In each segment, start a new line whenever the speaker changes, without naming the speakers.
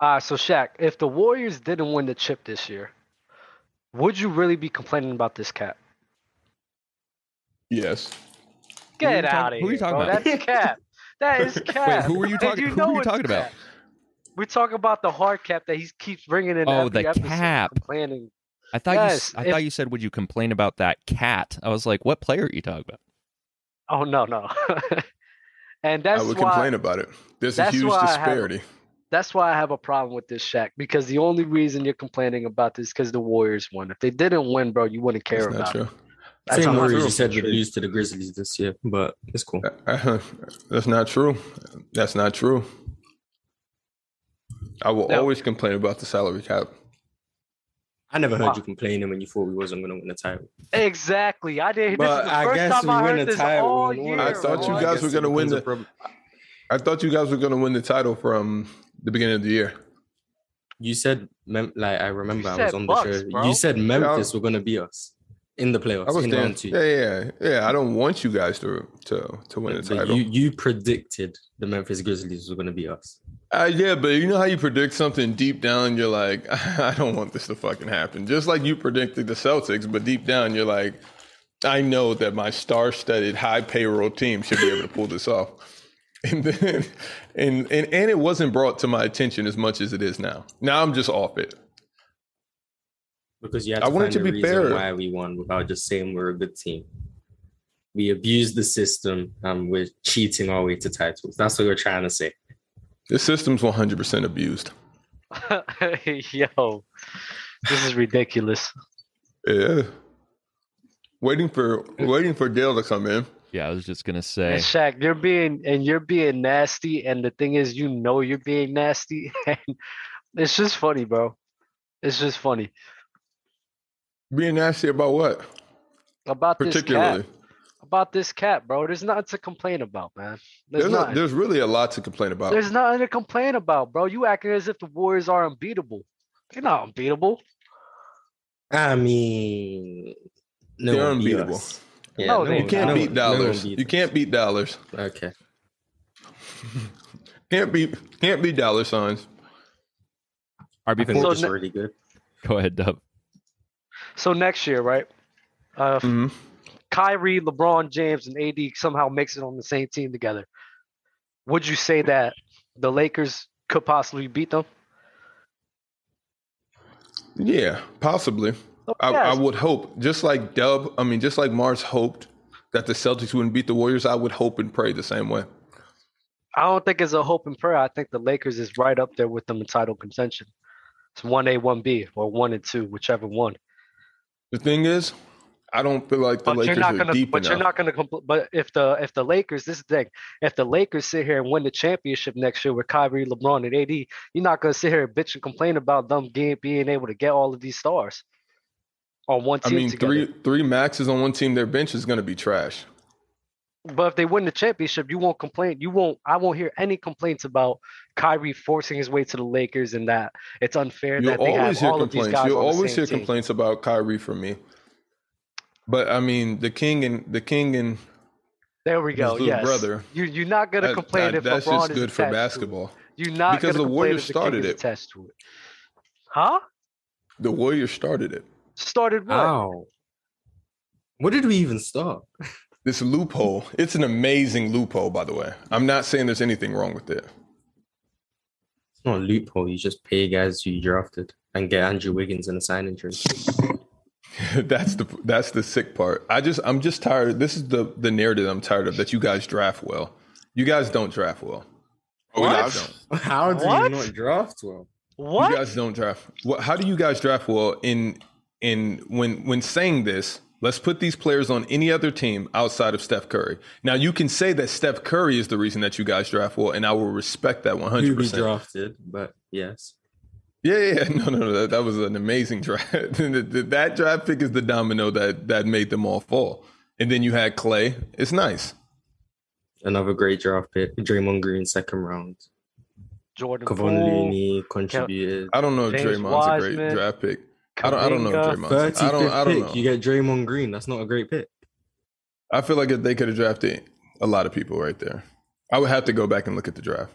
All right, so Shaq, if the Warriors didn't win the chip this year, would you really be complaining about this cap?
Yes.
Get
you talk-
out of
who
here.
are you talking
bro.
about?
That's cap. That is cap.
Wait, who were you
And
talking? who
know
were you
it's
talking about?
cap. We're talking about the hard cap that he keeps bringing in.
Oh,
every
the
episode,
cap.
Complaining.
I thought
Yes,
you. s- I
if-
thought you said, "Would you complain about that cat?" I was like, "What player are you talking about?"
Oh no, no. and that's
I would
why
complain about it. There's a
that's
huge
why I have-
disparity.
that's why I have a problem with this Shaq because the only reason you're complaining about this because the Warriors won. If they didn't win, bro, you wouldn't care
That's
about
not
it.
true.
That's
how
Same
I
worries
feel.
you said you lose to the Grizzlies this year, but it's cool.
Uh, That's not true. That's not true. I will
No.
always complain about the salary cap.
I never heard
Wow.
you complaining when you thought we wasn't gonna win the title.
Exactly. I didn't. This is
But
the
I
first
guess
time
we
I
win
heard
the
this
title.
all
and
year.
won.
I thought you
bro.
guys were gonna win the- I thought you guys were going to win the title from the beginning of the year.
You said mem- like I remember
You
I was
said
on the
Bucks,
show.
bro.
You said Memphis were gonna beat us in the
I
playoffs
was
in
damn,
round two.
yeah, yeah, yeah. I don't want you guys to to to win the
But
title.
You you predicted the Memphis Grizzlies were gonna beat us.
Uh, yeah, but you know how you predict something deep down, you're like, I don't want this to fucking happen. Just like you predicted the Celtics, but deep down, you're like, I know that my star-studded, high-payroll team should be able to pull this off. And then, and, and and it wasn't brought to my attention as much as it is now. Now I'm just off it.
Because you had
I
to
want it
find
to
a
be
reason
fair.
why we won without just saying we're a good team. We abused the system and we're cheating our way to titles. That's what we're trying to say.
The system's 100% abused.
Yo, this is ridiculous.
Yeah. Waiting for waiting for Dale to come in.
Yeah, I was just gonna
And
say.
Shaq, you're being and you're being nasty, and the thing is, you know you're being nasty, and it's just funny, bro. It's just funny
Being nasty about what?
about this
Particularly.
cat. About this cat, bro. There's nothing to complain about, man. There's
There's, a-
nothing.
there's really a lot to complain about.
There's nothing to complain about, bro. You acting as if the Warriors are unbeatable. You're not unbeatable.
I mean, no
They're
one beat
unbeatable.
us. Yeah,
No, they-
You
one-
can't
no
beat
one- no one
dollars.
beat
you
us.
can't beat dollars.
Okay.
Can't beat can't beat dollar signs.
Are
I think
before?
we're
So
just
ne-
really good.
Go ahead, Dub.
So next year, right? Uh,
hmm
Mm-hmm.
Kyrie, LeBron James, and AD somehow makes it on the same team together, would you say that the Lakers could possibly beat them?
Yeah, possibly.
Of
I, I
course.
would hope, just like Dub. I mean, just like Mars hoped that the Celtics wouldn't beat the Warriors. I would hope and pray the same way.
I don't think it's a hope and prayer. I think the Lakers is right up there with them in title contention. It's one A, one B, or one and two, whichever one.
The thing is, I don't feel like the
But
Lakers
you're not
are
gonna,
deep
but
enough.
you're not gonna, compl- but if the if the Lakers, this is the thing, if the Lakers sit here and win the championship next year with Kyrie, LeBron, and AD, you're not gonna sit here and bitch and complain about them being, being able to get all of these stars on one
I
team
mean,
together.
three three maxes on one team. Their bench is going to be trash.
But if they win the championship, you won't complain. You won't. I won't hear any complaints about Kyrie forcing his way to the Lakers and that it's unfair
You'll
that they
always
have
hear
all of these
complaints.
guys.
You'll
on the
always
same
hear
team.
complaints about Kyrie from me. But I mean, the king and the king and
There we
his
go.
little
Yes,
brother.
You you're not gonna
that-
complain
that-
if
that's
LeBron
just
is
good for
attached to it.
basketball.
You're not
Because
gonna
the
complain
Warriors
if the King
started
is
it.
attached to it. Huh?
The Warriors started it.
Started what?
Wow. Where did we even start?
This loophole, it's an amazing loophole, by the way. I'm not saying there's anything wrong with it.
It's not a loophole. You just pay guys who you drafted and get Andrew Wiggins in a signing trade.
that's the that's the sick part. I just I'm just tired. This is the the narrative I'm tired of that you guys draft well. You guys don't draft well. You
What?
guys don't.
How do
What?
you not draft well?
You
What?
guys don't draft. What, how do you guys draft well in in when when saying this? Let's put these players on any other team outside of Steph Curry. Now you can say that Steph Curry is the reason that you guys draft well, and I will respect that 100.
Who we
percent
drafted, but yes.
Yeah, yeah, yeah. no, no, no. That, that was an amazing draft. that that draft pick is the domino that that made them all fall. And then you had Clay. It's nice.
Another great draft pick. Draymond Green, second round.
Jordan
Kevon
Poole,
Looney contributed.
I don't know if
James
Draymond's a
Wiseman.
great draft pick. I don't. I don't know if
Kuminga.
Draymond's.
30
I don't.
fifth
I don't
pick.
know.
You get Draymond Green. That's not a great pick.
I feel like if they could have drafted a lot of people right there, I would have to go back and look at the draft.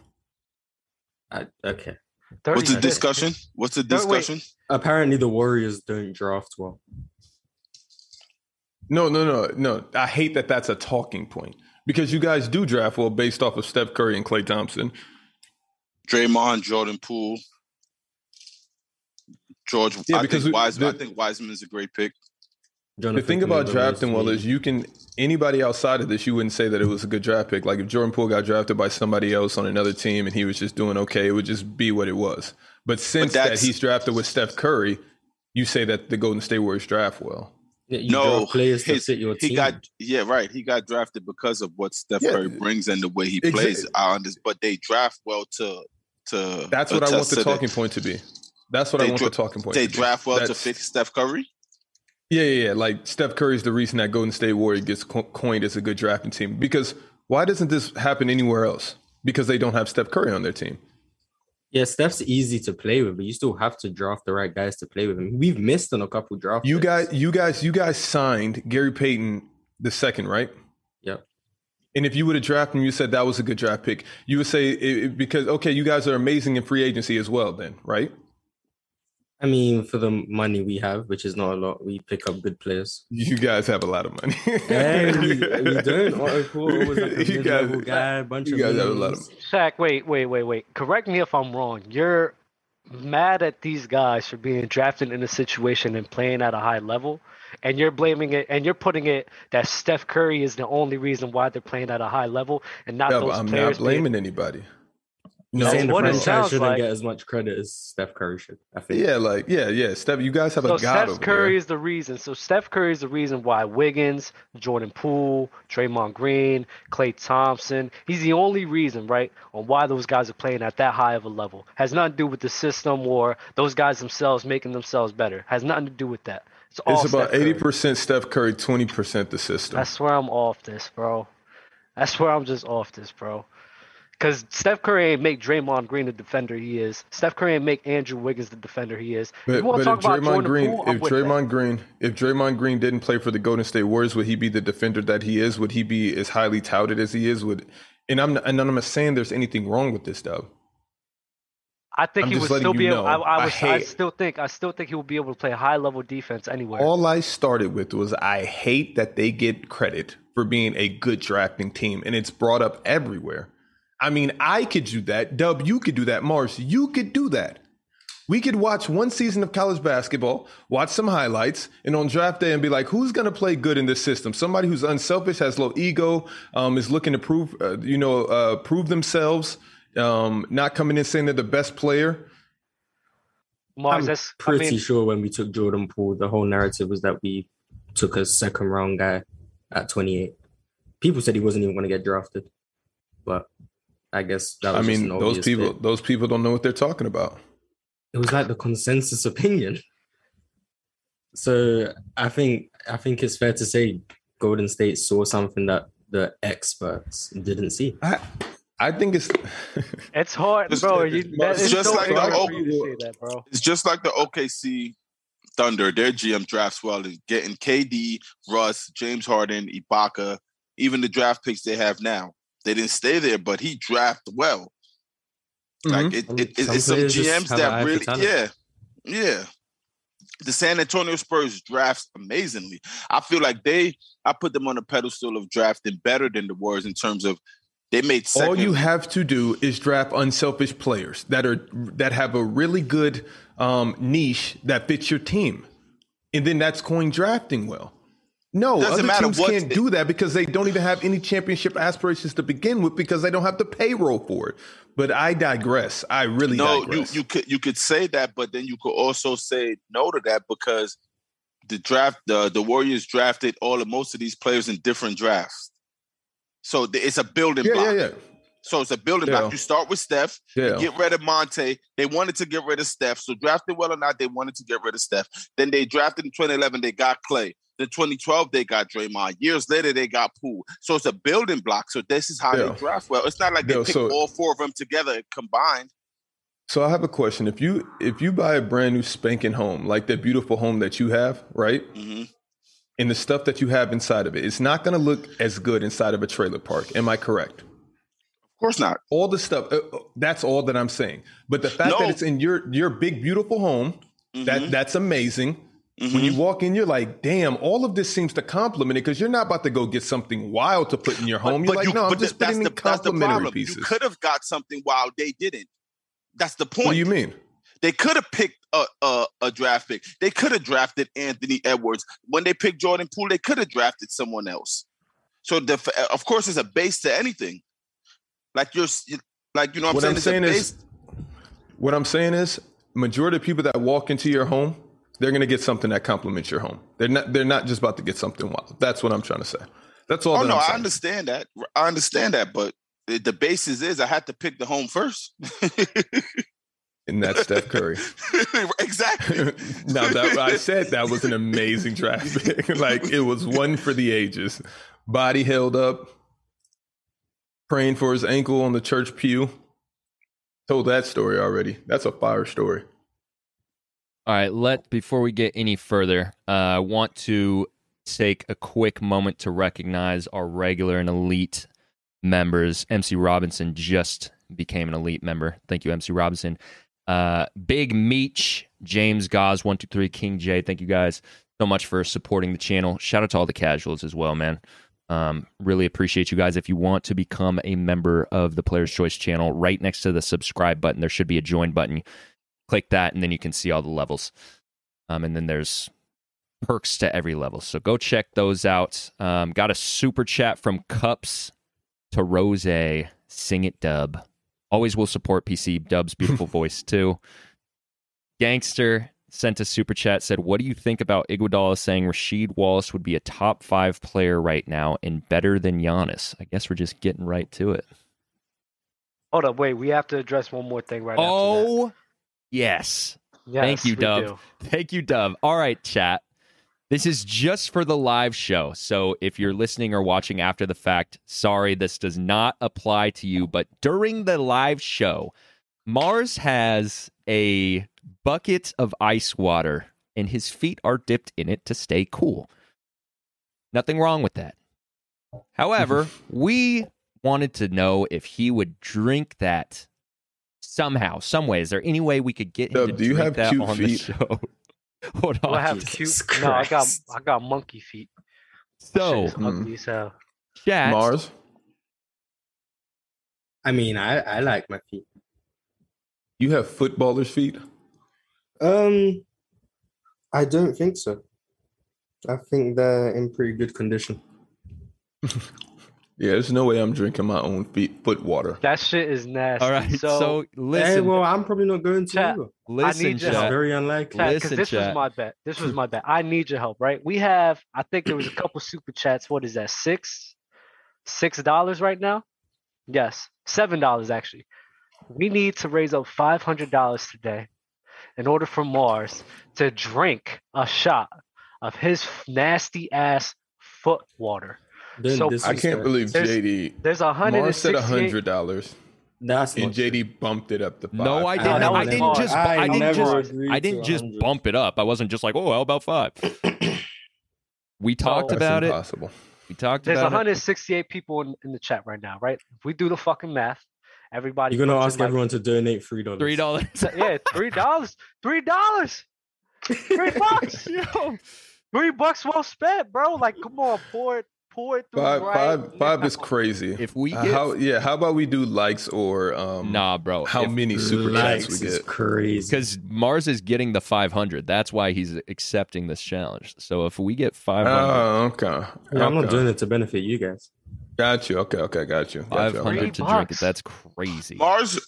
I, okay.
What's the
35th.
discussion? What's the
Don't wait.
discussion?
Apparently, the Warriors don't draft well.
No, no, no, no. I hate that that's a talking point because you guys do draft well based off of Steph Curry and Clay Thompson.
Draymond, Jordan Poole, George.
Yeah,
I
because
think
we-
Wiseman.
the-
I think Wiseman's a great pick.
The
Jonathan
thing about
Taylor
drafting well
me.
is you can anybody outside of this you wouldn't say that it was a good draft pick. Like if Jordan Poole got drafted by somebody else on another team and he was just doing okay, it would just be what it was. But since that
that's-
he's drafted with Steph Curry, you say that the Golden State Warriors draft well.
Yeah, you
No,
draft players to
his-
fit your
he
team.
got- Yeah, right. He got drafted because of what Steph
Yeah. uh,
Curry brings and the way he
Exa-
plays. I understand, but they draft well to to.
That's what I want
attest
the
to
talking point to be. That's what I
They
want
dra-
the talking point.
They
to be.
draft well to
That's-
fit Steph Curry.
Yeah, yeah, yeah. Like Steph Curry's the reason that Golden State Warrior gets co- coined as a good drafting team because why doesn't this happen anywhere else? Because they don't have Steph Curry on their team.
yeah, Steph's easy to play with, but you still have to draft the right guys to play with him. We've missed on a couple drafts.
You guys, you guys, you guys signed Gary Payton the second, right?
Yep.
And if you would have drafted him, you said that was a good draft pick. You would say it, it- because okay, you guys are amazing in free agency as well, then, right?
I mean, for the money we have, which is not a lot, we pick up good players.
You guys have a lot of money.
Hey, we, we don't. Oh, Otto Porter was like a
You guys-
mid-level guy, a bunch
you
of
guys have a lot of-
wins.
Shaq, wait, wait, wait, wait. Correct me if I'm wrong. You're mad at these guys for being drafted in a situation and playing at a high level, and you're blaming it and you're putting it that Steph Curry is the only reason why they're playing at a high level and not
Yeah, but
those
I'm not
players. being-
blaming anybody.
He's saying the
what it
franchise
sounds
shouldn't
like-
get as much credit as Steph Curry should. I think.
Yeah, like yeah, yeah. Steph, you guys have
so
a god
Steph
over
Curry
there.
is the reason. So Steph Curry is the reason why Wiggins, Jordan Poole, Draymond Green, Klay Thompson, he's the only reason, right, on why those guys are playing at that high of a level. Has nothing to do with the system or those guys themselves making themselves better. Has nothing to do with that. It's, all
It's about
Steph
eighty
Curry.
percent Steph Curry, twenty percent the system.
I swear I'm off this, bro. I swear I'm just off this, bro. Cause Steph Curry ain't make Draymond Green the defender he is. Steph Curry ain't make Andrew Wiggins the defender he is.
but
you want
but
to
if
talk about
Draymond
Jordan
Green,
Poole? I'm
if
with that.
Draymond Green, if Draymond Green didn't play for the Golden State Warriors, would he be the defender that he is? Would he be as highly touted as he is? Would and I'm and I'm not saying there's anything wrong with this though.
I think
I'm
he
just
would
letting
still
you
be. Able, I,
know.
I,
I
was, I,
hate-
still think. I still think he will be able to play high level defense anywhere.
All I started with was I hate that they get credit for being a good drafting team, and it's brought up everywhere. I mean, I could do that. Dub, you could do that. Mars, you could do that. We could watch one season of college basketball, watch some highlights, and on draft day, and be like, who's going to play good in this system? Somebody who's unselfish, has low ego, um, is looking to prove, uh, you know, uh, prove themselves, um, not coming in saying they're the best player.
Mars,
I'm
that's I
Pretty
mean,
sure when we took Jordan Poole, the whole narrative was that we took a second round guy at 28. People said he wasn't even going to get drafted, but I guess that
I
was just
mean,
an
those
obvious
people,
pick.
those people don't know what they're talking about.
It was like the consensus opinion. So I think I think it's fair to say Golden State saw something that the experts didn't see.
I, I think it's.
it's hard,
It's-
bro. You,
it's
that is
just
so
like the
hard
old-
for you to say that, bro.
It's just like the OKC Thunder. Their GM drafts well and getting KD, Russ, James Harden, Ibaka, even the draft picks they have now. They didn't stay there, but he draft well.
Mm-hmm.
Like it,
Some-
it, it-
some
it's some
players just
GMs
have an eye
that
for
really,
talent.
yeah, yeah. The San Antonio Spurs drafts amazingly. I feel like they, I put them on a pedestal of drafting better than the Warriors in terms of they made Mm-hmm. second.
All you have to do is draft unselfish players that are that have a really good um, niche that fits your team, and then that's coin drafting well. No,
Doesn't
other
matter
teams
what
can't
the-
do that because they don't even have any championship aspirations to begin with because they don't have the payroll for it. But I digress. I really
no, you,
digress.
you could you could say that, but then you could also say no to that because the draft the the Warriors drafted all of most of these players in different drafts. So th- it's a building
yeah,
block.
yeah, yeah,
So it's a building
Yeah.
block. You start with Steph,
yeah.
get rid of Monte. They wanted to get rid of Steph. So drafted well or not, they wanted to get rid of Steph. Then they drafted in 2011, they got Clay. Then 2012, they got Draymond. Years later, they got Poole. So it's a building block. So this is how
Yeah.
they draft well. It's not like they
Yeah,
pick
so-
all four of them together and combined.
So I have a question. If you if you buy a brand new spanking home, like that beautiful home that you have, right?
hmm
and the stuff that you have inside of it, it's not going to look as good inside of a trailer park. Am I correct?
course not.
all the stuff. uh, uh, That's all that I'm saying. But the fact
No.
that it's in your your big beautiful home, that
Mhm,
that's amazing. When
mhm.
you walk in, you're like, damn, all of this seems to compliment it because you're not about to go get something wild to put in your home. you're like, no, I'm
but
just
that-
putting in complimentary pieces.
You could have got something while they didn't. That's the point.
what do you mean?
They could have picked a, a a draft pick. They could have drafted Anthony Edwards. When they picked Jordan Poole, they could have drafted someone else. So the, f- of course, there's a base to anything. Like you're, s- you- like you know, what
what
I'm
I'm saying
There's
is,
a
what I'm saying is, majority of people that walk into your home, they're gonna get something that compliments your home. They're not. They're not just about to get something wild. That's what I'm trying to say. That's all.
Oh
that
no,
I'm
I
saying.
understand that. I understand that, but the the basis is I had to pick the home first.
And that's Steph Curry.
exactly.
now that I said that was an amazing draft pick. like it was one for the ages. Body held up, praying for his ankle on the church pew. Told that story already. That's a fire story.
All right, let before we get any further, uh, I want to take a quick moment to recognize our regular and elite members. MC Robinson just became an elite member. Thank you, MC Robinson. Uh, Big Meech, James Goz, one two three, King J. Thank you guys so much for supporting the channel. Shout out to all the casuals as well, man. Um, really appreciate you guys. If you want to become a member of the Players Choice channel, right next to the subscribe button, there should be a join button click that and then you can see all the levels um, and then there's perks to every level so go check those out um, got a super chat from cups to rose sing it dub always will support pc dub's beautiful voice too gangster sent a super chat said what do you think about Iguodala saying Rashid Wallace would be a top 5 player right now and better than Giannis i guess we're just getting right to it
Hold up, wait. We have to address one more thing right after
oh yes
that.
thank you,
we
Dub.
do.
Thank you, Dove. All right, chat. This is just for the live show. So if you're listening or watching after the fact, sorry, this does not apply to you. But during the live show, Mars has a bucket of ice water and his feet are dipped in it to stay cool. Nothing wrong with that. However, we wanted to know if he would drink that somehow, some way. Is there any way we could get him
Dub,
to
do you
drink
have
that
cute
on
feet?
the show? Hold
Do
on.
I have
dude.
cute?
Jesus
No, I got
Christ.
I got monkey feet. Shit
so,
is ugly as hell.
chat.
Mars,
I mean, I, I like my feet.
you have footballers' feet.
Um, I don't think so. I think they're in pretty good condition.
Yeah, there's no way I'm drinking my own feet foot water.
That shit is nasty.
All right. So,
so,
listen,
hey, well, I'm probably not going to
Chat,
either.
listen,
need your
It's
Yeah.
chat.
help.
very unlikely.
Chat, 'cause
Listen,
this
chat.
was my bet. This was my bet. I need your help, right? We have, I think there was a couple super chats. What is that? Six, six dollars right now? Yes, seven dollars actually. We need to raise up five hundred dollars today in order for Mars to drink a shot of his nasty ass foot water.
Don't
So- I
I can't
disrespect.
believe
There's-
JD.
There's a hundred.
Mars said hundred dollars,
That's
and
not true.
JD bumped it up to five.
No, I didn't.
that
I
was
didn't
Mars.
just.
I
I didn't
never
just.
agreed
I didn't
to
just
100.
bump it up. I wasn't just like, oh, how about five?
Oh,
We talked
That's
about it.
impossible.
We talked
There's
about it.
168 people in, in the chat right now, right? If we do the fucking math, everybody.
You're gonna
puts in
ask
like-
everyone to donate three dollars.
Three dollars.
So, yeah, three dollars, three dollars, three bucks,
Yo.
three bucks well spent, bro. Like, come on, pour it, pour it through.
Five,
right
five, five
now.
is crazy.
If we
Uh,
get,
how, yeah, how about we do likes or um,
nah, bro.
how many super
likes
chats we
is
get?
crazy.
Because Mars is getting the 500. That's why he's accepting this challenge. So if we get 500,
Oh, okay.
Yeah, I'm not
Okay.
doing it to benefit you guys.
Got you. Okay, okay, got you. Got you.
500
Three
Okay.
to drink it,
bucks.
that's crazy.
Mars.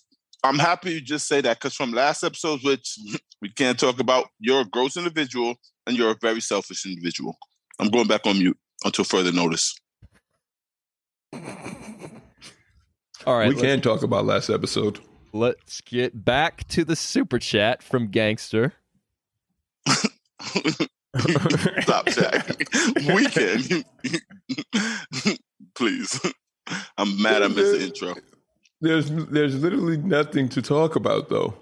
I'm happy you just say that because from last episodes, which we can't talk about, you're a gross individual and you're a very selfish individual. I'm going back on mute until further notice.
All right,
we can talk about last episode.
Let's get back to the super chat from Gangster.
Stop, Jack. we can. Please. I'm mad I missed the intro.
There's there's literally nothing to talk about though.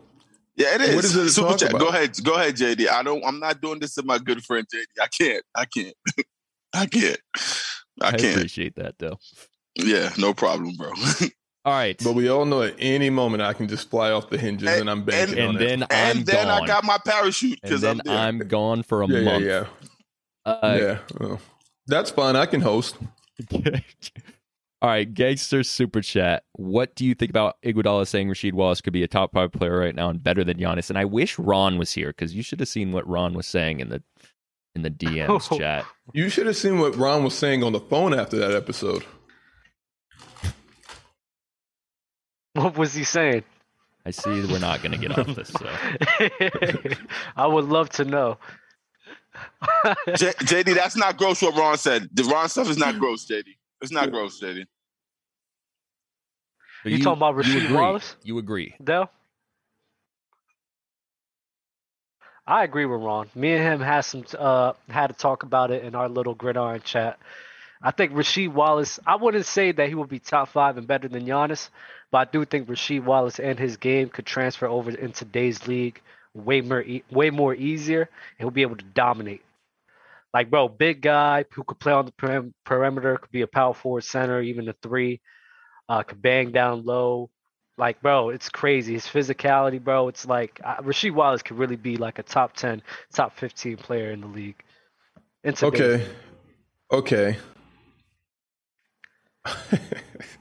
Yeah, it is.
What is it to
Super
talk
chat. Go
about?
ahead, go ahead, JD. I don't. I'm not doing this to my good friend JD. I can't. I can't. I can't. I
I
can't.
appreciate that though.
Yeah, no problem, bro.
All right.
But we all know at any moment I can just fly off the hinges and, I'm banking
and
on
then
And
I'm
then
gone.
I got my parachute
and
because I'm
then
there.
I'm gone for a
it. Yeah,
month.
yeah, yeah.
Uh,
yeah. well, that's fine. I can host.
All right, gangster super chat. What do you think about Iguodala saying Rasheed Wallace could be a top five player right now and better than Giannis? And I wish Ron was here because you should have seen what Ron was saying in the in the DMs chat.
You should have seen what Ron was saying on the phone after that episode.
What was he saying?
I see that we're not going to get off this. So.
I would love to know.
J- JD, that's not gross. What Ron said. The Ron stuff is not gross, JD. It's not gross, JD.
You talking about Rasheed
agree.
Wallace?
You agree?
Dell? I agree with Ron. Me and him had some uh had a talk about it in our little gridiron chat. I think Rasheed Wallace, I wouldn't say that he would be top five and better than Giannis, but I do think Rasheed Wallace and his game could transfer over in today's league way more e- way more easier and he'll be able to dominate. Like bro, big guy who could play on the perim- perimeter, could be a power forward center, even a three, uh, could bang down low, like, bro, it's crazy. His physicality, bro. It's like uh, Rasheed Wallace could really be like a top ten, top fifteen player in the league. In today's
Okay. Okay.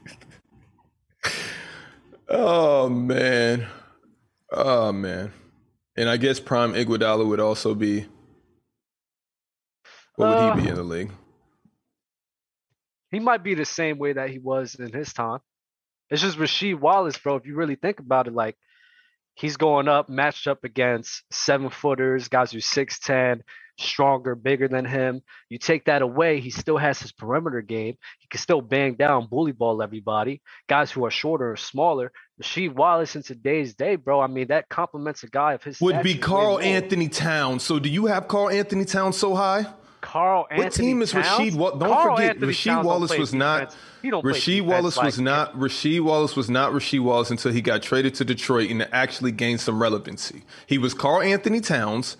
oh man. Oh man. And I guess Prime Iguodala would also be what would he be in the league?
He might be the same way that he was in his time. It's just Rasheed Wallace, bro. If you really think about it, like he's going up, matched up against seven footers, guys who's six ten, stronger, bigger than him. You take that away, he still has his perimeter game. He can still bang down, bully ball everybody. Guys who are shorter or smaller. Rasheed Wallace in today's day, bro. I mean, that complements a guy of his
Would be
stature way
Carl
more.
Anthony Towns. So do you have Carl Anthony Towns so high?
Carl Anthony.
What team is
Towns?
Rasheed Wa- don't
Carl
forget,
Anthony
Rasheed
Towns don't
Wallace
play
was not-
defense. He don't play
Rasheed
defense
Wallace
Oh, like
was not Rasheed Wallace was not Rasheed Wallace until he got traded to Detroit and actually gained some relevancy. He was Carl Anthony Towns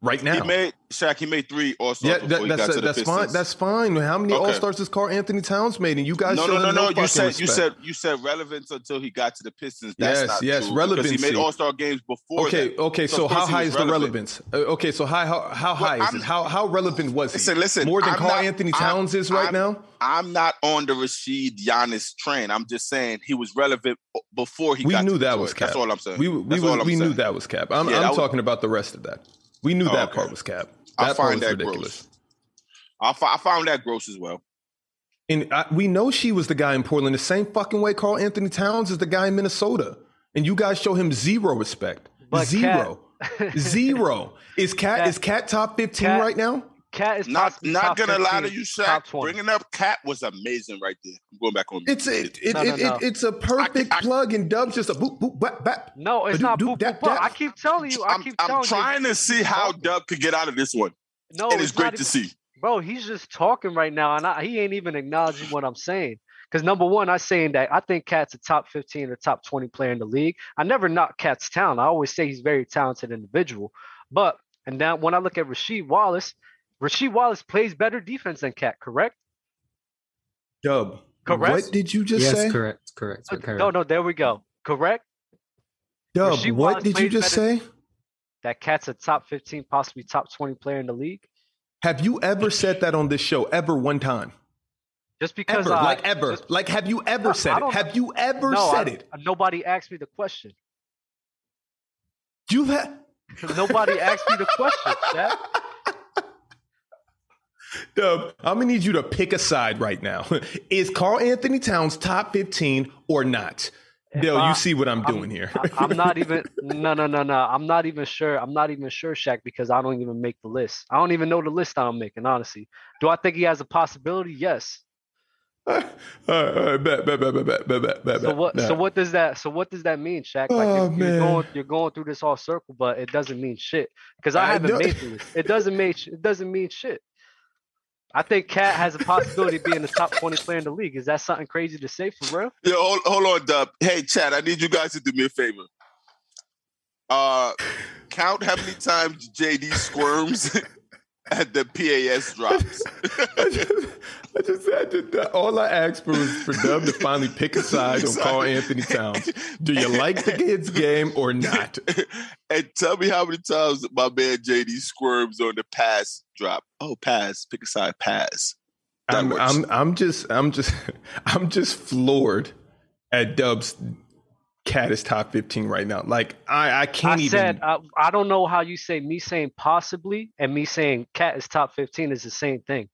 right now.
He made Shaq. He made three All Stars
Yeah,
before
that,
he got
that's
to the
that's fine.
Pistons.
That's fine. How many
Okay.
All Stars has Carl Anthony Towns made? And you guys
no,
show
no, no,
him no,
no. You
fucking
said you
respect.
said you said relevance until he got to the Pistons. That's
Yes,
not
yes,
true, because He
relevancy.
made All Star games before.
Okay,
that.
okay. So,
of
how
course he
high
was
is the
relevant.
relevance? Uh, okay, so high, how how high is
I'm-
it? How how relevant was he?
Listen, listen,
More than
I'm
Carl
not-
Anthony
I'm-
Towns is right
I'm-
now.
I'm not on the Rashid Giannis train. I'm just saying he was relevant b- before he
We
got
knew
to
that
Detroit.
was cap.
That's all I'm saying.
We we,
That's
was-
all I'm
we knew
saying.
that was cap. I'm,
Yeah, that
I'm
was-
talking about the rest of that. We knew
Oh,
that
okay.
part was cap. That
I find
part was
that
ridiculous.
gross. I, fi- I found that gross as well.
And I, we know she was the guy in Portland, the same fucking way Carl Anthony Towns is the guy in Minnesota. And you guys show him zero respect.
But
zero.
Cat-
zero. Is Cat
Cat-
is Cat top 15
Cat-
right now?
Cat is
Not
possibly
not
top
gonna
15,
lie to you,
top
Shaq.
20.
Bringing up Cat was amazing right there. I'm going back on.
It's it, it,
No,
it,
no, no.
it- it's a perfect
I-
plug and Dub's just a boop boop bap bap.
No, it's
But
not
dude,
boop,
that-
boop, boop.
that-
I keep telling you. I
I'm,
keep
I'm
telling you.
trying to see how
talking.
Dub could get out of this one.
No,
it is
it's not
great to
even-
see.
Bro, he's just talking right now, and I, he ain't even acknowledging what I'm saying. Because number one, I'm saying that I think Cat's a top 15 or top 20 player in the league. I never knock Cat's talent. I always say he's a very talented individual. But and now when I look at Rasheed Wallace, Rasheed Wallace plays better defense than Cat, correct?
Dub.
Correct.
What did you just
Yes,
say?
correct, correct. but
No,
correct.
no, there we go. Correct?
Dub,
Rasheed
what
Wallace
did you
plays
just
better-
say?
That Cat's a top 15, possibly top 20 player in the league.
Have you ever said that on this show ever one time?
Just because
Ever,
I
like ever,
just-
like have you ever
No, I
said it?
don't-
Have you ever
no, I- uh,
said it?
Nobody asked me the question.
You've had
Nobody asked me the question, Shaq.
Dub, I'm gonna need you to pick a side right now. Is Carl Anthony Towns top 15 or not? Dale,
I-
you see what I'm
I'm-
doing here.
I, I'm not even no no no no. I'm not even sure. I'm not even sure, Shaq, because I don't even make the list. I don't even know the list that I'm making, honestly. Do I think he has a possibility? Yes.
all right, all right, bet, bet, bet, bet, bet, bet, bet, bet.
So what
bet.
so what does that so what does that mean, Shaq? Like
Oh,
you're, you're going
man.
you're going through this whole circle, but it doesn't mean shit. Because I
I
haven't
know-
made the list. It doesn't mean sh- it doesn't mean shit. I think Cat has a possibility of being the top 20 player in the league. Is that something crazy to say for real?
Yo, hold, hold on, Dub. Hey, Chad, I need you guys to do me a favor. Uh, count how many times JD squirms at the PAS drops.
I just, I just, I just, all I asked for was for Dub to finally pick a side and call Anthony Towns. Do you like the kids' game or not?
and tell me how many times my man JD squirms on the pass drop. Oh, pass, pick a side, pass. That
I'm,
works.
I'm, I'm just, I'm just, I'm just floored at Dub's cat is top 15 right now. Like I, I can't
I
even.
said I, I don't know how you say me saying possibly and me saying cat is top fifteen is the same thing.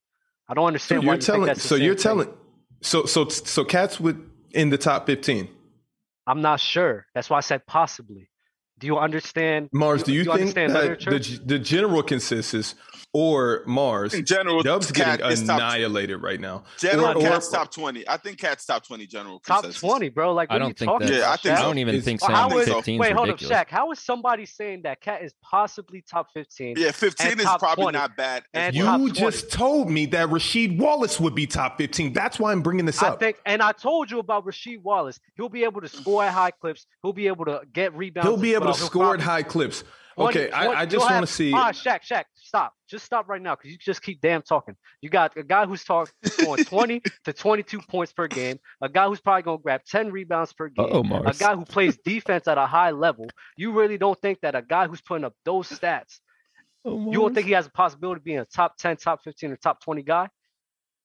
I don't
so
understand why
you're
you
telling,
think that's the
so
same
you're
thing.
telling, so, so, so cats with in the top 15.
I'm not sure. That's why I said possibly. Do you understand?
Mars, do you, think
understand
that
literature?
the, g- the general consensus or Mars,
In general,
Dub's
cat
getting
is top.
annihilated right now?
General
or-
cat's top twenty. I think cat's top twenty. General
top
consensus.
twenty, bro? Like what
I
are you
don't think
talking
that's,
Yeah, I
about?
think
I
Shaq?
so.
don't even
It's-
think
Well,
saying
how is-
15 is
wait, hold
ridiculous.
up, Shaq. How is somebody saying that cat is possibly top fifteen?
Yeah, fifteen
And
is
top
probably
20.
not bad.
And
as
top
well.
You just told me that Rasheed Wallace would be top 15. That's why I'm bringing this
I
up.
think, and I told you about Rasheed Wallace. He'll be able to score at high clips. He'll be able to get rebounds.
He'll be
as
able
well.
to
He'll
score at
probably-
high clips.
20,
Okay, I,
20
I
you'll
just want to
have-
see.
Ah, Shaq, Shaq, stop. Just stop right now because you just keep damn talking. You got a guy who's talking scoring 20 to 22 points per game, a guy who's probably going to grab 10 rebounds per game,
Uh-oh,
a
Mars.
guy who plays defense at a high level. You really don't think that a guy who's putting up those stats,
Oh,
you don't think he has a possibility of being a top 10, top 15, or top 20 guy?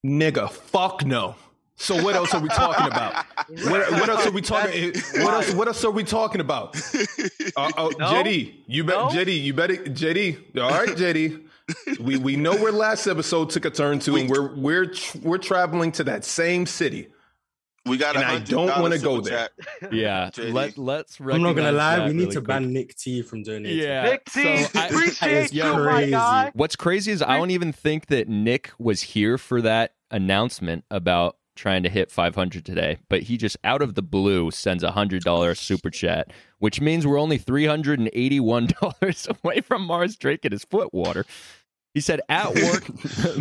Nigga, fuck no. So what else are we talking about? What, what else are we talking? What else? What else are we talking about? Uh, oh,
No?
JD, you bet.
No?
JD, you better. JD, all right, JD. We we know where last episode took a turn to, and we're we're tr- we're traveling to that same city.
we got.
And I don't
want
wanna
to
go there.
Yeah,
JD.
let let's.
I'm not gonna
recognize
lie,
that
we need
really
to
quick.
ban Nick T from donating.
Yeah,
Nick
so
T,
I-
appreciate you,
Yo.
my
Crazy.
guy.
What's crazy is I don't even think that Nick was here for that announcement about trying to hit 500 today, but he just out of the blue sends a hundred dollar super chat, which means we're only 381 dollars away from Mars drinking his foot water. He said at work,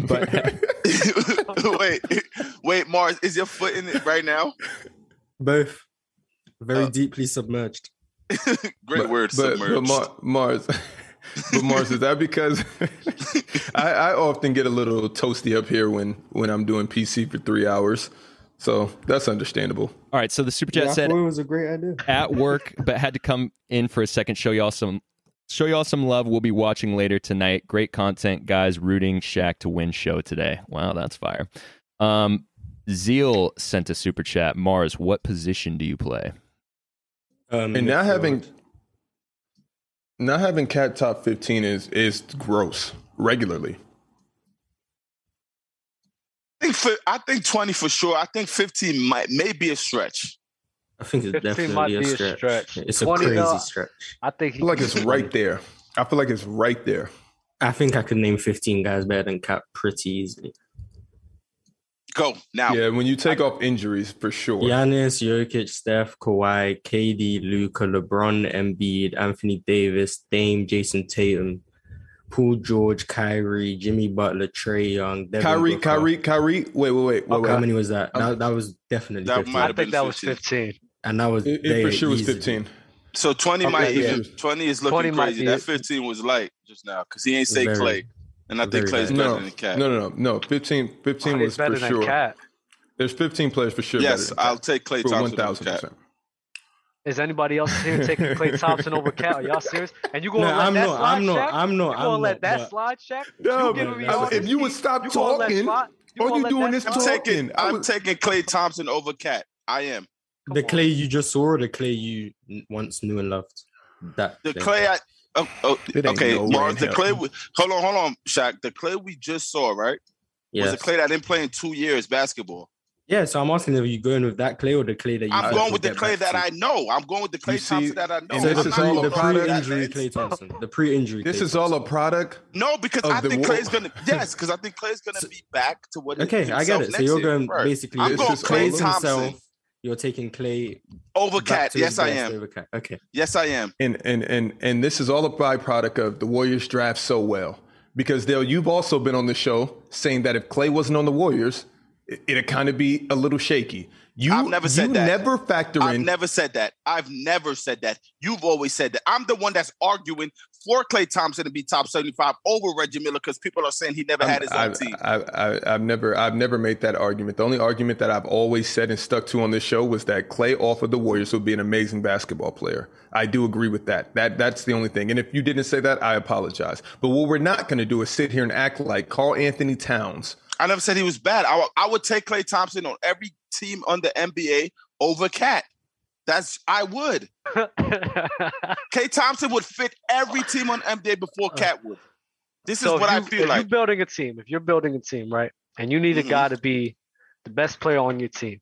but
wait, wait, Mars, is your foot in it right now?
Both very
Uh,
deeply submerged.
Great word,
but,
submerged.
But Mar- Mars, but Mars, is that because I, I often get a little toasty up here when when I'm doing PC for three hours, so that's understandable.
Mm-hmm.
all right. So the super chat
Yeah, I
said
thought it was a great idea.
at work, but had to come in for a second. Show y'all some, show y'all some love. We'll be watching later tonight. Great content, guys. Rooting Shaq to win show today. Wow, that's fire. Um, Zeal sent a super chat. Mars, what position do you play?
Um,
And not
midfield.
having not having cat top fifteen is is gross regularly.
I think fi- I think twenty for sure. I think fifteen might may be a stretch.
I think it's
15 might
definitely a
be a
stretch.
stretch.
It's a
20
crazy
though.
stretch.
I think
I
he
feel like it's right there. I feel like it's right there.
I think I could name 15 guys better than Cap pretty easily.
Go now.
Yeah, when you take off injuries for sure.
Giannis, Jokic, Steph, Kawhi, KD, Luca, LeBron, Embiid, Anthony Davis, Dame, Jason Tatum, Paul George, Kyrie, Jimmy Butler, Trey Young, Devin
Kyrie,
Booker.
Kyrie, Kyrie. Wait, wait, wait, wait,
Okay, How
wait.
many was that?
Um,
That, that was definitely
that
15.
might-
I
have been
think that was
15.
15.
and that was
It, it
there
for sure was
easily.
fifteen.
So twenty
Okay,
might
yeah.
even twenty is looking
20 might
crazy.
be
That
it.
fifteen was light just now because he ain't say
Very-
Clay, and I think
very
Clay's
light.
better
No,
than
no,
Cat.
no, no, no. 15, 15
He's
was for
better than
sure.
Cat.
There's 15 players for sure.
yes,
better than
I'll
Cat.
take Clay
for
Thompson.
one
over
thousand
Cat.
percent.
Is anybody else here taking Clay Thompson over Cat? Are y'all serious? And you gonna
No,
let
I'm
that
not.
slide,
I'm
Shaq?
not. I'm
You
not.
gonna
I'm
let
not.
that
but-
slide, Shaq?
No,
You
but
giving me
I-
all
if
this
you would
heat?
stop
You gonna let
talking,
slide-
all
gonna
you
let
doing
that
is
slide?
I'm taking
Talking. I
I'm
was-
taking Clay Thompson over Cat. I am
Come
the
on.
clay you just saw, or the clay you n- once knew and loved. That
the
Clay.
Clay. I, oh, oh,
It ain't
okay,
no way in
Mars. The
hell.
Clay. We, hold on, hold on, Shaq. The Clay we just saw, right?
Yes.
Was a Clay that didn't play in two years basketball.
Yeah, so I'm asking if you're going with that clay or the clay that you.
I'm
guys
going
will
with the
get
Clay
back
that
to.
I know. I'm going with the Clay
see,
Thompson that I know.
and
So the
I'm
this is
not
pre-
all
going
the
with all
product-
that
pre-injury
Clay
Clay Thompson. The pre-injury.
This
Klay
is all a product.
No, because
of
I
the
think
war.
Clay's gonna yes, because I think Clay's gonna
So-
be back to what. he-
Thompson. Okay, I get
himself
it. So
next
you're
year.
going
Right.
basically.
I'm
it's
going
just
Klay
Klay
Thompson.
You're taking clay
over
back
Cat.
to his
Yes, I
best
am.
over Cat. Okay.
Yes, I am.
and and and and this is all a byproduct of the Warriors draft so well because Dale, you've also been on the show saying that if Clay wasn't on the Warriors, it, it'd kind of be a little shaky. You,
I've never said
you
that.
never factor
I've
in.
never said that. I've never said that. You've always said that. I'm the one that's arguing for Clay Thompson to be top 75 over Reggie Miller because people are saying he never had his own
I've,
team.
I've, I've, I've never I've never made that argument. The only argument that I've always said and stuck to on this show was that Clay off of the Warriors would be an amazing basketball player. I do agree with that. That that's the only thing. And if you didn't say that, I apologize. But what we're not going to do is sit here and act like call Anthony Towns.
I never said he was bad. I, I would take Clay Thompson on every team on the NBA over Cat. That's I would. Clay Thompson would fit every team on NBA before Cat would. This is
Uh, so
what
if
I
you-
feel
if
like.
you're building a team, if you're building a team, right, and you need
Mhm.
a guy to be the best player on your team,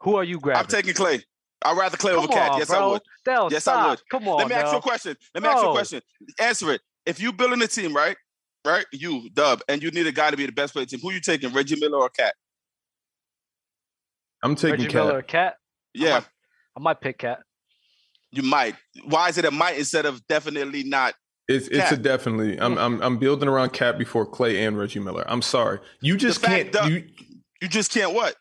who are you grabbing?
I'm taking Clay. I'd rather Clay
Come
over Cat.
on,
Yes,
bro.
I would.
Dell,
Yes, I
stop.
would.
Come on,
Oh,
Let me ask you a
Dell.
question. Let me ask you a
No.
question. Answer it. If you building a team, right? Right? You, Dub, and you need a guy to be the best player team, who you taking, Reggie Miller or Cat?
I'm taking
Reggie
Cat.
Miller, Cat.
Yeah,
might- I might pick Cat.
you might. Why is it a might instead of definitely not?
It's it's a
Cat.
definitely. I'm I'm I'm building around Cat before Clay and Reggie Miller. I'm sorry. You just can't.
fact that-
you,
You just can't what?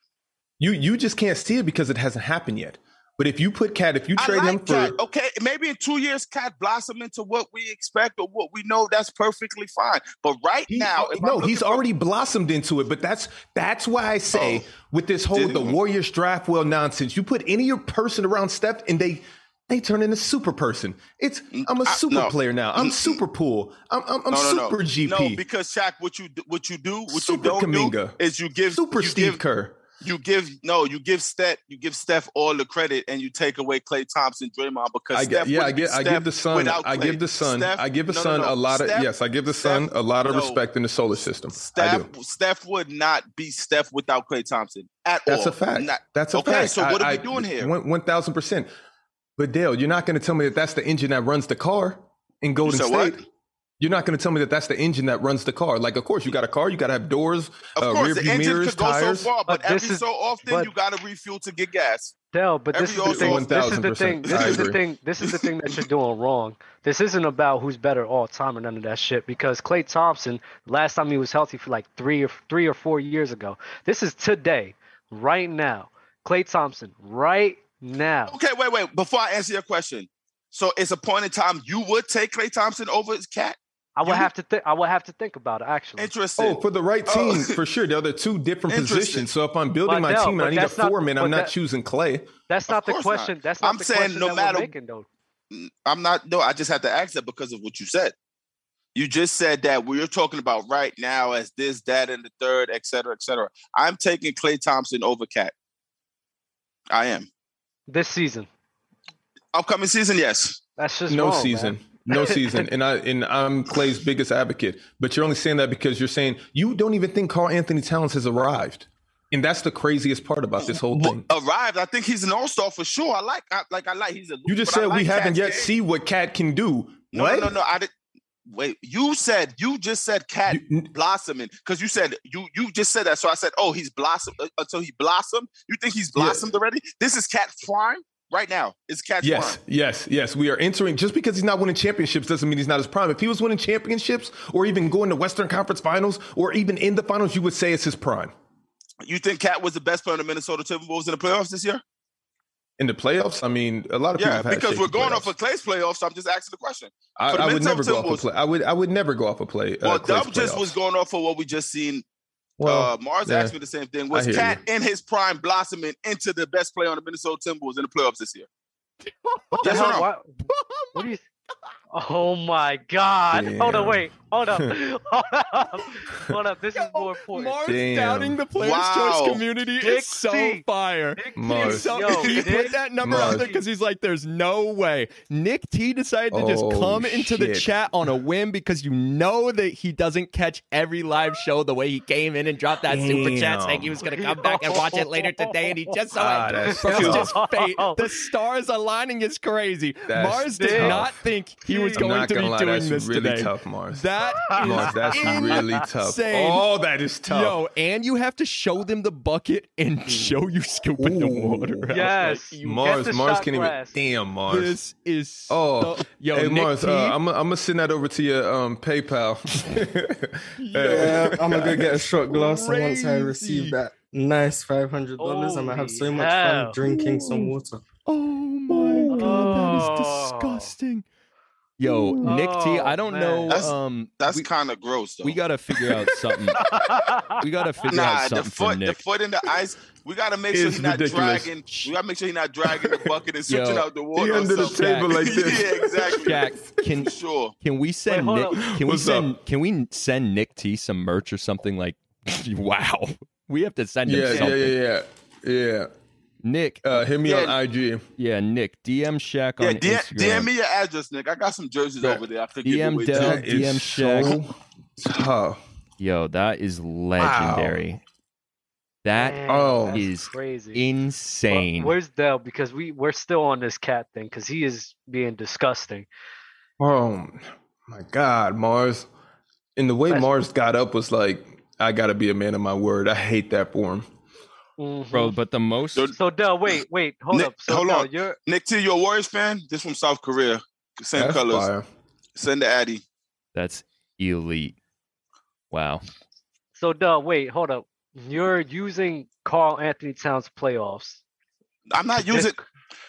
you you just can't see it because it hasn't happened yet. But if you put Cat, if you trade
I
him
like
for
Cat. Okay, maybe in two years, Cat blossom into what we expect or what we know. That's perfectly fine. But right
He-
now, if I'm
no, he's
looking for-
already blossomed into it, but that's that's why I say
Oh.
with this whole
Did
the
he?
Warriors draft well nonsense. You put any person around Steph, and they they turn into super person. It's I'm a
I-
super
no.
player now. I'm
Mm-mm.
super pool. I'm I'm, I'm
no, no,
super
no.
GP.
No, because Shaq, what you do- what you do, what
Super
you don't do
Kuminga.
is you give
super
you
Steve
give-
Kerr.
you give no, you give Steph, you give Steph all the credit, and you take away Clay Thompson, Draymond, because
I
Steph
get, yeah, I
wouldn't be
give, I
Steph
give the son,
without
I
Klay.
give the son,
Steph-
I give the
no, no,
son
no.
a lot of
Steph-
yes, I give the
Steph-
son a lot of
no.
respect in the solar system. I
Steph,
do.
Steph would not be Steph without Clay Thompson at
That's
all.
a fact.
Not-
that's a
okay,
fact.
so what are we doing here?
One thousand percent. But Dale, you're not going to tell me that that's the engine that runs the car in Golden
said what?
State. You're not going to tell me that that's the engine that runs the car. Like, of course, you got a car. You got to have doors,
of
uh,
course,
rear
the
view
engine
mirrors,
could go
tires.
so far,
But
but,
this
every
is-
so often
but-
you got to refuel to get gas.
Dell, but this
Every
is the
also-
thing. This is the
1000%.
thing. This
I
is the
agree.
thing. This is the thing that you're doing wrong. This isn't about who's better all time or none of that shit. Because Klay Thompson, last time he was healthy for like three or three or four years ago. This is today, right now. Klay Thompson, right now.
Okay, wait, wait. Before I answer your question, so it's a point in time you would take Clay Thompson over his cat.
I would
You-
have to think. I would have to think about it actually.
Interesting.
Oh, for the right
Oh.
team, for sure. The other two different
Interesting.
positions. So if I'm building
But
my
Dale,
team and I
but
need a
that's not-
foreman, I'm
but
not
that-
choosing Clay.
That's
Of
not the
course not.
question. That's not
I'm
the
saying
question
no
that
matter-
we're making though.
I'm not. No, I just had to ask that because of what you said. You just said that we're talking about right now as this, that, and the third, et cetera, et cetera. I'm taking Clay Thompson over Cat. I am.
This season.
Upcoming season, yes.
That's just
no
wrong, man.
season no season and i and i'm clay's biggest advocate but you're only saying that because you're saying you don't even think carl anthony towns has arrived and that's the craziest part about this whole
Well,
thing
arrived. I think he's an all star for sure. I like. I, like I like. He's a.
you just
but I
said we
like
haven't
Cat's
yet
game.
seen what cat can do
No,
what
no, no, no. I did. Wait, you said you just said Cat
You-
blossoming because you said you you just said that. So I said, oh, he's blossomed uh, until he blossomed. You think he's
Yeah.
blossomed already? This is Cat prime right now. It's Cat
Yes,
prime.
yes, yes. We are entering. Just because he's not winning championships doesn't mean he's not his prime. If he was winning championships, or even going to Western Conference Finals, or even in the finals, you would say it's his prime.
You think Cat was the best player in the Minnesota Timberwolves in the playoffs this year?
In the playoffs, I mean, a lot of people.
Yeah,
have had
because
shaky
we're going
playoffs. Uh,
off of Clay's playoffs. So I'm just asking the question.
I,
For the
I would
Minnesota
never go off a
Timberwolves.
play. I would I would never go off a play.
well,
uh, Clay's
Dub just was
playoffs.
going off of what we just seen.
Well,
uh, Mars
yeah.
asked me the same thing. Was
hear
Cat in his prime blossoming into the best player on the Minnesota Timberwolves in the playoffs this year?
What the
Yes or
hell?
no?
Why- what do you? Oh my God! Hold on,
Damn.
wait. Hold up. Hold up. Hold up. This is
Yo,
more important.
Mars
Damn.
doubting the Players'
Wow.
Choice community
Dick
is so
C.
fire.
Dick
Mars.
T,
So,
yo,
he
Dick-
put that number
Mars.
out there because he's like, "There's no way." Nick T decided to just
Oh,
come into the
shit.
chat on a whim because you know that he doesn't catch every live show the way he came in and dropped that super chat
Damn.
saying he was going to come back and watch it later today, and he just so
Ah,
happened.
that's
Bro,
tough.
just fate. The stars aligning is crazy.
That's
Mars did
tough.
not think he was
I'm
going
not
to be
gonna lie,
doing
that's
this
really
today.
tough, Mars.
That
Mars,
is
that's really tough.
insane.
Oh, that is tough. Hmm.
Yo, and you have to show them the bucket and show you scooping the
Ooh.
water. out. Like,
Yes.
you-
Get
Mars,
the
Mars
shot
can't
glass.
even. Damn, Mars.
this is
Oh,
so- yo,
hey,
Nick
Mars,
T,
uh, I'm I'm gonna send that over to your um, PayPal.
Yeah,
Hey.
I'm gonna go get a shot glass and once I
Crazy.
receive that,
Nice five hundred dollars. I'm gonna have so
Holy
much
hell.
fun drinking some water.
Oh my god, that is
Oh.
disgusting. Yo, Nick T,
Oh,
I don't
man.
know.
That's-
um,
That's
we,
kind of gross, though.
we gotta figure out something. we gotta figure
nah,
out
the
something for
foot, the
Nick.
foot in the ice. We gotta make sure
It's
he's not
ridiculous.
dragging. We gotta make sure he's not dragging the bucket and
Yo.
switching out the
He
water. or
under the
something.
table like
yeah,
this.
exactly.
Jack, can
For sure.
can we send
hold
Nick? Can we
What's
send? Can we send Nick T some merch or something like? wow, we have to send him
Yeah, yeah,
something.
yeah, yeah, yeah.
Nick,
Uh, hit me
Yeah.
on IG.
yeah, Nick, DM Shaq
Yeah,
on
DM,
Instagram.
DM me your address, Nick. I got some jerseys
Yeah.
over there. I could give
DM
away
Dell,
too.
That is
DM Shaq.
so tough.
Yo, that is legendary. That is
Man,
Oh.
that's
is
crazy. Well,
insane.
where's Dell? Because we we're still on this cat thing because he is being disgusting.
Oh my God, Mars. And the way
That's-
Mars got up was like, I gotta be a man of my word. I hate that for him.
Mhm.
Bro, but the most
Dude.
So Dell, wait, wait, hold
Nick,
up. So
hold
Del,
on.
you're
Nick T, you a Warriors fan? This from South Korea. Same
That's
colors.
fire.
Send the Addy.
that's elite. Wow.
so Dell, wait, hold up. You're using Carl Anthony Towns playoffs.
I'm not
This-
using.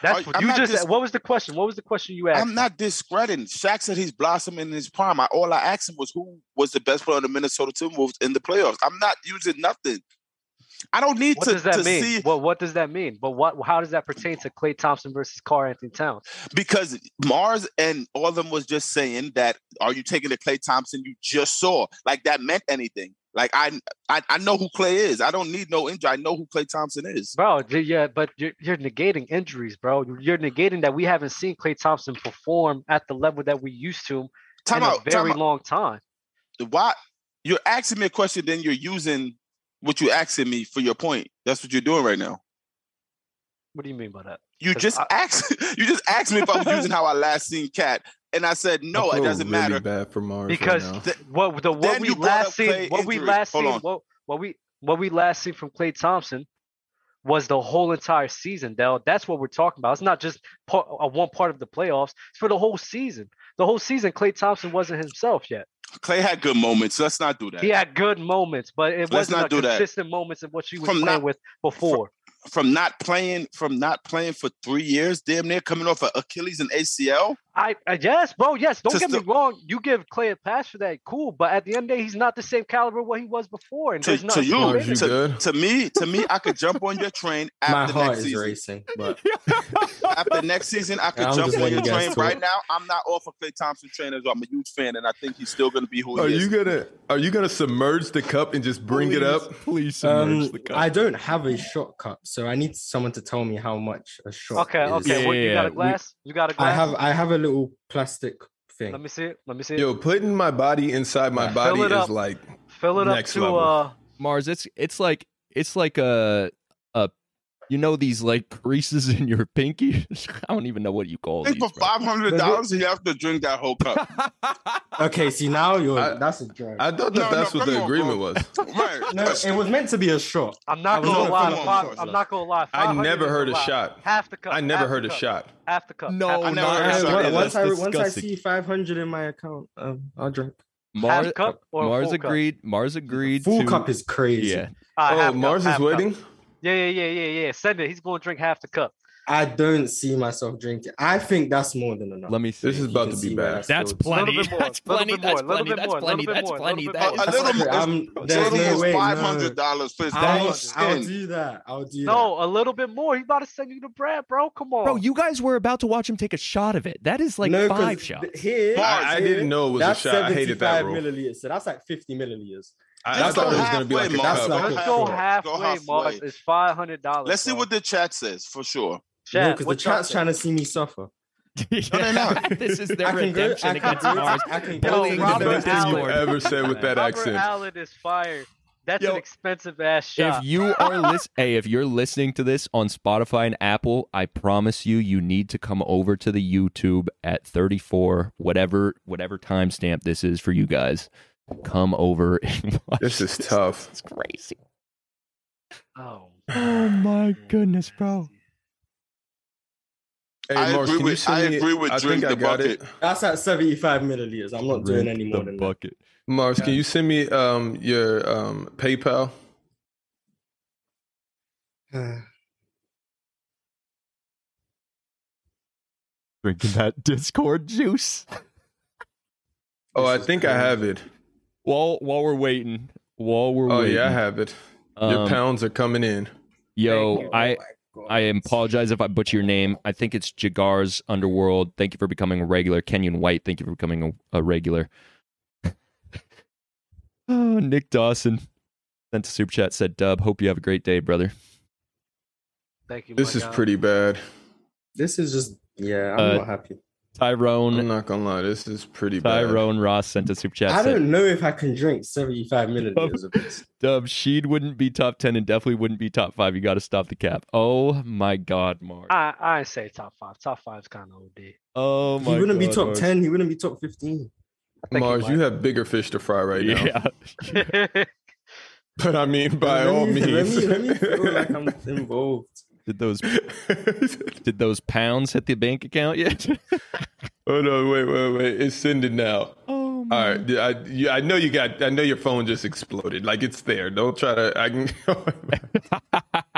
That's
Are-
what
I'm
you
not
just.
dis-
what was the question? What was the question you asked?
I'm not discrediting. Shaq said he's blossoming in his prime. I, all I asked him was who was the best player on the Minnesota Timberwolves in the playoffs. I'm not using nothing. I don't need
What
to,
does that
to
mean?
see
Well, what does that mean? But what? How does that pertain to Clay Thompson versus Carl Anthony Towns?
because Mars and all of them was just saying that are you taking the Clay Thompson you just saw? Like that meant anything. Like I I, I know who Clay is. I don't need no injury. I know who Clay Thompson is.
Bro, j- yeah, but you're, you're negating injuries, bro. You're negating that we haven't seen Clay Thompson perform at the level that we used to
Time
in
out.
a
Time
very
out.
long time.
Why you're asking me a question, then you're using what you're asking me for your point. That's what you're doing right now.
What do you mean by that?
You
'Cause
just
I-
asked. You just asked me if I was using how I last seen Cat, and I said
I
no. It
feel
doesn't
Oh,
really
matter.
Bad for Mars right
Because
now.
th- what the what
Then
we
you brought
last
up
seen
Clay
what we
injuries.
last
Hold
seen
on.
what, what we what we last seen from Clay Thompson was the whole entire season, Dell. That's what we're talking about. It's not just part, uh, one part of the playoffs. It's for the whole season. The whole season, Clay Thompson wasn't himself yet.
Clay had good moments. Let's not do that.
He had good moments, but it wasn't
not
a
do that.
consistent moments of what she was
From
playing
not-
with before.
From not playing, from not playing for three years, damn near coming off of Achilles and ACL.
I, I yes, bro, yes. Don't
To
get me
still-
wrong. You give Clay a pass for that, cool. But at the end of the day, he's not the same caliber what he was before. And
To-
there's
to
nothing
you,
Mars,
prevent
you
it.
to-
good?
To me, to me, I could jump on your train
My
after
heart
next
is
season.
racing, but
After next season, I could
I'm
jump
just
on
letting
your
you guys
train.
talk.
Right now, I'm not off of Clay Thompson train as well. I'm a huge fan, and I think he's still going to be who he
Are
is.
you gonna are you gonna submerge the cup and just bring it up?
Please submerge
um,
the cup.
I don't have a shot cup, so I need someone to tell me how much a shot.
Okay,
is.
okay.
Yeah,
what,
yeah,
you got
yeah,
a
we-
glass? you got a glass?
I have I have a little plastic thing.
Let me see it. Let me see it.
Yo, putting my body inside my
Fill
body
it
is
up.
like
Fill it up
next
to
level.
uh.
Mars, it's it's like it's like a a you know these like creases in your pinky. I don't even know what you call
I think
these.
for
bro.
five hundred dollars, you have to drink that whole cup.
Okay, see now you're
I-
that's a joke.
I thought that
No,
that's
no,
what
come
the
on,
agreement was.
right?
no,
eh,
it was meant to be a shot.
I'm
I
not
was
gonna
gonna
lie.
put it on
five-
shorts,
I'm
though.
not gonna lie.
I
500
never
is
heard a
lot.
shot.
Half the cup.
I never
half
heard
the
a
cup,
shot.
Half the cup.
No,
half the
I
cup.
never
not
heard
I-
a
half
shot
the
once-
cup.
either.
once, I,
That's
once I
disgusting.
see five hundred in my account, um, I'll drink.
Half
Mars,
cup or
Mars
full cup?
agreed. Mars agreed.
Full
to,
cup is crazy.
yeah.
Ah, half
Oh,
cup,
Mars
half
is
cup.
waiting.
Yeah, yeah, yeah, yeah, yeah. Send it. He's going to drink half the cup.
I don't see myself drinking. I think that's more than enough.
Let me see.
This is
You
about
can
to
see
be
where
bad.
that's
goes.
Little
plenty.
bit more,
That's
little
plenty.
bit more,
That's
little bit
plenty. That's
more, little
plenty.
bit
That's
more,
plenty.
little bit more.
That
A
is-
little
Sorry,
more.
I'm-
It's
there's
only
no way,
five
no.
hundred dollars for his
I'll,
dollar
Thousand.
I'll
skin.
do that. I'll do that.
No, a little bit more. He about to send you the bread, bro. Come on,
Bro, you guys were about to watch him take a shot of it. That is like
'cause
five
th-
shots.
Here,
Bars,
I, I
here,
didn't know it was a
that's
shot. I hated that
75
rule.
milliliters, so that's like 50 milliliters.
I, I
That's
thought it
like
was gonna be like a
halfway,
That's
cup.
like
Let's
a
go
cup.
halfway,
Go halfway.
Mars. It's five hundred dollars.
Let's see what the chat says for sure.
No, because the chat's trying to see me suffer.
Yeah. this is their
I can go.
redemption
I can
against
do it.
Mars.
I can
Yo,
go.
Bullying
to
the
Robert
best
best
Allen.
in
You
Lord.
ever said with that
Robert
accent?
Allen is fire. That's
Yo,
an expensive ass shot.
If you are lis- hey, if you're listening to this on Spotify and Apple, I promise you, you need to come over to the YouTube at 34, whatever whatever timestamp this is for you guys. Come over and watch.
This is tough.
It's crazy.
Oh,
Oh my goodness, bro.
Hey,
I
Mars, can
agree
you
with-
send
I
me-
agree with
I think
drink
I
the
got it.
bucket.
That's at 75 milliliters. I'm not doing
Drink
any more
the
than that.
bucket.
Mars, can you send me um your um PayPal?
Drinking that Discord juice.
Oh, I
This is
think I
crazy.
have it.
While while we're waiting, while we're
Oh
waiting.
yeah, I have it. Your
Um,
pounds are coming in.
yo,
Oh
I I apologize if I butcher your name. I think it's Jagar's Underworld. Thank you for becoming a regular. Kenyon White, thank you for becoming a, a regular. oh, Nick Dawson sent a super chat. Said Dub, hope you have a great day, brother.
Thank you.
This
my
is
guy.
pretty bad.
This is just yeah. I'm
Uh,
not happy.
I'm
Tyrone
Mm, not gonna lie. This is pretty bad.
Tyrone Ross sent a super chat.
I
said,
don't know if I can drink 75 milliliters of this.
Dub, Sheed wouldn't be top ten and definitely wouldn't be top five. You got to stop the cap. Oh my God, Mark.
I I ain't say top five. Top five's kind of OD.
oh my.
he wouldn't be
God,
top
Mark.
10. He wouldn't be top
Thank
15.
you,
Mars, you
Mike.
have bigger fish to fry right now.
yeah.
But I mean, by
Let
all
me-
means.
Let me, let me feel like I'm involved.
Did those did those pounds hit the bank account yet?
oh no! Wait, wait, wait! It's sending now.
oh my.
All right,
Mm-hmm.
yeah, I, you, I know you got. I know your phone just exploded. Like it's there. Don't try to. I can.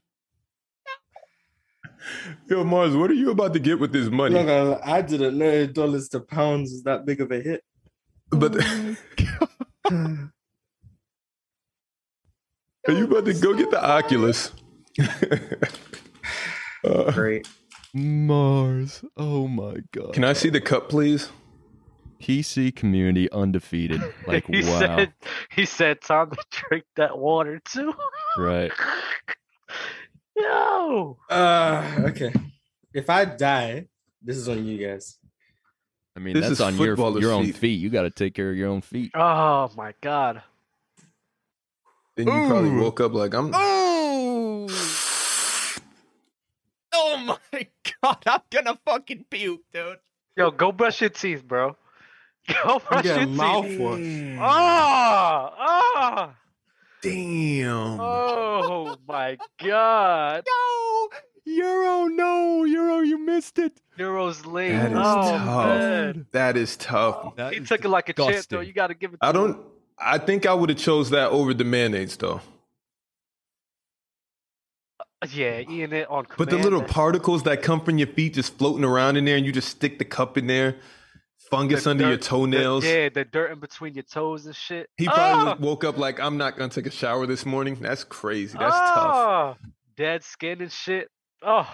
Yo, Mars, what are you about to get with this
I'm
money?
not gonna lie, I didn't know dollars to pounds is that big of a hit.
but
Yo,
are you about to go get the Oculus? Uh,
Great.
Mars. Oh my god.
can I see the cup, please?
PC community undefeated. Like
he
wow.
said he said time to drink that water too.
right.
Yo,
Uh, okay. If I die, this is on you guys.
I mean
This
that's
is
on your
footballer's
your own
feet.
feet. You got to take care of your own feet.
oh my god.
Then you probably
Ooh.
woke up like I'm.
Oh. Oh my god, I'm gonna fucking puke, dude.
Yo, go brush your teeth, bro. Go brush
get a
your teeth.
mouthwash. Oh.
Ah, ah,
Damn.
oh my god.
No! Euro, no! Euro, you missed it!
Neuro's late.
That is
oh,
tough.
Man.
That is tough.
That
he
is
took it like a champ, though.
disgusting.
You got to give it. To
I
him.
don't. I think I would have chose that over the mayonnaise though.
Yeah, eating it on.
But the
command,
little
man.
particles that come from your feet just floating around in there, and you just stick the cup in there, fungus
The
under your
dirt- the-
toenails.
yeah, the dirt in between your toes and shit. Ah!
He probably woke up like, I'm not gonna take a shower this morning. That's crazy. That's
Ah.
tough.
tough. Dead skin and shit. Oh,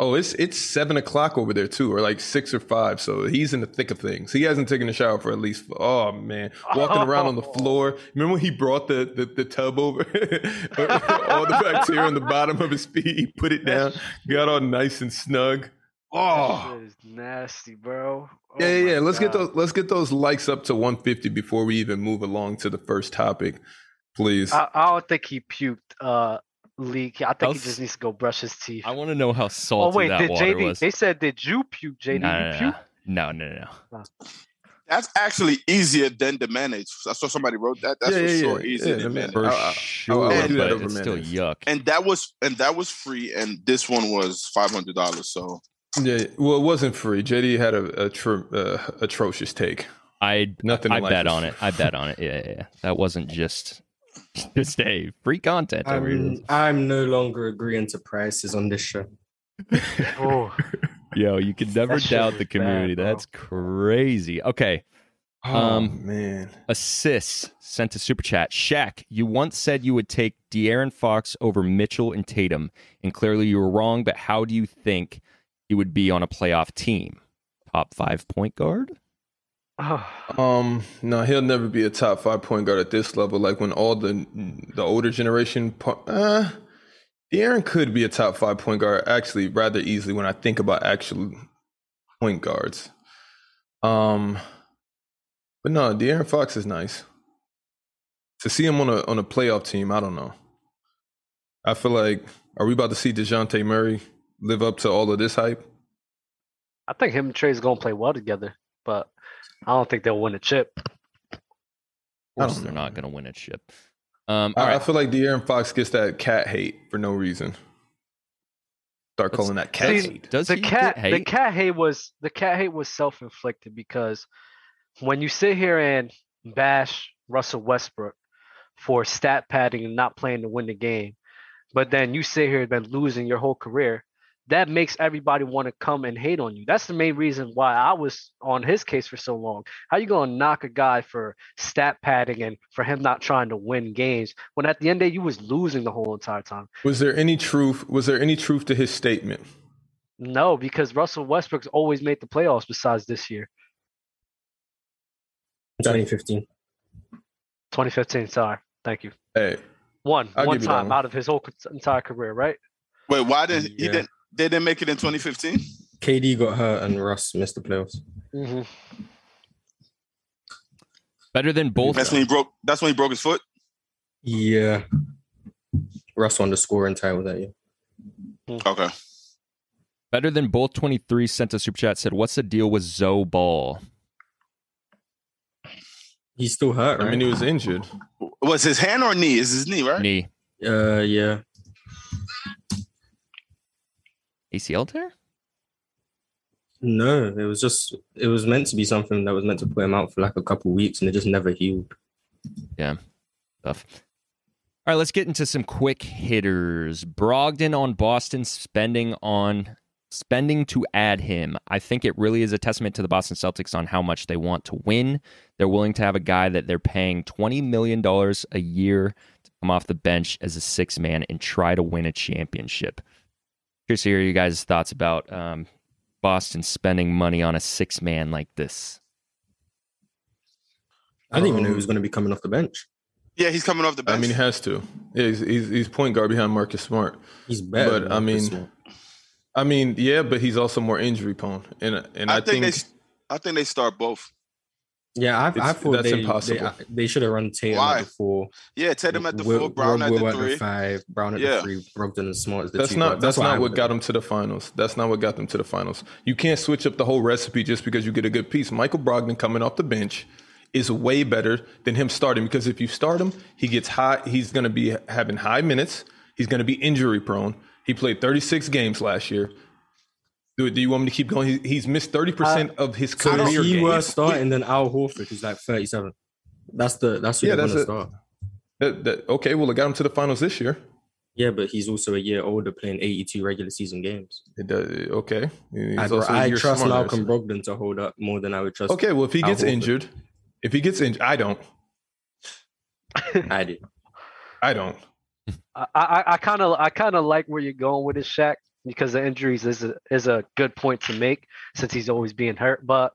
Oh, it's it's seven o'clock over there too, or like six or five. So he's in the thick of things. He hasn't taken a shower for at least. Oh man, walking around on the
Oh.
floor. Remember when he brought the the, the tub over, all the bacteria on the bottom of his feet. He put it down,
that
got all nice and snug.
that
Oh.
shit is nasty, bro. Oh
yeah, yeah,
my
yeah. Let's get
God.
those. Let's get those likes up to 150 before we even move along to the first topic, please.
I, I don't think he puked. Uh, leak. I think
I'll
he
s-
just needs to go brush his teeth.
I want to know how
Oh
salty
wait,
that
did
water
JD?
was.
They said did you puke, JD?
no,
you
no,
puke?
no, no, no, no.
That's actually easier than the mayonnaise. I saw somebody wrote that. That's
Yeah,
for
yeah,
sure
yeah.
easier
Yeah, the
than
mayonnaise.
mayonnaise.
For
I- Oh, I- I would
sure,
do
that
but
over
it's still
mayonnaise.
yuck.
And that was and that was free, and this one was five hundred dollars. So
yeah, well, it wasn't free. JD had a, a tr- uh, atrocious take.
I
Nothing.
I
like
bet
this.
on it. I bet on it. Yeah, yeah, yeah. That wasn't just just a free content. over here.
I'm, I'm no longer agreeing to prices on this show.
Oh,
Yo, you can never
That shit
doubt
was
the
bad,
community.
bro.
That's crazy. Okay.
Oh
Um,
man,
Assist sent a super chat. Shaq, you once said you would take De'Aaron Fox over Mitchell and Tatum, and clearly you were wrong, but how do you think he would be on a playoff team? Top five point guard?
Oh,
um, no, he'll never be a top five point guard at this level. Like when all the the older generation, po- uh, De'Aaron could be a top five point guard actually rather easily when I think about actual point guards. Um, but no, De'Aaron Fox is nice. To see him on a on a playoff team, I don't know. I feel like are we about to see Dejounte Murray live up to all of this hype?
I think him and Trey's gonna play well together, but I don't think they'll win a chip.
I
Of course
don't
they're
know,
not gonna win a chip. Um
Uh,
all
I, I
right.
feel like De'Aaron Fox gets that cat hate for no reason. Start
That's-
calling that cat
See,
hate.
Does
the
he
cat
get hate?
the cat hate was the cat hate was self inflicted because when you sit here and bash Russell Westbrook for stat padding and not playing to win the game, but then you sit here and been losing your whole career. That makes everybody want to come and hate on you. That's the main reason why I was on his case for so long. How you gonna knock a guy for stat padding and for him not trying to win games when at the end of the day you was losing the whole entire time?
Was there any truth? Was there any truth to his statement?
No, because Russell Westbrook's always made the playoffs besides this year.
2015.
2015, sorry. Thank you.
Hey,
One
I'll
one
give you that
time
one.
out of his whole entire career, right?
Wait, why did he
Yeah.
didn't? They didn't make it in 2015.
KD got hurt and Russ missed the playoffs.
Mm-hmm.
Better than both.
That's when he broke. That's when he broke his foot.
Yeah. Russ won the scoring title that year.
Okay.
Better than both. Twenty three sent a super chat. Said, "What's the deal with Zoe Ball?"
He's still hurt, right?
I mean, he was injured.
Was his hand or knee? Is his knee right?
Knee
uh, yeah.
ACL tear.
No, it was just it was meant to be something that was meant to put him out for like a couple weeks, and it just never healed.
Tough. All right, let's get into some quick hitters. Brogdon on Boston spending on spending to add him. I think it really is a testament to the Boston Celtics on how much they want to win. They're willing to have a guy that they're paying $20 million a year to come off the bench as a six man and try to win a championship. Curious to hear you guys' thoughts about um, Boston spending money on a six man like this.
I didn't even know
Um,
who was going to be coming off the bench.
Yeah, he's coming off the
I
bench.
mean, he has to. Yeah, he's, he's, he's point guard behind Marcus Smart.
He's better.
but,
than
I mean,
Marcus Smart.
I mean, yeah, but he's also more injury prone, and and I,
I think they. s- I think they start both.
yeah, I, I
it's-
thought
that's
they,
impossible.
they I- they should have run Tatum
Why?
at the four,
Yeah, Tatum at the
Will-
four, Brown
Will-
at
Will
the three.
five, Brown at
Yeah.
the three, Brogdon and Smart as the
that's
two
not
guards.
that's,
I
not what
would've
got
done.
him to the finals. That's not what got them to the finals. You can't switch up the whole recipe just because you get a good piece. Michael Brogdon coming off the bench is way better than him starting because if you start him, he gets high. He's going to be having high minutes. He's going to be injury prone. He played 36 games last year. Do, do you want me to keep going? He, he's missed 30% of his
So
career
if Uh, he
games.
were starting, then Al Horford is like thirty-seven. That's the that's who
Yeah,
they're
that's
going to
it.
start.
That- that- okay, well, it got him to the finals this year.
Yeah, but he's also a year older, playing eighty-two regular season games.
It does, okay. He's
I,
also a
I
year
trust
smarter.
Malcolm Brogdon to hold up more than I would trust.
Okay, well, if he
Al
gets
Horford.
injured, if he gets injured, I don't.
I did.
I don't.
I I I kind of I kind of like where you're going with this, Shaq, because the injuries is a, is a good point to make since he's always being hurt. But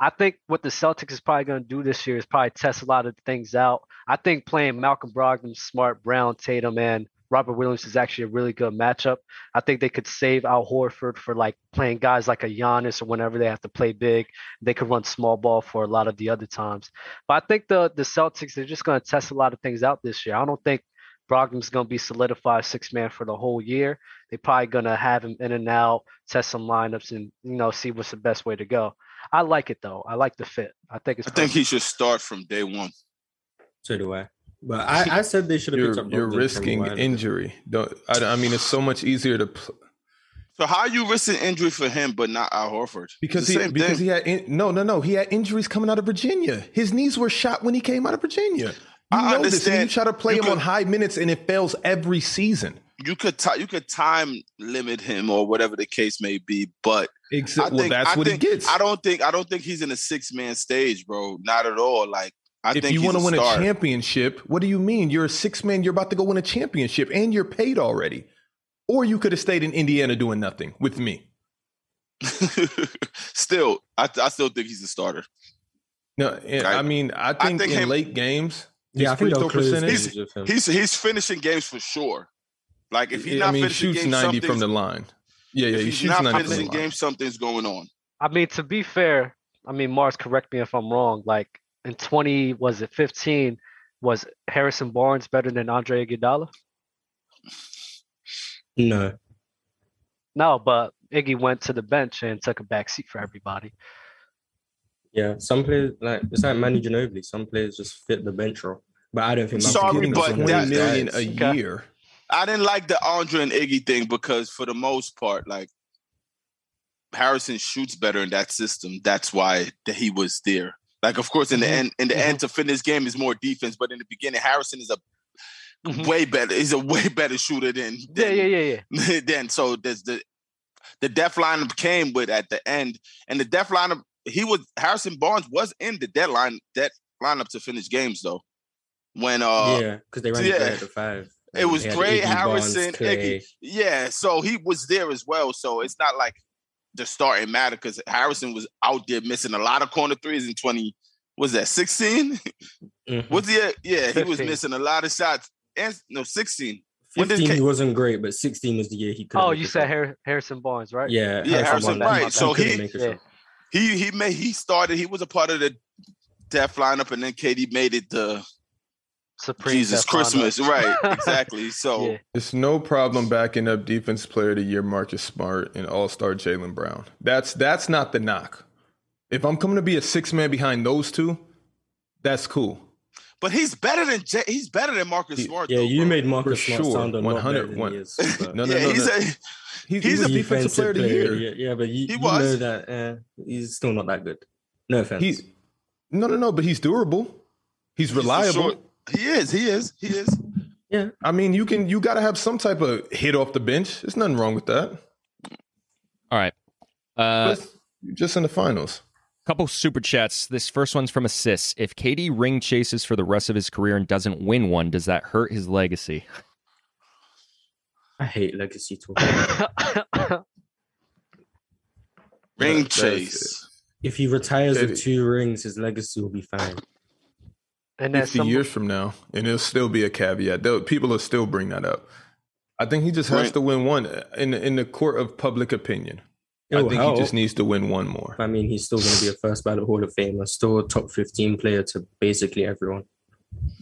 I think what the Celtics is probably going to do this year is probably test a lot of things out. I think playing Malcolm Brogdon, Smart, Brown, Tatum, and Robert Williams is actually a really good matchup. I think they could save Al Horford for like playing guys like a Giannis or whenever they have to play big. They could run small ball for a lot of the other times. But I think the the Celtics they're just going to test a lot of things out this year. I don't think Brogdon's going to be solidified six man for the whole year. They're probably going to have him in and out, test some lineups, and you know see what's the best way to go. I like it though. I like the fit. I think it's.
I think he should start from day one.
So do I. But I, I said they should have picked
You're,
up.
you're
Brogdon from
risking
Wild.
injury. Don't. I, I mean, it's so much easier to pl-
So how are you risking injury for him, but not Al Horford?
because
It's
he
the same
because
thing.
he had in, no no no he had injuries coming out of Virginia. His knees were shot when he came out of Virginia. You
I
know this. And you
understand.
try to play
You
him
could-
on high minutes, and it fails every season.
you could ti- you could time limit him or whatever the case may be, but I
Except, well,
think-
that's
I
what
think-
he gets.
I don't think I don't think he's in a six man stage, bro. Not at all. Like I
if
think
you
he's
want to
a
win
star.
a championship, what do you mean? You're a six man. You're about to go win a championship, and you're paid already. Or you could have stayed in Indiana doing nothing with me.
still, I, I still think he's a starter.
No, and,
I-
I, mean, I think,
think
in
him-
late games,
Yeah, I
his
think
free
they'll
throw
close
percentage-
games with him.
He's he's finishing games for sure. Like if he's
Yeah,
not
I mean,
finishing
shoots
games,
90
something's-
from the line. Yeah, yeah,
if
he
he's
shoots
not
90 from the
finishing
line.
games, something's going on.
I mean, to be fair, I mean, Mars, correct me if I'm wrong. Like in 20, was it 15? Was Harrison Barnes better than Andre Iguodala?
No,
No, but Iggy went to the bench and took a back seat for everybody.
yeah, some players like it's like Manu Ginobili. Some players just fit the bench role, but I don't think. Malcolm
Sorry,
Brogdon's
but
one of those
that-
20 million
guys.
a
Okay.
year.
I didn't like the Andre and Iggy thing because for the most part, like Harrison shoots better in that system. That's why that he was there.
Mm-hmm.
Like, of course, in the end, in the end, to finish game is more defense, but in the beginning, Harrison is a
Mhm.
way better. He's a way better shooter than
Yeah,
than-
yeah, yeah, yeah.
then so there's the the death lineup came with at the end, and the death lineup he was Harrison Barnes was in the deadline that lineup to finish games though. When uh yeah,
yeah, because they ran
yeah.
it back to five.
It was
They had
Gray,
Barnes,
Harrison,
Clay.
so he was there as well. So it's not like the starting matter because Harrison was out there missing a lot of corner threes in twenty. Was that sixteen?
Mhm.
Was he? At, yeah, he was
15.
missing a lot of shots. And no, sixteen. when did
Fifteen
K-
he wasn't great, but sixteen was the year he could.
Oh, you said Har- Harrison Barnes, right?
Yeah,
Yeah, Harrison,
Barnes,
right.
So
couldn't
he-
make a
Yeah.
shot.
He he made he started. He was a part of the death lineup, and then Katie made it the
Supreme
Jesus
Teflon.
Christmas, right? Exactly. So
Yeah.
It's no problem backing up defense player of the year Marcus Smart and All Star Jalen Brown. That's that's not the knock. If I'm coming to be a six man behind those two, that's cool.
But he's better than J- he's better than Marcus
Yeah,
Smart.
Yeah,
though,
you
bro.
made Marcus
For
Smart
sure,
sound a lot better
100,
than
one-
he is. but-
No, no,
yeah,
no,
he's
no.
a
He's, he's a defensive player of the year.
Yeah, yeah, but you,
He
you
was.
know that uh, he's still not that good. No offense.
He's no, no, no. But he's durable. He's
a
reliable.
short- he is he is he is.
I mean, you can you got to have some type of hit off the bench. There's nothing wrong with that.
All right. Uh,
But you're just in the finals.
Couple super chats. This first one's from Assists. If KD ring chases for the rest of his career and doesn't win one, does that hurt his legacy?
I hate legacy talk.
Ring
That- that is
chase.
if he retires
Katie.
with two rings, his legacy will be fine.
and then
Fifty
some,
years from now, and it'll still be a caveat. They'll, people will still bring that up. I think he just has
Right.
to win one uh, in in the court of public opinion. I
It'll
think
help.
he just needs to win one more.
I mean, he's still going to be a first ballot Hall of Famer, still a top 15 player to basically everyone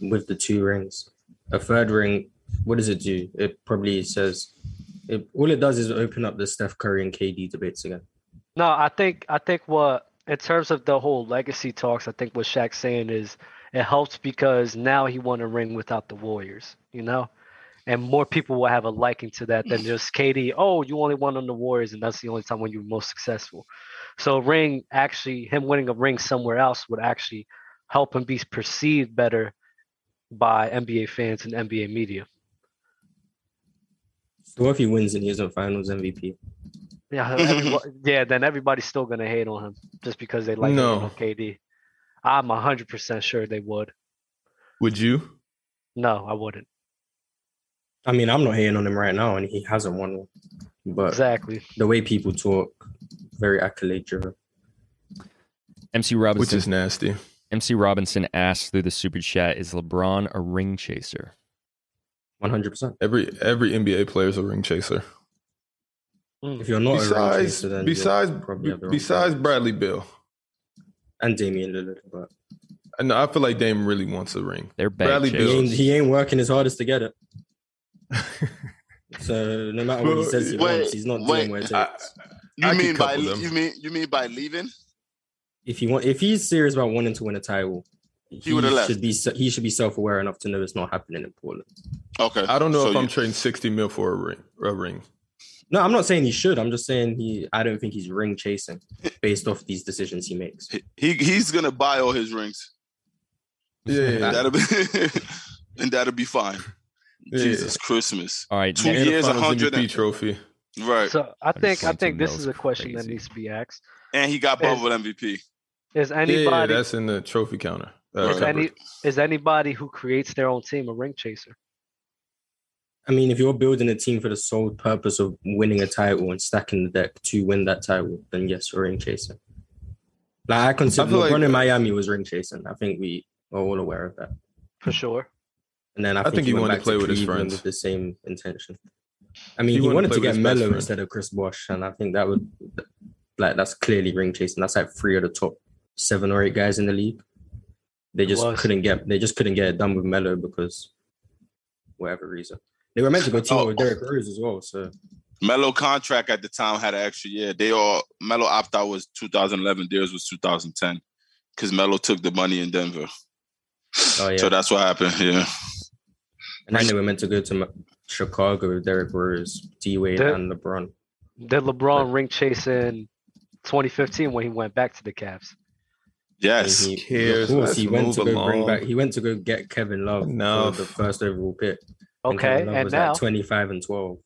with the two rings. A third ring, what does it do? It probably says, it, all it does is open up the Steph Curry and KD debates again.
No, I think I think what in terms of the whole legacy talks, I think what Shaq's saying is it helps because now he won a ring without the Warriors, you know? And more people will have a liking to that than just KD, oh, you only won on the Warriors and that's the only time when you were most successful. So a ring actually him winning a ring somewhere else would actually help him be perceived better by NBA fans and NBA media.
So what if he wins and he isn't finals MVP?
Yeah, everybo- yeah. Then everybody's still gonna hate on him just because they like hating
No.
on KD. I'm hundred percent sure they would.
Would you?
No, I wouldn't.
I mean, I'm not hating on him right now, and he hasn't won one. But
Exactly.
the way people talk, very accolade driven.
MC
Which
Robinson.
is nasty.
MC Robinson asks through the super chat: Is LeBron a ring chaser?
100%.
Every every NBA player is a ring chaser.
Mm.
If you're not a ring
Besides
chaser, then you're
besides
probably at the wrong
besides
place.
Bradley Bill.
and Damian Lillard, but
And I feel like Dame really wants a ring.
They're bad
Bradley
he
chasers.
Beal.
ain't, he ain't working his hardest to get it. So no matter what he
Well,
says he
wait,
wants, he's not
wait,
doing what it
I-
takes.
You
I could
mean by
couple
le-
them.
you mean you mean by leaving?
If he want, if he's serious about wanting to win a title, he,
would've left.
should be se- he should be self aware enough to know it's not happening in Portland.
Okay.
I don't know
So
if
you-
I'm trading sixty mil for a ring. A ring.
No, I'm not saying he should. I'm just saying he. I don't think he's ring chasing based off these decisions he makes.
he he's gonna buy all his rings.
Yeah,
That'll be and that'll be fine.
Yeah.
Jesus Christmas.
All right,
Two
next-
and
years,
a finals
100
MVP trophy.
Right.
So I
just
think I
like to
think
know
this is a
it's
question that
crazy.
needs to be asked.
and he got bubble MVP.
Is
Yeah, yeah,
anybody
that's in the trophy counter. Uh,
Right.
is any
cupboard.
is anybody who creates their own team a ring chaser?
I mean, if you're building a team for the sole purpose of winning a title and stacking the deck to win that title, then yes, we're ring chasing. Like I consider
I feel
LeBron
like-
in Miami was ring chasing. I think we are all aware of that.
For sure.
And then I,
I think he
went
wanted to
back
play with his
Cleveland
friends.
with the same intention. I mean, he,
wanted to
wanted
play
to
with
get
his best
Melo
friend.
instead of Chris Bosh, and I think that would like that's clearly ring chasing. That's like three of the top seven or eight guys in the league. They
It
just
was.
couldn't get they just couldn't get it done with Melo because whatever reason they were meant to go team
Oh.
with Derrick Rose as well. So
Melo contract at the time had an extra year. They all Melo opt out was 2011. Theirs was 2010 because Melo took the money in Denver.
Oh, yeah.
So that's what happened. Yeah.
and then they were meant to go to M- Chicago with Derrick Rose, D Wade,
That-
and LeBron.
Did LeBron ring chase in 2015 when he went back to the Cavs?
Mm-hmm.
Yes.
And
cares?
Of course,
Let's
he went
move
to go bring
along.
back. He went to go get Kevin Love
Enough.
for the first overall pick.
Okay,
Kevin Love
and
was
now
like twenty-five and twelve,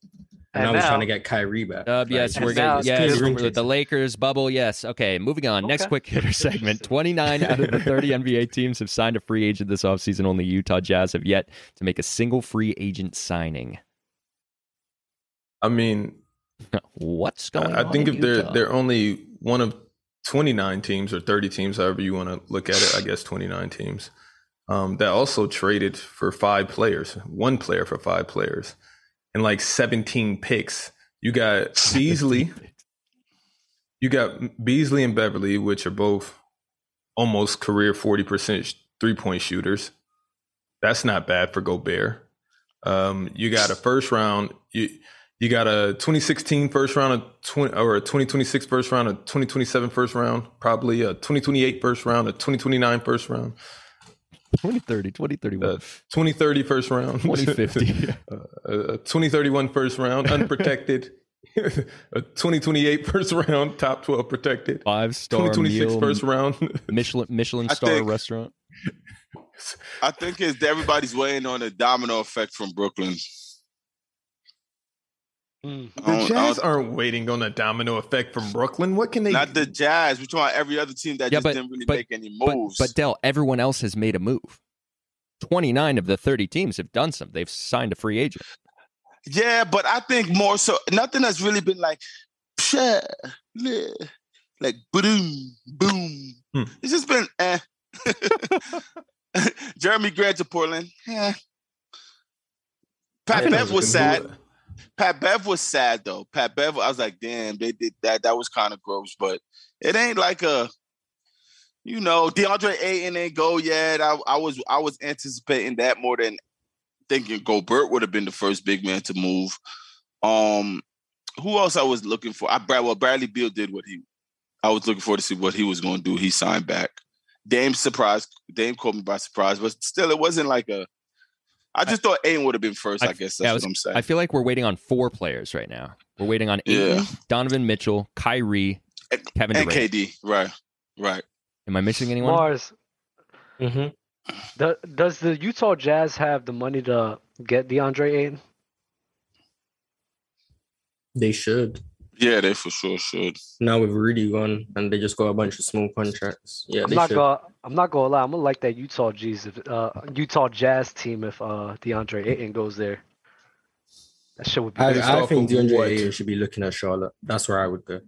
and,
and
I was
now
trying to get Kyrie back.
Uh,
Like,
yes, we're
and
going
now
to
it's
yes,
Kevin
we're-
Durant.
the Lakers bubble. Yes. Okay, moving on. Next
Okay.
quick hitter segment. 29 out of the 30 NBA teams have signed a free agent this offseason. Only Utah Jazz have yet to make a single free agent signing.
I mean,
What's going
I
on?
I think
in
if they're
Utah?
they're only one of 29 teams or 30 teams, however you want to look at it, I guess 29 teams um, that also traded for five players, one player for five players, and like 17 picks. You got Beasley, you got Beasley and Beverly, which are both almost career 40% three point shooters. That's not bad for Gobert. Um, you got a first round. You, you got a 2016 first round, a 20, or a 2026 first round, a 2027 first round, probably a 2028 first round, a 2029 first round,
2030, 2031,
Uh, 2030 first round,
2050.
uh, a 2031 first round, unprotected, a 2028 first round, top 12 protected,
Five star
2026
meal,
first round.
Michelin Michelin
I
star
think-
restaurant.
I think it's everybody's waiting on the domino effect from Brooklyn.
Mm,
I
The
don't- I
Jazz
don't-
aren't waiting on a domino effect from Brooklyn. What can they
not the Jazz. We're talking about every other team that
Yeah,
just
but-
didn't really
but-
make any
But,
moves.
but Dell, everyone else has made a move. 29 of the 30 teams have done something. They've signed a free agent.
yeah, but I think more so nothing has really been like psha, bleh, like boom, boom.
Hmm.
It's just been eh. Jeremy Grant to Portland. Eh. Pat
Yeah,
Bev was
who-
sad. Pat Bev was sad though. Pat Bev, I was like, damn, they did that. That was kind of gross, but it ain't like a, you know, DeAndre Ayton ain't go yet. I, I was I was anticipating that more than thinking Gobert would have been the first big man to move. Um, who else I was looking for? I Brad well Bradley Beal did what he. I was looking forward to see what he was going to do. He signed back. Dame surprised. Dame caught me by surprise, but still, it wasn't like a. I just thought Ayton would have been first. I,
I-
guess that's
yeah, I was-
what I'm saying.
I feel like we're waiting on four players right now. We're waiting on
Yeah.
Ayton, Donovan Mitchell, Kyrie,
And-
Kevin
and
Durant.
KD, right, right.
Am I missing anyone?
Mars,
hmm
do- does the Utah Jazz have the money to get DeAndre Ayton?
They should.
Yeah, they for sure should.
Now with Rudy gone, and they just got a bunch of small contracts. Yeah,
I'm
they
not
should.
gonna. I'm not gonna lie. I'm gonna like that Utah G's, if, uh, Utah Jazz team if uh, DeAndre Ayton goes there. That shit would be.
Based
I, I
off
think
of
DeAndre
what?
Ayton should be looking at Charlotte. That's where I would go.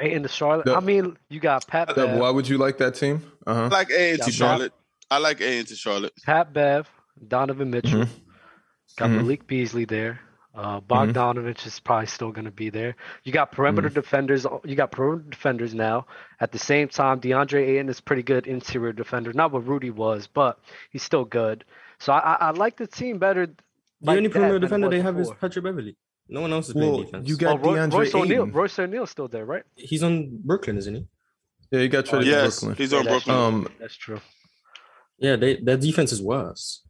Ayton to Charlotte.
The-
I mean, you got Pat
Dub,
Bev,
why would you like that team? Uh
I
huh.
like A into
Yeah,
Charlotte. I like A into Charlotte.
Pat Bev, Donovan Mitchell.
Mm-hmm.
Got
Mhm.
Malik Beasley there. Uh, Bogdanovich is probably still going to be there. You got
Mm-hmm.
perimeter defenders. You got perimeter defenders now. At the same time, DeAndre Ayton is pretty good interior defender. Not what Rudy was, but he's still good. So I, I, I like the team better.
The only
that
perimeter
than it
defender
was
they have is
before.
Patrick Beverly. No one else is playing
Well,
defense.
you
Oh,
got
Roy,
DeAndre
Royce O'Neal.
Ayton.
Royce O'Neal's still there, right?
He's on Brooklyn, isn't he?
Yeah, you got traded to
Yes,
Brooklyn.
he's on
Yeah, that's
Brooklyn.
true.
Um,
That's true.
Yeah, they, their defense is worse.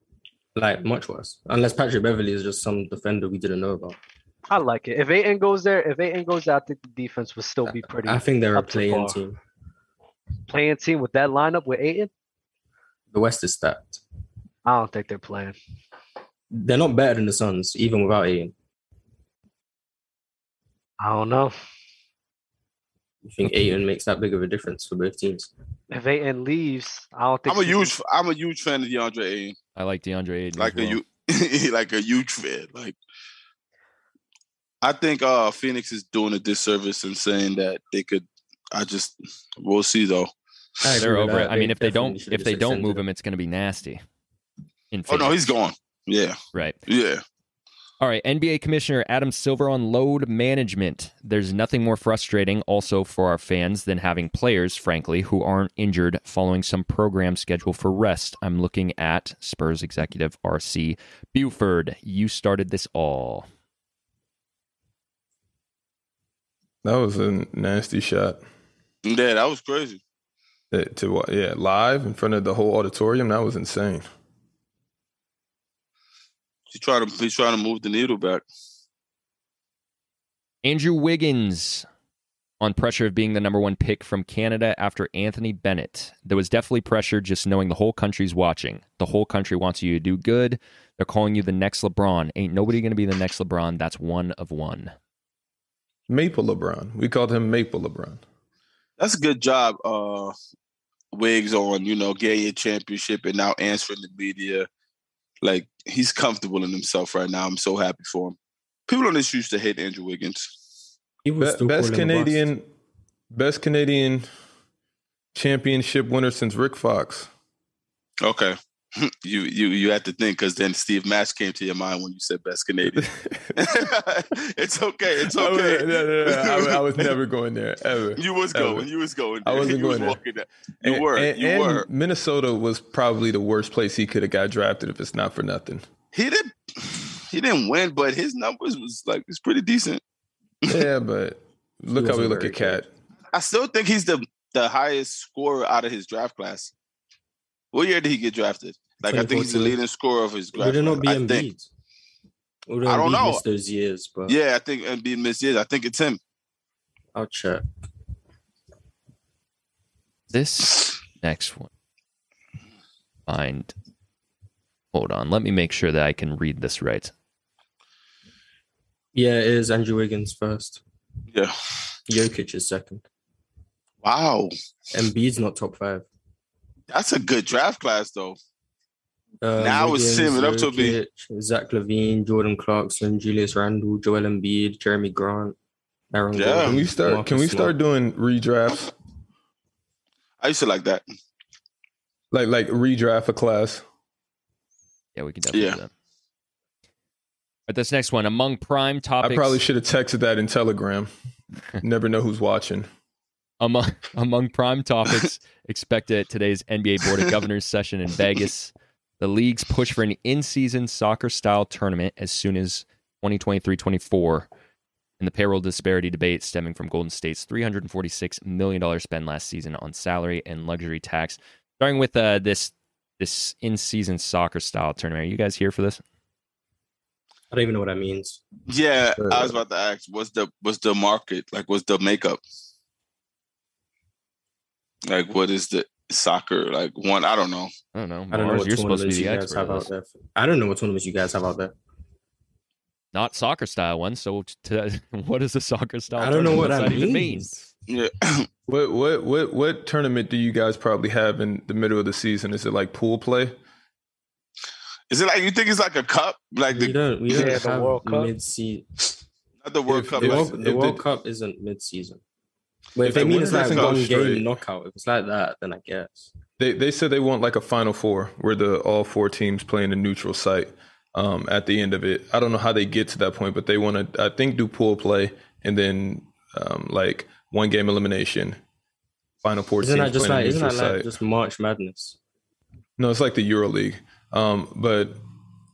Like much worse. Unless Patrick Beverly is just some defender we didn't know about.
I like it. If Ayton goes there, if Ayton goes there, I think the defense will still be pretty.
I think they're a
up to
playing
par.
team.
Playing team with that lineup with Ayton,
The West is stacked.
I don't think they're playing.
They're not better than the Suns, even without Aiden.
I don't know.
You think Aiden makes that big of a difference for both teams?
If Ayton leaves, I don't think
I'm a
he's gonna-
huge I'm a huge fan of DeAndre Ayton.
I like DeAndre Ayton.
Like
as well.
a huge like a huge fan. Like I think uh Phoenix is doing a disservice in saying that they could I just we'll see though.
I agree
They're
with
over it.
that.
I mean, if they
definitely
don't
should
if
just
they don't
extend
move
it.
him, it's going to be nasty. In
Oh no,
Phoenix,
he's gone. Yeah,
right.
yeah.
All right, NBA Commissioner Adam Silver on load management. There's nothing more frustrating, also for our fans, than having players, frankly, who aren't injured following some program schedule for rest. I'm looking at Spurs executive RC Buford. You started this all.
that was a nasty shot.
Yeah, that was crazy.
Uh, To wa- yeah, live in front of the whole auditorium. That was insane.
He's trying to he's trying to move the needle back.
Andrew Wiggins on pressure of being the number one pick from Canada after Anthony Bennett. There was definitely pressure just knowing the whole country's watching. The whole country wants you to do good. They're calling you the next LeBron. Ain't nobody going to be the next LeBron. That's one of one.
Maple LeBron. We called him Maple LeBron.
That's a good job, uh, Wigs, on you know getting your championship and now answering the media. Like he's comfortable in himself right now. I'm so happy for him. People on this used to hate Andrew Wiggins.
He was
Be-
still
best
calling him bust.
Canadian, best Canadian championship winner since Rick Fox.
Okay, you you you have to think because then Steve Nash came to your mind when you said best Canadian. it's okay. It's
I was,
okay.
no, no, no, I, was- I was never going there ever.
You was
I
going.
was-
You was going.
I wasn't
you was
going there.
walking there. You were.
And,
you
and
were.
Minnesota was probably the worst place he could have got drafted if it's not for nothing.
He didn't. He didn't win, but his numbers was like it's pretty decent.
Yeah, but look how we
wasn't
look
very
at Cat.
I still think he's the the highest scorer out of his draft class. What year did he get drafted? Like I think he's the
2014.
leading scorer of his draft.
Would it not be
class. I think.
Embiid? Although
I don't
Embiid
know.
missed those years, but
Yeah, I think Embiid missed years. I think it's him.
I'll check.
This next one. Find. Hold on. Let me make sure that I can read this right.
Yeah, it is Andrew Wiggins first.
Yeah.
Jokic is second.
Wow,
Embiid's not top five.
that's a good draft class though.
Uh,
Now it's
Wiggins,
him, and up to Embiid.
Jokic, Zach Levine, Jordan Clarkson, Julius Randle, Joel Embiid, Jeremy Grant, Aaron.
Yeah.
Gordon,
Can we start? can we
Marcus
start doing redrafts?
I used to like that.
Like like redraft a class.
Yeah, we can definitely
Yeah.
do that. But this next one, among prime topics,
I probably should have texted that in Telegram. Never know who's watching.
among among prime topics expected at today's NBA Board of Governors session in Vegas, the league's push for an in-season soccer-style tournament as soon as 2023-24, and the payroll disparity debate stemming from Golden State's 346 million dollars spend last season on salary and luxury tax. Starting with uh, this this in-season soccer-style tournament, are you guys here for this?
I don't even know what that means.
Yeah, I was
Uh.
about to ask, what's the what's the market like? What's the makeup? Like, what is the soccer like? One, I don't know.
I don't know.
I don't know
Mars,
what
you're supposed
tournaments
to be
you
the
guys
expert.
have
of this.
out there. I don't know what tournaments you guys have out there.
not soccer style one. So t- what is a soccer style?
I don't know what
tournament?
that
What's even
means.
mean?
Yeah,
What what what what tournament do you guys probably have in the middle of the season? Is it like pool play?
is it like you think it's like a cup, like
we
the
don't. We
Yeah,
don't
the
have
World Cup.
mid-season.
not the World
If-
Cup?
The
if-
like-
World, the
if
World
the-
Cup isn't mid-season. But if,
if
they
the
mean it's
winner
like
doesn't go
one
straight-
game knockout, if it's like that, then I guess.
They they said they want like a final four where the all four teams play in a neutral site um, at the end of it. I don't know how they get to that point, but they want to I think do pool play and then um, like one game elimination, final four
Isn't
teams
that just
playing
like?
in a
Isn't
neutral
that like
site.
just March Madness?
no, it's like the Euro League. Um, but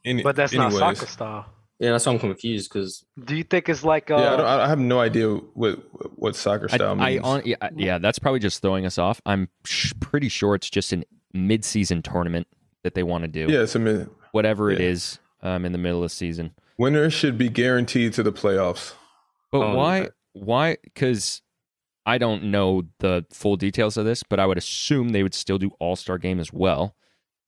any,
But that's
anyways,
not soccer style.
Yeah, that's why I'm confused because
Do you think it's like uh,
Yeah, I, don't, I have no idea what what soccer
I,
style
I
means.
on, yeah, I- yeah, that's probably just throwing us off. I'm sh- pretty sure it's just an mid-season tournament that they want to do.
yeah, it's a minute.
Whatever it
Yeah.
is, um, in the middle of the season.
Winner should be guaranteed to the playoffs.
But
Oh,
why?
okay.
Why? Because I don't know the full details of this, but I would assume they would still do All Star Game as well.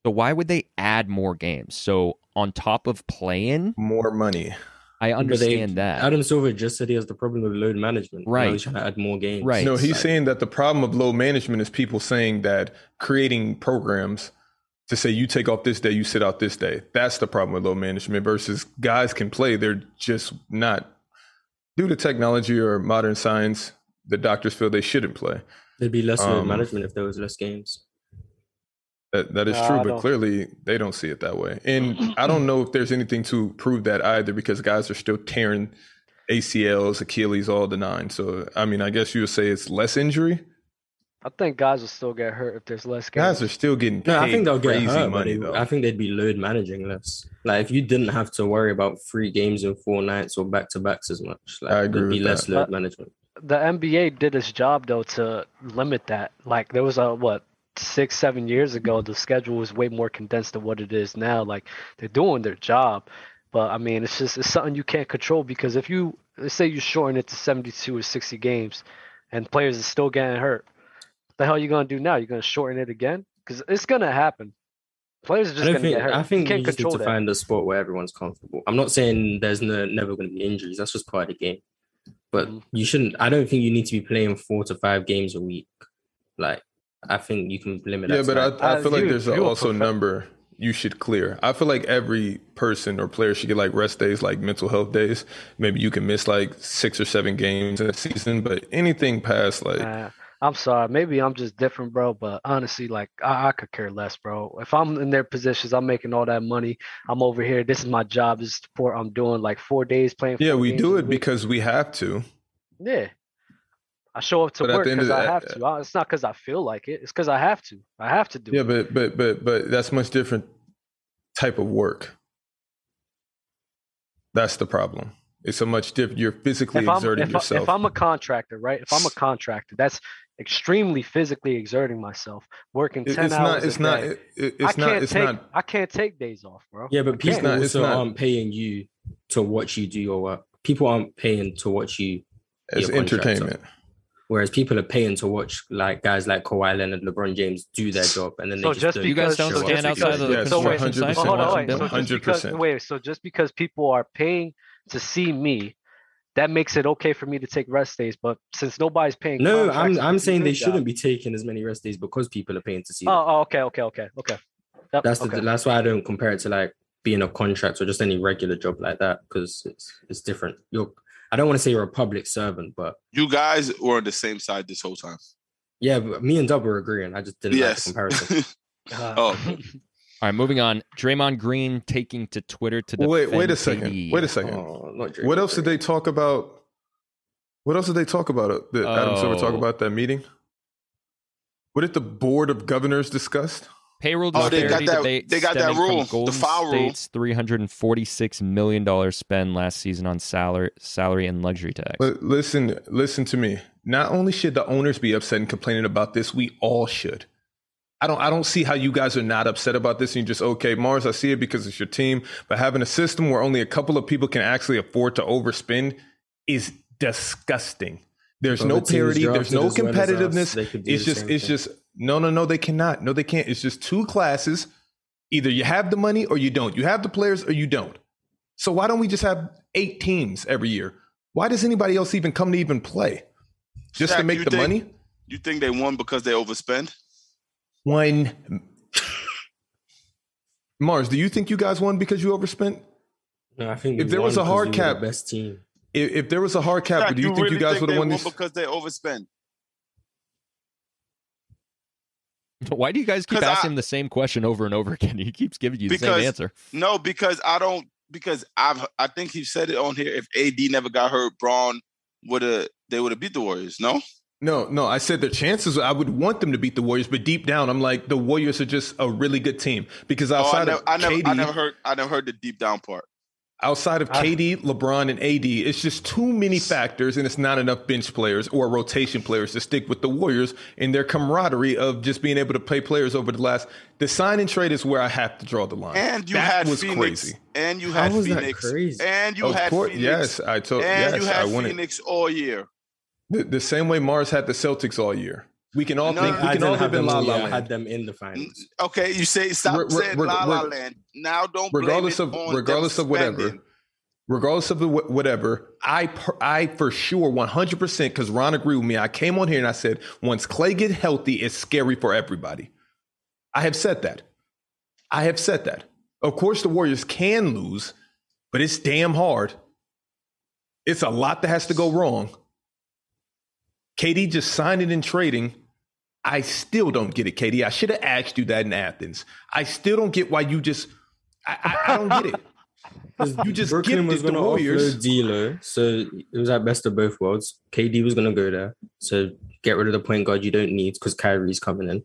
So why would they add more games? So on top of playing,
More money.
I understand that.
Adam Silver just said he has the problem with load management. Now
Right.
he's trying to add more games.
Right.
No, he's
Like,
saying that the problem of low management is people saying that creating programs to say you take off this day, you sit out this day. That's the problem with low management versus guys can play. They're just not due to technology or modern science. The doctors feel they shouldn't play.
there'd be less load
Um,
management if there was less games.
That that is
Nah, I
true, but
don't-
clearly they don't see it that way. And I don't know if there's anything to prove that either, because guys are still tearing ACLs, Achilles, all the nine. So I mean, I guess you would say it's less injury.
I think guys will still get hurt if there's less games.
Guys are still getting paid
No, I think they'll get
crazy
hurt, but
money
they-
though.
I think they'd be load managing less. Like if you didn't have to worry about three games in four nights or back to backs as much, like
I agree
there'd be
with
less
that.
load management.
the NBA did its job though to limit that. Like there was a what six seven years ago, the schedule was way more condensed than what it is now. Like they're doing their job, but I mean it's just it's something you can't control because if you let's say you shorten it to seventy two or sixty games, and players are still getting hurt. What the hell you gonna do now? You're gonna shorten it again? Because it's gonna happen. Players are
I
just
don't
gonna
think
get hurt.
I think
you can't
you just need
control
to
that.
find a spot where everyone's comfortable. I'm not saying there's no never going to be injuries. That's just part of the game. But
Mhm.
you shouldn't. I don't think you need to be playing four to five games a week. Like I think you can limit.
Yeah,
that
but
to,
I,
like,
I
Uh,
feel like
you-
there's a
you a
also
profe-
number you should clear. I feel like every person or player should get like rest days, like mental health days. Maybe you can miss like six or seven games in a season, but anything past like
Nah, I'm sorry. Maybe I'm just different, bro. But honestly, like I, I could care less, bro. If I'm in their positions, I'm making all that money. I'm over here. This is my job. This is what I'm doing. Like four days playing.
yeah,
four
we
games
do
a
it
week.
because we have to.
yeah. I show up to
But at
work
the end of
because I
the- eh
have to. I, it's not because I feel like it. It's because I have to. I have to do
Yeah,
it.
but but but but that's much different type of work. That's the problem. It's a much different. You're physically
If I'm,
exerting
if, I,
yourself.
if I'm a contractor, right? If I'm a contractor, that's extremely physically exerting myself, working
It-
ten
it's
hours
not. It's
a
not.
day.
It, it-
I
it's
can't
not. It's
take.
not.
I can't take days off, bro.
yeah, but
I can't.
people
not- it's
also
not-
aren't paying you to watch you do your work. People aren't paying to watch you,
It's
your contractor.
entertainment.
whereas people are paying to watch like guys like Kawhi Leonard, LeBron James do their job, and then
So
they just,
just
don't.
You guys
Because-
don't
so
stand
just
outside of the
because- so wait,
construction
so
site.
wait,
and watch
hold on,
watching
wait.
them
So
build?
just because,
100%.
wait, so just because people are paying to see me, that makes it okay for me to take rest days. But since nobody's paying,
No,
contractors
I'm
to
I'm
do
saying they
their
shouldn't
job-
be taking as many rest days because people are paying to see. them.
Oh, oh, okay, okay, okay, okay. Yep,
That's
okay.
the, that's why I don't compare it to like being a contract or just any regular job like that because it's it's different. You're I don't want to say you're a public servant, but
You guys were on the same side this whole time.
yeah, but me and Dub were agreeing. I just didn't
yes.
like the comparison.
Uh,
oh.
All right, moving on. Draymond Green taking to Twitter to defend
Wait. Wait a second.
KD.
Wait a second.
Oh, not Draymond
What else did
Green.
they talk about? What else did they talk about? Did Adam Silver talk
Oh.
about at that meeting? What did the board of governors discuss?
Payroll
Oh,
disparity
they got that-
debate
they got that
stemming from
rule, the
Golden
foul rule.
State's three hundred and forty-six million dollars spend last season on salary, salary and luxury tax.
But listen, listen to me. Not only should the owners be upset and complaining about this, we all should. I don't I don't see how you guys are not upset about this and you're just okay, Mars, I see it because it's your team, but having a system where only a couple of people can actually afford to overspend is disgusting. There's
Other
no
teams
parity, there's
drafted
no
as well as us,
competitiveness.
they could do
It's
the
just
same
it's
thing.
just no no no they cannot. No they can't. It's just two classes. Either you have the money or you don't. You have the players or you don't. So why don't we just have eight teams every year? Why does anybody else even come to even play? Just to
Shaq,
make
you
the
think-
money?
You think they won because they overspend?
One Mars, do you think you guys won because you overspent?
No, I think
If
we
there was
won
a
'cause
hard
we were the
cap-
best team.
If, if there was a hard cap,
Shaq,
do you, think you
really
guys would
they
have won
won
this?
because they overspend?
Why do you guys keep
'Cause I-
asking him the same question over and over again? He keeps giving you the
Because-
same answer.
No, because I don't. Because I've I think he said it on here. If AD never got hurt, Braun would have. They would have beat the Warriors. No,
No, no. I said the chances I would want them to beat the Warriors, but deep down, I'm like the Warriors are just a really good team because
oh, I
outside
never,
of
I, never,
KD,
I never heard. I never heard the deep down part.
outside of
I-
KD, LeBron, and AD, it's just too many factors, and it's not enough bench players or rotation players to stick with the Warriors in their camaraderie of just being able to play players over the last. The sign and trade is where I have to draw the line.
And you
that
had
was
Phoenix.
crazy.
And you
How
had
was that
Phoenix.
crazy?
And you
of
had
course,
Phoenix.
yes, I told.
and
yes,
you
I
had
wanted
Phoenix all year.
the, the same way Mars had the Celtics all year. We can all
No,
think we
I
can
didn't
all
have
live in
them.
la
all
la
year. I had
land.
them in the finals.
Okay, you say stop
Re- re-
saying
re-
La La
re-
Land. Now don't blame
regardless
it
of
on them
regardless of whatever
spending.
regardless of the wh- whatever i per, i for sure 100% because ron agreed with me i came on here and i said once clay get healthy it's scary for everybody i have said that i have said that of course the warriors can lose but it's damn hard it's a lot that has to go wrong KD just signing and trading I still don't get it, KD. I should have asked you that in Athens. I still don't get why you just. I, I, I don't get it.
'Cause
Mm, You just
Brooklyn
gifted
was
the
going to
Warriors.
offload D'Lo, so it was like best of both worlds. KD was going to go there, so get rid of the point guard you don't need because Kyrie's coming in.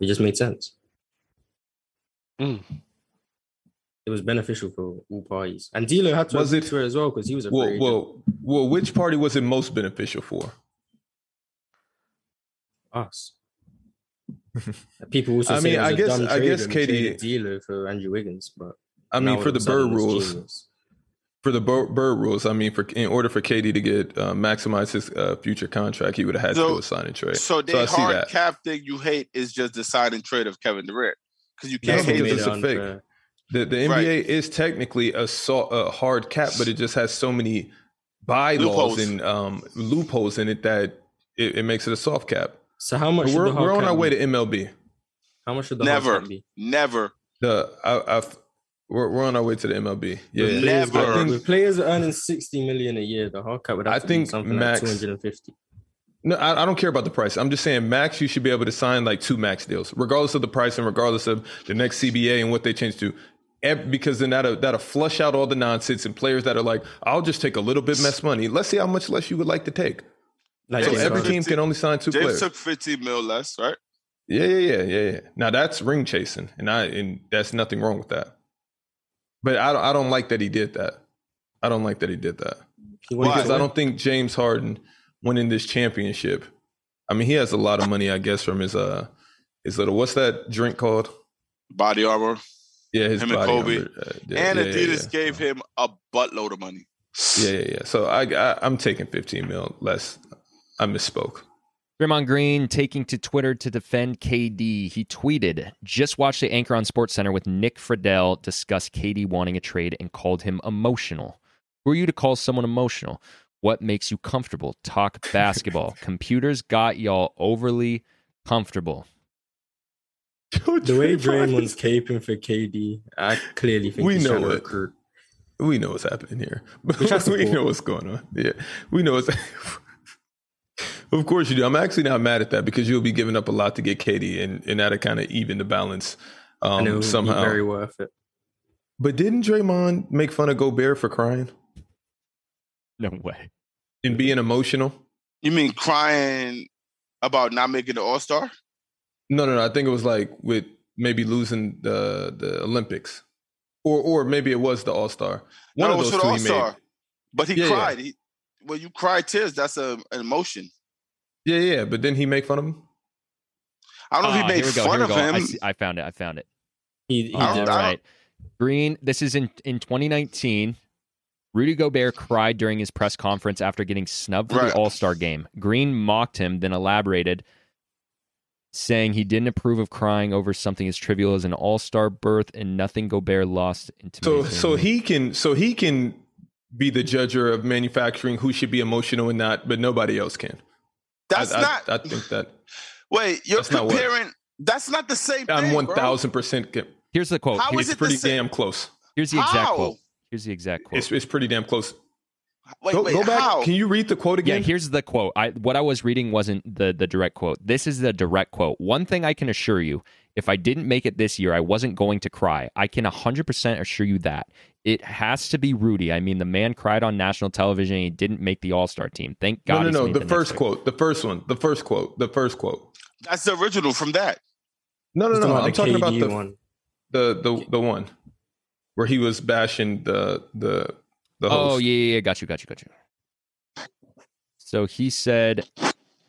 It just made sense.
Mm.
It was beneficial for all parties, and D'Lo had to
Was
was
it-
it, as well because he was a free
Well,
agent.
well, well. Which party was it most beneficial for?
us. People also
I
say
mean,
it was
I
a
guess-
dumb
I
trade
guess
and
KD
traded D'Lo for Andrew Wiggins, but
I mean,
now
for
all
the
of a sudden
Bird
it's
rules,
genius.
for the Bur- Bird rules, I mean, for in order for KD to get uh, maximize his uh, future contract, he would have had
So-
to do a sign and trade.
So
I
the
see
hard
that.
cap thing you hate is just the sign and trade of Kevin Durant because you
Yeah,
can't
he
hate
does
it.
it's a fake.
unfair.
The, the NBA
Right.
is technically a, so, a hard cap, but it just has so many bylaws
Loopholes.
and um, loopholes in it that it, it makes it a soft cap.
So how much?
But
should
we're
the hard
we're on
cap
our way
be?
to MLB.
How much should the
Never.
hard cap be?
Never.
The I, I, we're, we're on our way to the MLB. Yeah,
With
yeah.
Never.
Players,
I think-
with players earning sixty million a year, the hard cap would have
I
to
think
be something
max-
like two hundred and fifty.
No, I, I don't care about the price. I'm just saying max. You should be able to sign like two max deals, regardless of the price and regardless of the next CBA and what they change to. Ev- Because then that'll that'll flush out all the nonsense and players that are like, I'll just take a little bit less money. Let's see how much less you would like to take.
Like
So
James
every
Harden.
team can only sign two
James
players.
took 15 mil less, right?
yeah, yeah, yeah, yeah, yeah. Now that's ring chasing, and I and that's nothing wrong with that. But I don't, I don't like that he did that. I don't like that he did that.
He
Why?
wanted
Because
to
I
win.
don't think James Harden winning this championship. I mean, he has a lot of money, I guess, from his uh his little what's that drink called?
Body armor.
Yeah, his
Him and
body
Kobe.
armor. Uh, yeah,
and
yeah, yeah,
Adidas
yeah.
gave him a buttload of money.
Yeah, yeah, yeah. So I, I I'm taking 15 mil less. I misspoke.
Draymond Green taking to Twitter to defend KD. He tweeted, "Just watched the anchor on Sports Center with Nick Friedel discuss KD wanting a trade and called him emotional. Who are you to call someone emotional? What makes you comfortable? Talk basketball. Computers got y'all overly comfortable.
The way Draymond's caping for KD, I clearly think
We
he's
know
trying to
it.
recruit.
we know what's happening here.
Which I
we
support.
know what's going on. Yeah, we know what's. of course you do. I'm actually not mad at that because you'll be giving up a lot to get Katie, and and that'll kind of even the balance
and it
um,
would
somehow.
be very worth it.
But didn't Draymond make fun of Gobert for crying
No way.
and being emotional?
You mean crying about not making the All Star?
No, no, no. I think it was like with maybe losing the the Olympics, or or maybe it was the All Star. One of
No, it was
those two
for Oh, the
he made.
All-Star. But he
Yeah, yeah.
cried. He, when you cry tears, that's a, an emotion.
Yeah, yeah. But didn't he make fun of him?
I don't know if
Ah,
he made
here we go,
fun
here
of
we go. I,
him.
see- I found it. I found it.
He, he
I
All
don't-
did.
I
right. Green, this is in, in 2019. Rudy Gobert cried during his press conference after getting snubbed for
Right.
the All Star game. Green mocked him, then elaborated, saying he didn't approve of crying over something as trivial as an All Star berth and nothing Gobert lost.
So
intimidated
so
him.
he can so he can be the judger of manufacturing who should be emotional and not, but nobody else can. I-
That's
I,
not.
I, think that
wait, you're
that's not what-
comparing. that's not the same thing.
I'm one
bro.
thousand percent. ca-
here's the quote.
How
Here's,
is
It's
it the
pretty
same?
damn close.
here's the exact
How?
quote. Here's the exact quote.
It's it's pretty damn close.
Wait,
Go,
wait,
go back.
how?
Can you read the quote
Yeah,
again?
here's the quote. I what I was reading wasn't the the direct quote. This is the direct quote. One thing I can assure you, if I didn't make it this year, I wasn't going to cry. I can 100% assure you that. It has to be Rudy. I mean, the man cried on national television and he didn't make the All-Star team. Thank God.
no,
he's
no, no.
made
The,
next
first
year.
quote. The first one. The first quote. The first quote.
that's the original from that.
No, no,
He's
no.
talking
no. I'm talking
KD
about the
one.
the the the one where he was bashing the the the host.
Oh, yeah, yeah, yeah. Got you, got you, got you. So he said,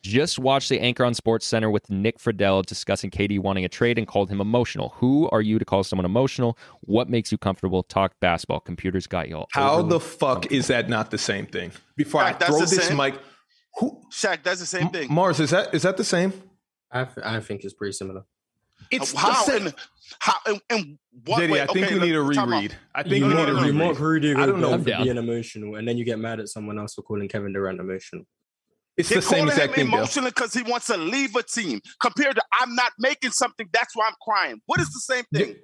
just watched the anchor on Sports Center with Nick Friedel discussing KD wanting a trade and called him emotional. Who are you to call someone emotional? What makes you comfortable? Talk basketball. Computers got y'all.
How
overly
the fuck is that not the same thing? Before I
Right, that's
throw
the
this
same.
mic, who
Shaq, that's the same
M-
thing.
Mars is that is that the same?
I, f- I think it's pretty similar.
It's the
Uh, how
same.
and how and, and what?
JD,
way?
I think
okay,
we
look,
need a
time out.
reread. I think
you
we
no,
need
mock,
a
no, no,
you
reread.
mock Rudy
I don't know.
Gobert
I'm
for
down.
being emotional, and then you get mad at someone else for calling Kevin Durant emotional.
It's
They're
the same
calling
exact
him
thing, Dale.
emotional because he wants to leave a team. Compared to I'm not making something, that's why I'm crying. What is the same thing?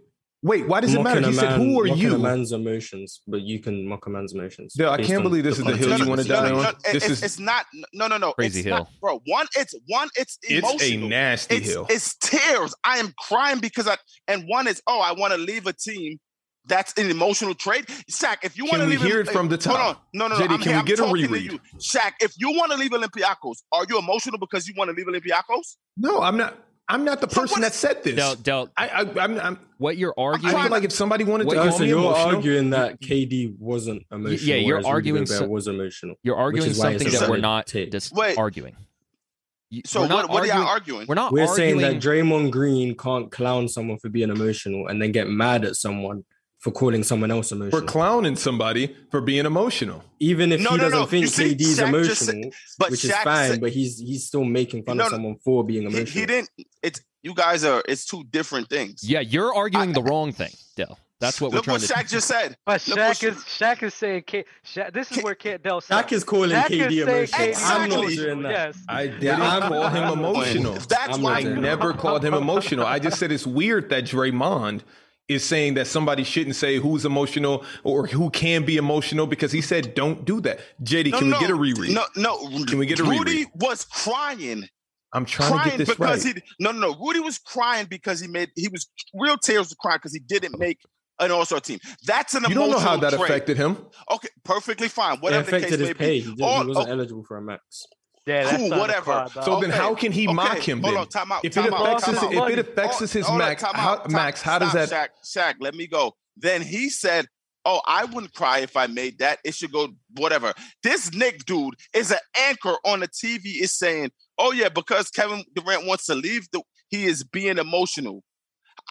Wait, why does it
Mocking
matter?
a
He said,
man-
"Who are
mocking A
you?"
man's emotions, but you can mock a man's emotions.
Dale, I
based
can't
on
believe this is the hill
context.
you wanna die on? This
It's,
is-
it's not. No, no, no.
Crazy
it's not-
hill.
bro. One, it's one. It's emotional.
It's a nasty
it's,
hill.
it's tears. I am crying because I. And one is, oh, I want to leave a team. That's an emotional trade, Shaq. If you
Can
want to
we
leave, eh,
hear it from the top?
Hold on, no, no, no.
JD, can
I'm here.
we
I'm
get a
talking to
reread?
you. Shaq, if you want to leave Olympiacos, are you emotional because you want to leave Olympiacos?
No, I'm not. I'm not the
So
person
what-
that said this.
Del, Del,
I, I, I'm, I'm,
what you're
I
arguing?
feel like if somebody wanted
Wait,
to
Oh,
call
so
me
you're
emotional,
arguing that KD wasn't emotional.
you're
whereas Rudy
arguing
Gobert
so-
was emotional.
you're arguing
is why it's
something
a
that we're
valid
not
take.
just
Wait.
arguing. You-
So
we're
what?
not
What
arguing,
are y'all arguing?
We're not
We're
arguing
saying that Draymond Green can't clown someone for being emotional and then get mad at someone for calling someone else emotional.
For clowning somebody for being emotional.
Even if
No,
he
no,
doesn't
no.
think
You see,
KD's
Shaq
emotional,
just said- But
which
Shaq
is fine,
said-
but he's he's still making fun
No,
of
no.
someone for being
he,
emotional.
he didn't. It's you guys are. It's two different things.
Yeah, you're arguing the wrong thing, Dell. That's what we're
Look
trying
what
to
Shaq just said.
But
Look what
Shaq is Shaq is saying K, Shaq, this is
K-
where Kid Del
Shaq is calling KD emotional.
KD
I'm not
emotional.
doing that.
Yes.
I didn't
I'm-
call him emotional.
That's
I'm
why
I
not doing
never called him emotional. I just said it's weird that Draymond is saying that somebody shouldn't say who's emotional or who can be emotional because he said don't do that. JD, can we get a reread?
No, no.
Can we get a
Rudy
reread?
was crying,
I'm trying to get
crying
this right.
because he. No, no, no. Rudy was crying because he made. He was real tears of crying because he didn't make an All Star team. That's an
you
emotional.
don't know how that
trait.
affected him.
Okay, perfectly fine.
It
Whatever the case
affected
may
his pay.
be.
He, didn't, he
All-
wasn't
okay.
eligible for a max.
Yeah, that's
Cool,
something to
whatever.
cry about.
So then,
Okay,
how can he
okay,
mock him?
hold
then?
on, time out,
If
time
it
out,
affects
time
his,
out.
if it affects his, his
Hold on,
max,
Oh, time
how,
out, time-
max, how does
stop,
that?
Shaq, Shaq, let me go. Then he said, "Oh, I wouldn't cry if I made that. It should go whatever." This Nick dude is an anchor on the TV. Is saying, "Oh yeah, because Kevin Durant wants to leave, the, he is being emotional."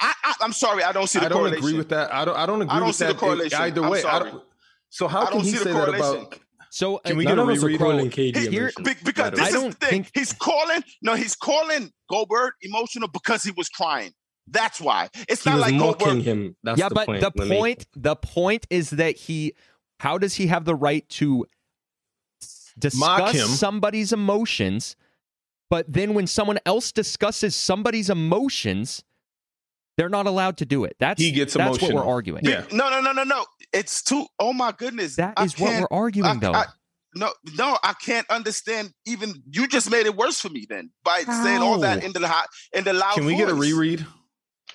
I, I, I'm sorry, I don't see the
I don't
correlation.
agree with that. I don't. I don't agree
don't
with
see the
that. e-
correlation.
Either
I'm
way, I
sorry.
don't, so how
I
can
don't
he
see the
say that
correlation.
about?
do. So
Can we
uh,
get
None
a
of us are
reread?
calling KD
He-
here-
emotional.
Be-
By
because
the
this
way.
I
is
don't
the thing.
think-
He's calling. No, he's calling Goldberg emotional because he was crying. That's why. It's
he
not
was
like
mocking
Goldberg.
him. That's
yeah,
the
but
point.
the
we're making.
point the point is that he how does he have the right to s-
Mock
discuss
him.
somebody's emotions? But then when someone else discusses somebody's emotions, they're not allowed to do it. That's
He gets
that's what
emotional.
we're arguing.
Yeah.
No, no, no, no, no. It's too. Oh my goodness.
That
I
is what
can't-
we're arguing
I-
though.
I- no, no, I can't understand. Even you just made it worse for me then by saying all that
How?
in the hot in the loud.
Can we get a
voice.
reread?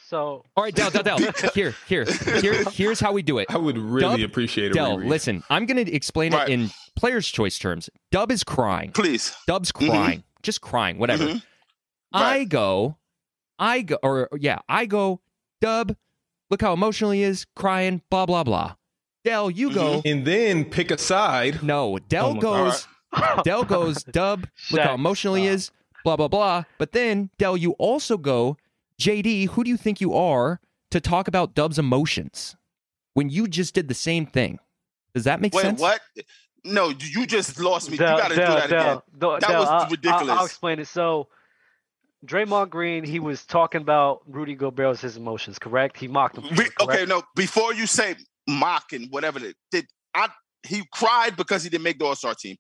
So
All right, Dell, Dell, Dell. Here, here, here, here's how we do it.
I would really
Dub-
appreciate a
Dell,
reread.
listen, I'm going to explain
Right.
it in player's choice terms. Dub is crying.
Please.
Dub's
Mhm.
crying, just crying, whatever.
Mhm.
I
Right.
go, I go, or yeah, I go, Dub, look how emotional he is, crying, blah, blah, blah. Dell, you go,
and then pick a side.
Mm-hmm.
no, Dell
Oh my-
goes, Dell goes, Dub, look how
Shaq,
emotional he
uh,
is, blah, blah, blah. But then, Dell, you also go, JD, who do you think you are to talk about Dub's emotions when you just did the same thing? Does that make
Wait,
sense?
what? No, you just lost me.
Del-
you got to do
Del-
that again.
Del- Del-
That
Del,
was
I- I-
ridiculous.
I'll explain it. So, Draymond Green, he was talking about Rudy Gobert was his emotions, correct? He mocked him. for
Be-
it,
okay,
correct?
no. Before you say mock and whatever, the- did I? He cried because he didn't make the All Star team.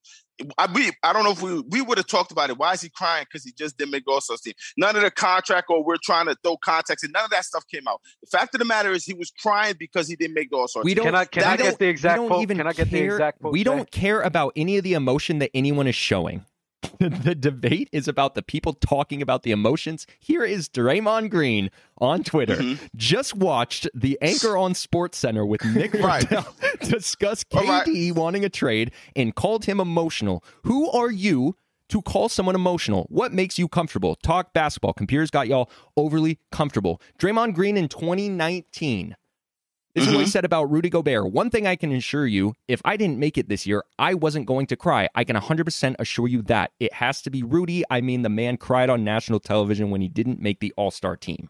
I we I don't know if we we would have talked about it. Why is he crying? Because he just didn't make the All Star team. None of the contract or we're trying to throw context and none of that stuff came out. The fact of the matter is he was crying because he didn't make the All Star
We don't.
team.
Can I- can
we
I get
don't-
the
we
exact
don't
quote?
even
Can I get the
care-
exact quote,
We
Jay?
don't care about any of the emotion that anyone is showing. the debate is about the people talking about the emotions. Here is Draymond Green on Twitter.
Mhm.
Just watched the anchor on Sports Center with Nick
Right.
Friedel discuss
All right.
KD wanting a trade and called him emotional. Who are you? To call someone emotional, what makes you comfortable? Talk basketball. Computers got y'all overly comfortable. Draymond Green in 2019 this
Mm-hmm.
is what he said about Rudy Gobert. One thing I can assure you, if I didn't make it this year, I wasn't going to cry. I can 100% assure you that. It has to be Rudy. I mean, the man cried on national television when he didn't make the All Star team.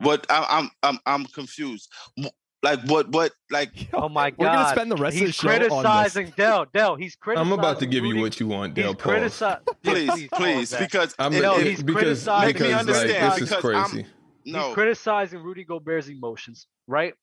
What I, I'm I'm I'm confused. Wh- Like what what like
Oh my
We're going to
God.
spend the rest of the
He's
show on this.
criticizing Dell. Dell, he's
I'm
criticizing.
about to give you
Rudy-
what you want,
He's
Dell. Pause.
criticizing.
please please because
I'm
it-
No,
it-
it-
he's
because,
criticizing-
because,
Make me understand,
like, this is
because I'm-
crazy.
no
He's criticizing Rudy Gobert's emotions, right?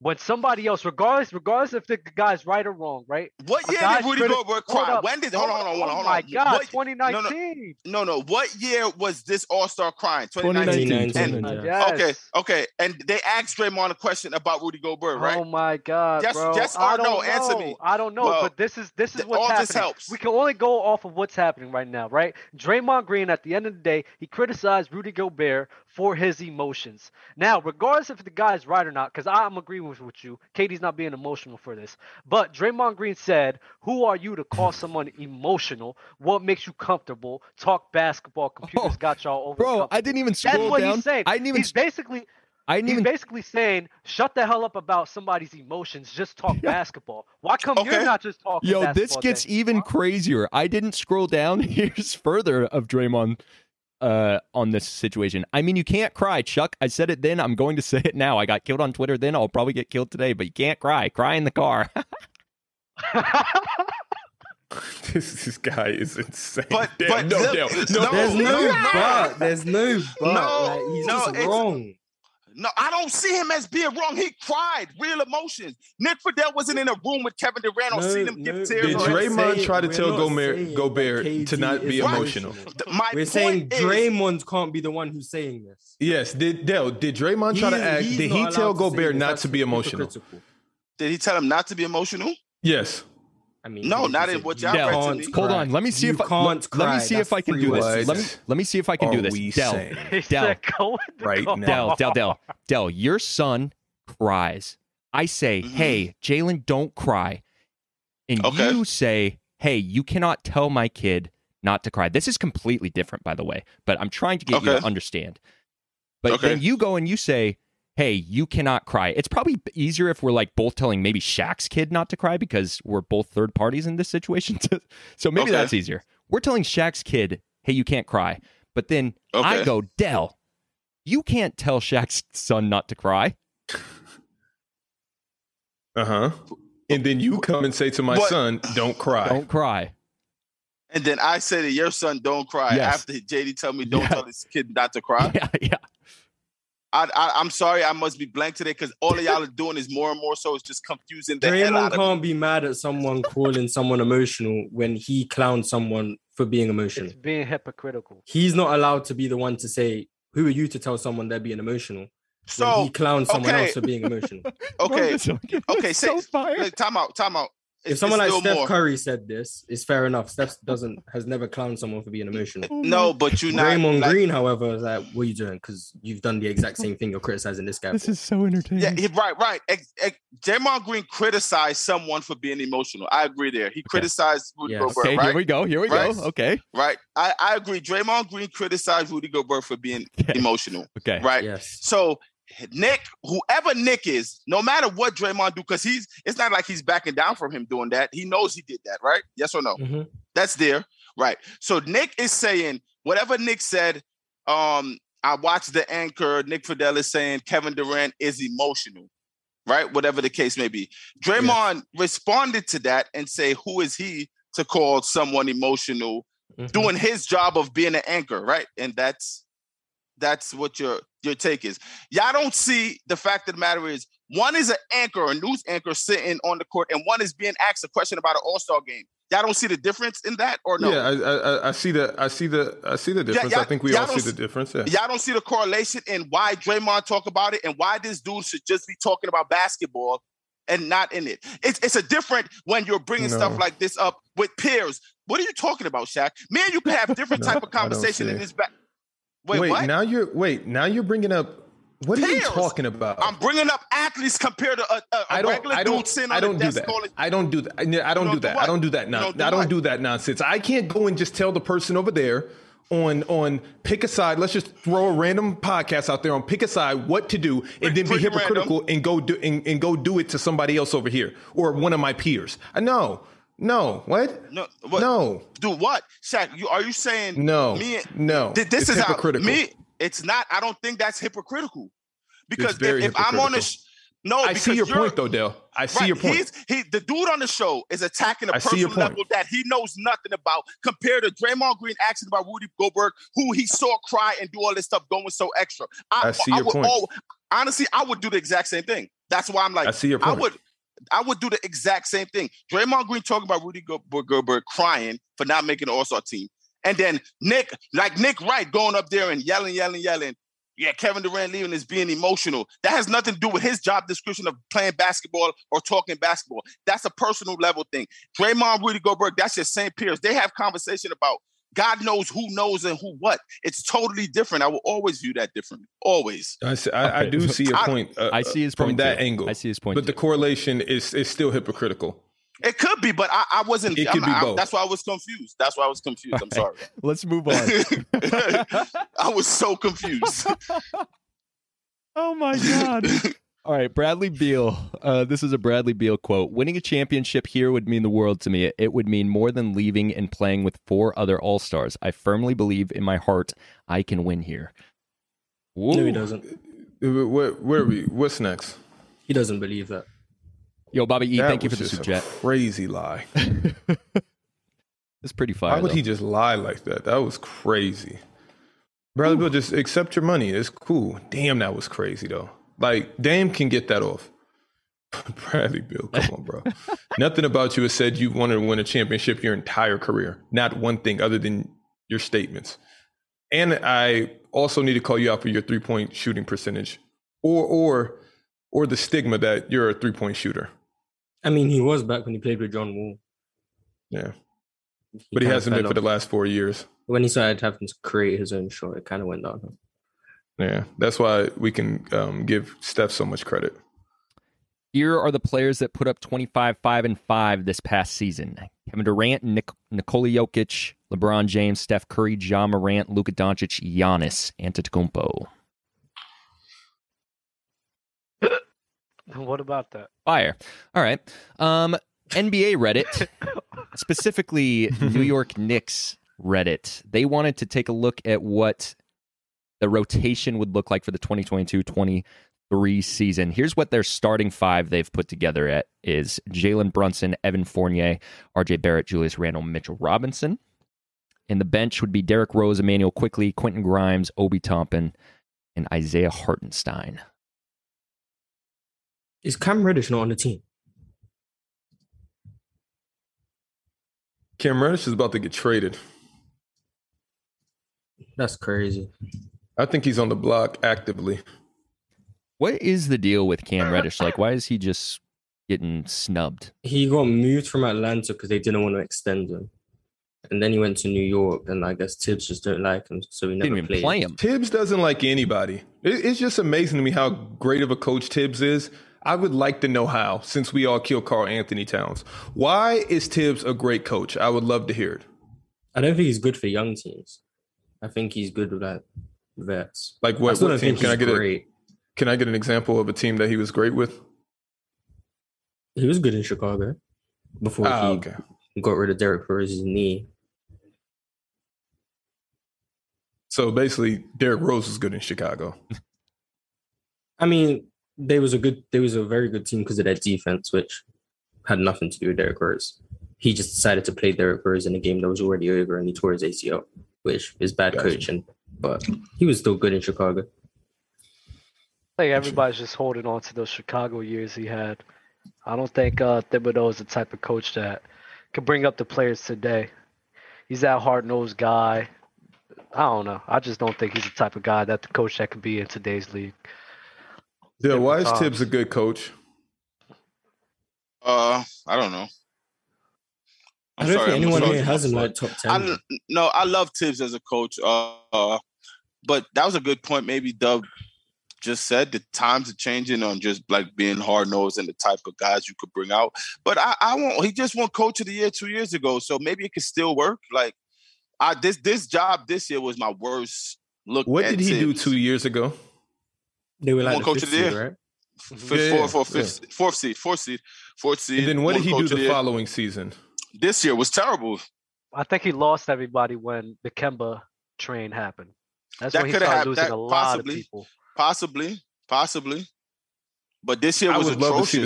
When somebody else, regardless, regardless if the guy's right or wrong, right?
what
a
year
guy's
did Rudy
criti-
Gobert cry?
up,
when did hold on hold on hold on
Oh
hold
my
on
God,
What-
2019.
no no what year was this All Star crying? 2019.
2019.
2019,
Uh,
yeah.
Okay,
yes.
okay. And they asked Draymond a question about Rudy Gobert, right?
Oh my God,
Yes-
bro!
yes
I
or
don't
no, answer me.
know. I don't know,
Well,
but this is this is
th-
what's
all
happening.
this helps.
We can only go off of what's happening right now, right? Draymond Green, at the end of the day, he criticized Rudy Gobert for his emotions. Now, regardless if the guy's right or not, because I'm agreeing with, with you, Katie's not being emotional for this. But Draymond Green said, "Who are you to call someone emotional? What makes you comfortable? Talk basketball. Computers
Oh,
got y'all over."
Bro, I
comfortable."
didn't even
That's
scroll
what
down.
he's saying.
I didn't even.
He's basically
I didn't
He's
even.
basically saying, shut the hell up about somebody's emotions. Just talk basketball. Why come
Okay.
you're not just talking?
Yo, this
basketball
gets e-
then?
even crazier. I didn't scroll down. Here's further of Draymond uh, on this situation. I mean, you can't cry, Chuck. I said it then. I'm going to say it now. I got killed on Twitter then. I'll probably get killed today, but you can't cry. Cry in the car.
This, this guy is insane.
But-
Dale,
but
no,
the-
Dale,
no,
no,
There's no,
no.
but. There's no but.
No,
like, he's
no,
just
it's-
wrong.
No, I don't see him as being wrong. He cried real emotions. Nick Fidel wasn't in a room with Kevin Durant or
No,
seen him
no,
give
Did
tears.
we're not
or-
Draymond try to
we're
tell
not
Gomer-
saying
Gobert
that KD
to not be
is
emotional?
Th- My
We're
point
saying
is,
Draymond can't be the one who's saying this.
yes. Did Dale? Did Draymond try
He's-
to act?
he's
Did
not
he
allowed
tell
to say
Gobert
this.
not
That's
to be emotional?
hypocritical.
did he tell him not to be emotional?
Yes.
I mean,
No,
he
not
just
in what
said,
y'all
"You
read to
can't
me."
cry."
Hold on. Let me see
You
if I,
can't
let, let me
cry.
see if
That's
I can do this.
freeway.
Let me let me see if I can do this. Dell,
saying
He
Dell.
said, go in the
Right
car.
now.
Dell, Dell, Dell, Dell. Your son cries. I say,
Mhm.
hey, Jalen, don't cry, and
Okay.
you say, hey, you cannot tell my kid not to cry. This is completely different, by the way. But I'm trying to get you to
Okay.
understand. But
Okay.
then you go and you say, hey, you cannot cry. It's probably easier if we're like both telling maybe Shaq's kid not to cry because we're both third parties in this situation. so maybe
Okay.
that's easier. We're telling Shaq's kid, hey, you can't cry. But then I
Okay.
go, Dell, you can't tell Shaq's son not to cry.
Uh huh. And then you come and say to my
But-
son, "Don't cry."
Don't cry.
And then I say to your son, don't cry.
Yes.
After JD tell me, don't
Yeah.
tell this kid not to cry.
Yeah, yeah.
I, I, I'm sorry, I must be blank today because all of y'all are doing is more and more so it's just confusing the hell
Draymond
out of me.
can't be mad at someone calling someone emotional when he clowned someone for being emotional.
It's being hypocritical.
He's not allowed to be the one to say, "Who are you to tell someone they're being emotional?" when
So,
he clowned someone
okay.
else for being emotional.
okay,
okay,
say-
so fire.
look, time out, time out.
if
It's-
someone
it's
like
still
Steph
more.
Curry said this, it's fair enough. Steph doesn't has never clowned someone for being emotional.
Oh
no, but you not
Raymond
like-
Green, however, is like, "What are you doing?" Because you've done the exact same thing. You're criticizing this guy.
This
for.
is so entertaining.
Yeah, he, right, right. Ex, ex, Draymond Green criticized someone for being emotional. I agree there. He criticized Rudy
Yes.
Gobert,
okay,
right?
here we go. Here we
Right.
go. Okay.
right. I, I agree. Draymond Green criticized Rudy Gobert for being
Okay.
emotional,
Okay.
right?
Yes.
So Nick, whoever Nick is, no matter what Draymond do, because he's it's not like he's backing down from him doing that. He knows he did that, right? Yes or no?
Mhm.
That's there, right? So Nick is saying whatever Nick said. Um, I watched the anchor. Nick Fidel is saying Kevin Durant is emotional, right? Whatever the case may be. Draymond responded to that and say, "Who is he to call someone emotional?"
Mhm.
Doing his job of being an anchor, right? And that's that's what your your take is. Y'all don't see the fact of the matter is one is an anchor, a news anchor sitting on the court, and one is being asked a question about an All Star game. Y'all don't see the difference in that, or no?
Yeah, I, I, I- I see the, I see the, I see the difference.
y'all-
I think we
y'all
all see
don't
the
s-
difference. Yeah.
Y'all don't see the correlation in why Draymond talk about it and why this dude should just be talking about basketball and not in it. It's it's a different when you're bringing stuff
No.
like this up with peers. What are you talking about, Shaq? Me and you could have different
No,
type of
I don't
conversation
see
in
it.
this back. Wait,
wait,
what?
now you're, wait, now you're bringing up. What are you
Pairs.
talking about?
I'm bringing up athletes compared to a, a, a
I don't.
regular
I
dude
don't.
sitting on
I don't
the
do
desk
that.
calling.
I don't do that. I don't, I don't
don't
do
do
that.
what?
I don't do that.
You
Non-
don't do
I don't
what?
do that nonsense. I can't go and just tell the person over there on on pick a side. Let's just throw a random podcast out there on pick a side what to do, and then be
pretty
hypocritical and go do and, and go do it to somebody else over here or one of my peers. Uh, No, no, what?
No, what-
no,
Do what, Shaq? You are you saying
no,
Me and-
no.
Th- this
It's
is
hypocritical.
How, me, it's not. I don't think that's hypocritical because if,
very
if I'm on
hypocritical.
a sh- no,
I see
oh, because
your
you're-
point though, Dale. I see
right,
your point.
He's, he, the dude on the show is attacking a
I see your
personal
point.
level that he knows nothing about compared to Draymond Green asking about Rudy Goldberg, who he saw cry and do all this stuff going so extra.
I see your
would
point.
al- honestly, I would do the exact same thing. That's why I'm like,
I see your
I
point.
would I would do the exact same thing. Draymond Green talking about Rudy Go- Go- Goldberg crying for not making the All-Star team. And then Nick, like Nick Wright going up there and yelling, yelling, yelling. Yeah, Kevin Durant leaving is being emotional. That has nothing to do with his job description of playing basketball or talking basketball. That's a personal level thing. Draymond, Rudy Goldberg, that's your same peers. They have conversation about God knows who knows and who what. It's totally different. I will always view that differently. Always.
I, see, I, I
Okay.
do see your
I-
point. Uh,
I see his
from
point
that
too.
angle.
I see his point.
But the
too.
correlation is is still hypocritical.
It could be, but I, I wasn't.
It could
I'm-
be
I-
both.
That's why I was confused. That's why I was confused. I'm sorry.
Let's move on.
I was so confused.
oh my god. All right, Bradley Beal. Uh, this is a Bradley Beal quote. Winning a championship here would mean the world to me. It would mean more than leaving and playing with four other All Stars. I firmly believe in my heart I can win here.
No,
Woo.
he doesn't.
Where, where are we? What's next?
He doesn't believe that.
Yo, Bobby E,
That
thank you for
was
the
just
super
a
jet.
Crazy lie.
It's pretty fire.
How would
though.
he just lie like that? That was crazy. Bradley Bill, just accept your money. It's cool. Damn, that was crazy though. Like Dame can get that off. Bradley Bill, come on, bro. Nothing about you has said you wanted to win a championship your entire career. Not one thing other than your statements. And I also need to call you out for your three point shooting percentage, or or or the stigma that you're a three point shooter.
I mean, he was back when he played with John Wall.
Yeah, but he
kinda
hasn't been
fell
for the
off.
last four years.
When he started having to create his own shot, it kind of went downhill.
Yeah, that's why we can um, give Steph so much credit.
Here are the players that put up 25, 5, and 5 this past season Kevin Durant, Nik- Nikola Jokic, LeBron James, Steph Curry, John Morant, Luka Doncic, Giannis, Antetokounmpo.
What about that?
Fire. All right. Um, NBA Reddit, specifically New York Knicks Reddit, they wanted to take a look at what the rotation would look like for the 2022 23 season. Here's what their starting five they've put together at is Jalen Brunson, Evan Fournier, RJ Barrett, Julius Randle, Mitchell Robinson. And the bench would be Derek Rose, Emmanuel Quickly, Quentin Grimes, Obi Toppin, and Isaiah Hartenstein.
Is Cam Reddish not on the team?
Cam Reddish is about to get traded.
That's crazy.
I think he's on the block actively.
What is the deal with Cam Reddish? Like, why is he just getting snubbed?
He got moved from Atlanta because they didn't want to extend him, and then he went to New York, and I guess Tibbs just don't like him, so he never
Didn't even
played.
play him.
Tibbs doesn't like anybody. It- It's just amazing to me how great of a coach Tibbs is. I would like to know how, since we all kill Carl Anthony Towns. Why is Tibbs a great coach? I would love to hear it.
I don't think he's good for young teams. I think he's good with like vets.
Like
I
what,
still
what
don't
team can
think he's
I get? A,
great.
can I get an example of a team that he was great with?
He was good in Chicago before
Ah,
he
okay.
got rid of Derek Rose's knee.
So basically, Derrick Rose was good in Chicago.
I mean, they was a good, they was a very good team because of their defense, which had nothing to do with Derrick Rose. He just decided to play Derrick Rose in a game that was already over, and he tore his ACL, which is bad
Gotcha.
coaching. But he was still good in Chicago.
I think everybody's just holding on to those Chicago years he had. I don't think uh, Thibodeau is the type of coach that could bring up the players today. He's that hard nosed guy. I don't know. I just don't think he's the type of guy that the coach that could be in today's league.
Yeah, why is
Different
Tibbs a good coach?
Uh, I don't know.
I'm I
I'm
do not
sorry,
think
I'm
anyone
sorry,
here has
I'm
him
sorry.
like top
I
ten.
don't- no, I love Tibbs as a coach. Uh, uh, but that was a good point. Maybe Dub just said the times are changing on just like being hard nosed and the type of guys you could bring out. But I, I won't. He just won Coach of the Year two years ago, so maybe it could still work. Like I this this job this year was my worst look.
What
at
did he do
Tibbs.
two years ago?
They were
Come
like
on,
the
Coach
fifth
of the
seed,
year.
right?
F-
Yeah,
four,
yeah,
four,
yeah.
fifth, fourth seed, fourth seed, fourth seed.
And then what
won
did he
Coach
do
of
the
Year.
following season?
This year was terrible.
I think he lost everybody when the Kemba train happened. That's
That
when he
coulda
started
hap-
losing
that
a lot
possibly-
of people.
Possibly, possibly. But this year
I
was
would love to see the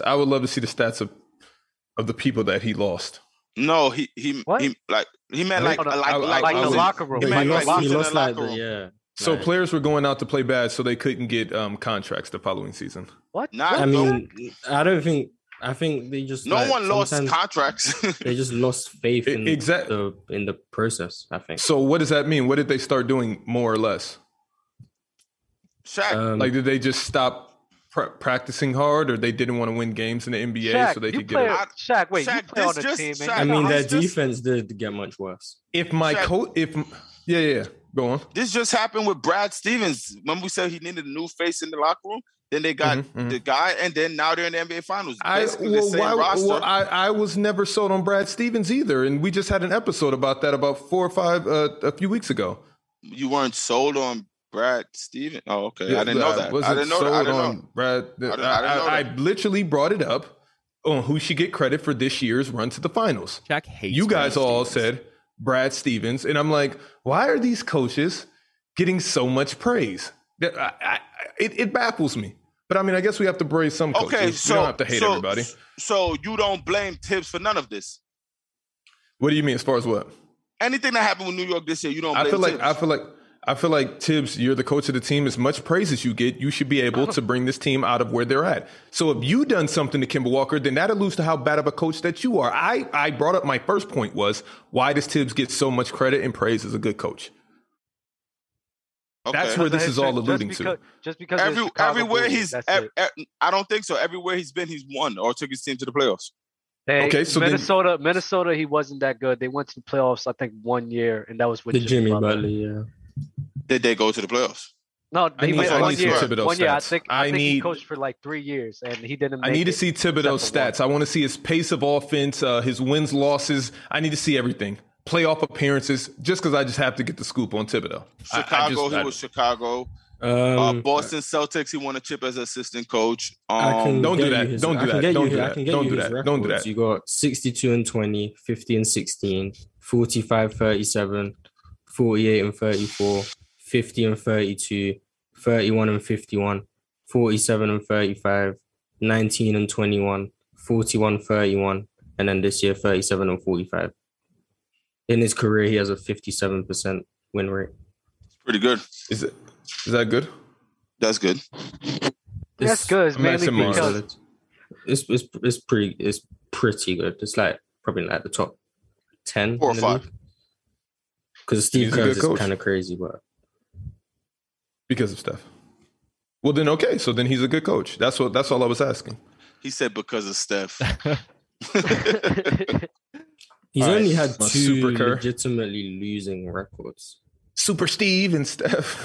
stats. I would love to see the stats of of the people that he lost.
No, he he,
What?
he like he meant like
Hold on,
like
I- I-
like,
Like
I
the
was-
locker room.
He
He
might
Like
be
the
lost,
locker
he
lost in
room.
lost
the
like
locker
the, yeah.
room.
So
Like,
players were going out to play bad, so they couldn't get um, contracts the following season.
What?
Nah,
What
I
the
no-
heck?
mean, I don't think. I think they just
No
like,
one lost
sometimes
contracts.
They just lost faith
E-
in
exact-
the in the process. I think.
So what does that mean? What did they start doing more or less?
Shaq,
Um,
Like did they just stop pra- practicing hard, or they didn't want to win games in the NBA,
Shaq,
so they
you
could
play,
get? A-
I-
Shaq, wait, you
Shaq,
play
this
on a
just-
team, man.
Shaq,
I mean,
no,
their
it's just-
defense did get much worse.
if my
Shaq-
coach, if m- yeah, yeah, yeah, go on.
this just happened with Brad Stevens. When we said he needed a new face in the locker room, then they got
Mhm, mhm.
the guy, and then now they're in the NBA Finals.
I,
Basically the
well,
same
why,
roster.
well I, I was never sold on Brad Stevens either, and we just had an episode about that about four or five uh, a few weeks ago.
you weren't sold on Brad Steven. Oh, okay.
Yeah,
I didn't know
uh,
that.
was
I
it
didn't know that. I
sold
didn't
on
know.
Brad?
I
I,
didn't- I didn't know
I- I literally brought it up on who should get credit for this year's run to the finals.
Jack hates
you guys
Brad
all
Stevens.
said Brad Stevens, and I'm like, why are these coaches getting so much praise? That- I- I- it, it baffles me. But I mean, I guess we have to praise some coaches.
Okay,
we
so
don't have to hate
so,
everybody.
So you don't blame Tibbs for none of this.
What do you mean as far as what?
Anything that happened with New York this year, you don't. Blame
I feel like
Oh, Tibbs.
I feel like I feel like Tibbs, you're the coach of the team. As much praise as you get, you should be able to bring this team out of where they're at. So if you done something to Kimber Walker, then that alludes to how bad of a coach that you are. I I brought up my first point was why does Tibbs get so much credit and praise as a good coach?
Okay.
That's where this
Just-
is all
just
alluding to.
because, Just because they're
Every,
Chicago
everywhere
Bulls,
he's,
that's
ev-
it.
ev- I don't think so. Everywhere he's been, he's won or took his team to the playoffs.
They-
Okay, so then-
Minnesota, Minnesota, he wasn't that good. They went to the playoffs, I think, one year, and that was with
The Jimmy
Butler.
Butler, yeah.
Did they go to the playoffs?
No,
I
they
need-
went
I need
one
some
year.
Thibodeau
One year, I
stats.
think. I,
I
think he
need-
coached for like three years, and he didn't.
I
make
need to
it.
see Thibodeau's
except
stats.
for
I want to see his pace of offense, uh, his wins, losses. I need to see everything. Playoff appearances, just because I just have to get the scoop on Thibodeau. I- I
Chicago,
just-
he
I-
was Chicago. Uh,
Um,
Boston Celtics, he won a chip as assistant coach.
I
Um,
can
Don't do
get
that.
you his-
Don't do
I can
that.
get
Don't
you-
do
I
that.
can get
Don't
you
do
his
that. Don't do
records.
that.
You got 62 and 20, 50 and 16, 45, 37, 48 and 34, 50 and 32, 31 and 51, 47 and 35, 19 and 21, 41, 31, and then this year 37 and 45. In his career, he has a 57% win rate.
it's pretty good.
Is it? Is that good?
That's good.
That's good. It's
I'm
mainly
asking Mars.
because
it's it's it's pretty it's pretty good. It's like probably like the top ten
Four or five.
Because Steve
He's a good
Kerr is
coach.
kind of crazy, but
Because of Steph. Well, then okay. So then he's a good coach. That's what. That's all I was asking.
He said because of Steph.
he's
All right,
only had
my
two
super Kerr.
legitimately losing records.
Super Steve and Steph.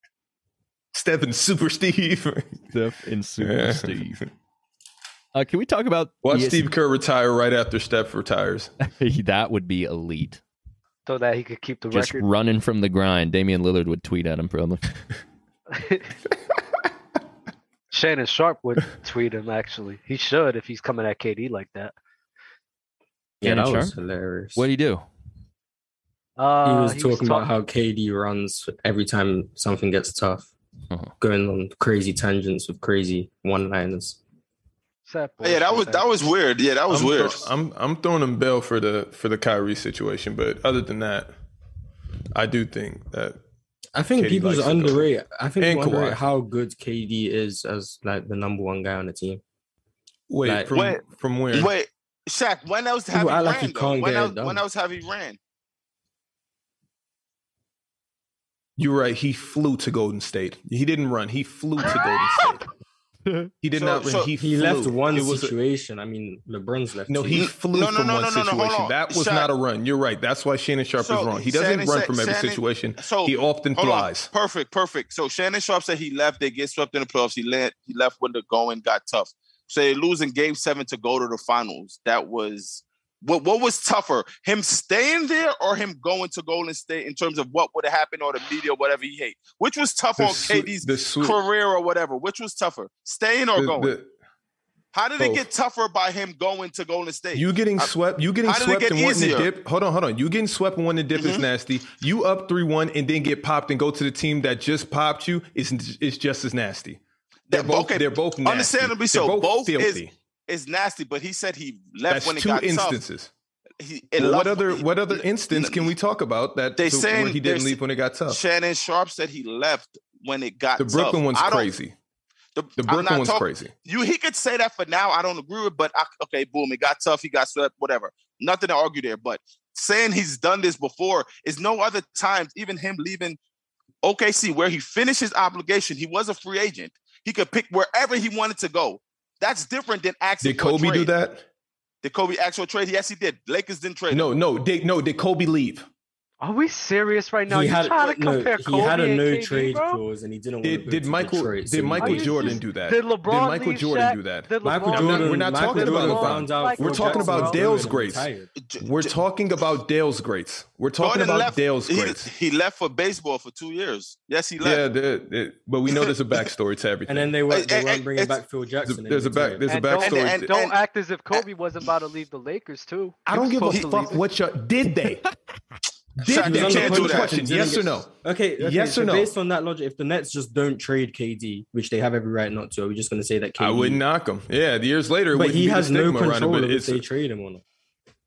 Steph and Super Steve.
Steph and Super
Yeah.
Steve. Uh, can we talk about
Watch
ES-
Steve Kerr retire right after Steph retires.
that would be elite.
so that he could keep the
Just
record.
running from the grind. Damian Lillard would tweet at him probably.
Shannon Sharp would tweet him. Actually, he should if he's coming at KD like that.
Yeah,
Shannon
that was
Sharp?
hilarious.
What do you do?
Uh,
he was talking about how KD runs every time something gets tough,
Uh-huh.
going on crazy tangents with crazy one-liners.
Sad
Oh, yeah, that
bullshit,
was
man.
that was weird. Yeah, that was
I'm throw-
weird.
I'm I'm throwing him bail for the for the Kyrie situation, but other than that, I do think that
I think
KD
people's
likes to go.
underrate. I think
And
people underrate
Kawhi.
how good KD is as like the number one guy on the team.
wait
Like-
from
Wait.
from where?
Wait, Shaq, when else have
People
he
act like he
ran? though?
can't
When
get it
else, when
done.
else have he ran?
You're right. He flew to Golden State. He didn't run. He flew to Golden State. He did
So-
not run.
so
he
He
flew.
left one
It was a-
situation. I mean, LeBron's left.
No,
two.
he flew
No, no,
from
no,
one
no, no, no,
situation.
hold on.
That was
Shannon-
not a run. You're right. That's why Shannon Sharp
So,
is wrong. He doesn't
Shannon
run
said-
from every
Shannon-
situation.
So
He often
Hold on.
flies.
Perfect, perfect. So Shannon Sharp said he left. They get swept in the playoffs. He left. He left when the going got tough. So they losing Game Seven to go to the finals. That was what. What was tougher, him staying there or him going to Golden State in terms of what would have happened or the media, whatever he hate. Which was tough
The
on
swe-
KD's
the swe-
career or whatever. Which was tougher, staying or
the-
going?
the-
How did it
both.
get tougher by him going to Golden State?
you getting
I-
swept. You getting
How did it
swept
get
and wanting
easier?
to dip. Hold on, hold on. You getting swept and wanting to dip is
Mhm.
nasty. You up three one and then get popped and go to the team that just popped you is is just as nasty. They're
That-
both.
okay,
They're both nasty.
understandably
They're
so. Both is-
filthy.
it's nasty, but he said he left
That's
when it
two
got tough.
instances.
He, it
Well,
left-
what other what other
n-
instance can we talk about that
They
to
saying
where he
there's-
didn't leave when it got tough?
Shannon Sharp said he left when it got
The Brooklyn
tough.
one's
I don't-
crazy.
The,
The
I'm
Brooklyn
not
one's
talk-
crazy.
You he could say that for now. I don't agree with, but I, okay, boom, it got tough. He got swept. Whatever. Nothing to argue there. But saying he's done this before is no other times. Even him leaving OKC, where he finished his obligation, he was a free agent. He could pick wherever he wanted to go. That's different than asking.
Did
for a
Kobe do
trade.
that?
Did Kobe actual trade? Yes, he did. Lakers didn't trade. him.
No, no, did, no. Did Kobe leave?
Are we serious right now?
he
You
had,
trying to
no,
compare
he
Kobe
had a
and
no
KD,
trade
bro?
clause and he didn't want to
Did,
go
did
to
Michael
Detroit, so
did
he
Are
Michael
you
went to
Jordan
just-
do that?
Did LeBron
Michael
leave
Jordan
Shaq?
do that?
Did
Michael
LeBron
I'm not-
Jordan.
we're not
Michael
talking
Jordan
about LeBron.
found out
We're
Phil
talking about
Jackson
Dale's
was
grace.
retired.
J-
We're
J-
talking about Dale's greats. We're talking
Jordan
about
left-
Dale's
he,
greats.
he left for baseball for two years. Yes, he
Yeah,
left.
the, the- but we know there's a backstory to everything.
And then they
Hey,
weren't, they
hey,
weren't
hey,
bringing
it's-
back Phil
There's
Jackson.
a-
in
there's a back.
retirement.
There's a
And don't-
backstory.
and-
to-
and-
Don't act as if Kobe wasn't about to leave the Lakers too.
I
He
don't
was
give a
supposed to leave
fuck what your did they
Shaq,
did
you
they
can't
answer
do
the
that.
question? Yes or no?
Okay, okay,
Yes
so
or no?
Based on that logic, if the Nets just don't trade KD, which they have every right not to, are we just going to say that KD?
I wouldn't knock him. Yeah, years later, it
But
wouldn't
he
be the
has no
stigma around it,
control
but
of if
it's-
they trade him or not.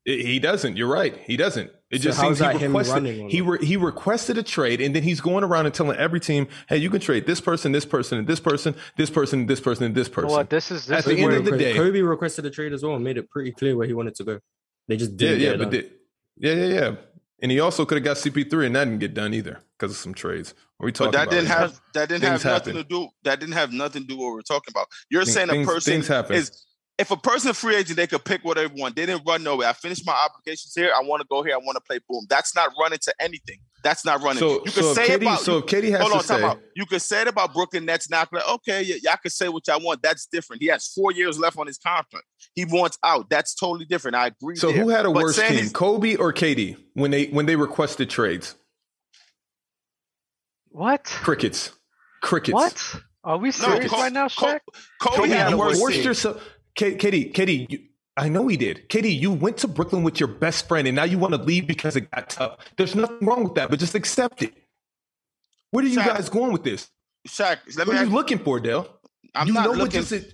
It- He doesn't. You're right. He doesn't. It
So
just
how
seems
is
he
that him
requested.
running on
He
it?
re, he requested a trade, and then he's going around and telling every team, "Hey, you can trade this person, this person, and this person, this person, this person, and this
You
person."
know what? This is this
At
is
the end
where-
of the day,
Kobe requested a trade as well and made it pretty clear where he wanted to go. They just
yeah,
didn't.
yeah,
get it
but
done.
the- yeah, yeah, yeah. And he also could have got CP3, and that didn't get done either because of some trades. What Are we talking
But that
about
didn't
right now?
have that didn't
Things
have nothing
happen.
to do that didn't have nothing to do with what we're talking about. You're
Things-
saying a
things-
person
things happen.
is if a person a free agent, they could pick whatever one. They didn't run nowhere. I finished my obligations here. I want to go here. I want to play. Boom. That's not running to anything. That's not running.
So,
you could
so, if
say
Katie,
about
so if Katie has
Hold on,
to say,
time out. You could say it about Brooklyn Nets now. Like, okay, yeah, y'all can say what y'all want. That's different. He has four years left on his contract. He wants out. That's totally different. I agree.
so
there.
who had a
But
worse
saying
team,
he's-
Kobe or Katie, when they when they requested trades?
what?
Crickets, crickets.
What? Are we serious
Col-
right now,
Col-
Shaq?
Kobe,
Kobe
had
had
a
a
you
worse
forced
team.
yourself. Ka- Katie, Katie, you, I know he did. Katie, you went to Brooklyn with your best friend, and now you want to leave because it got tough. There's nothing wrong with that, but just accept it. Where are you
Shaq,
guys going with this?
Shaq, let me.
What are you
Ask,
looking for, Dale?
I'm
you
not
know what
looking.
just it.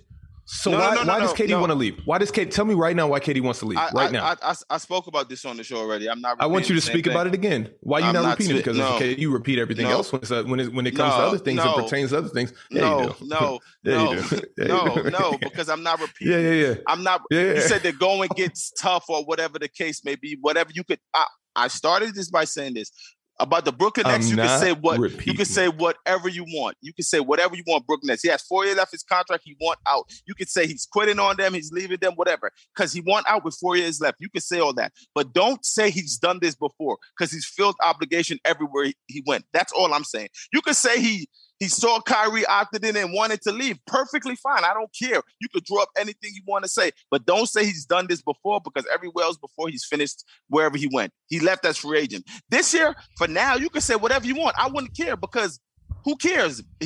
So
No, no,
why,
no, no,
why does
no,
Katie
no.
want to leave? Why does Katie tell me right now why Katie wants to leave
I,
right
I,
now? I,
I, I, I spoke about this on the show already. I'm not.
want you to speak about it again. Why you
I'm
not,
not
repeating? it?
spe-
Because it's
no.
okay, you repeat everything
No.
else when it's, uh, when it, when it comes to
No,
other things
no.
and pertains to other things. Yeah,
No,
you do.
no,
Yeah,
no,
you do. Yeah,
no,
you do.
no, because I'm not repeating.
yeah, yeah, yeah.
I'm not.
yeah, yeah.
You said the going gets tough or whatever the case may be. Whatever you could. I, I started this by saying this about the Brooklyn
I'm
Nets. You can
not
say what you
repeating.
can say whatever you want. You can say whatever you want. Brooklyn Nets. He has four years left his contract. He want out. You can say he's quitting on them. He's leaving them. Whatever, because he want out with four years left. You can say all that, but don't say he's done this before because he's filled obligation everywhere he, he went. That's all I'm saying. You can say he. He saw Kyrie opted in and wanted to leave. Perfectly fine. I don't care. You could draw up anything you want to say, but don't say he's done this before because everywhere else before he's finished wherever he went. He left as free agent. This year, for now, you can say whatever you want. I wouldn't care because who cares?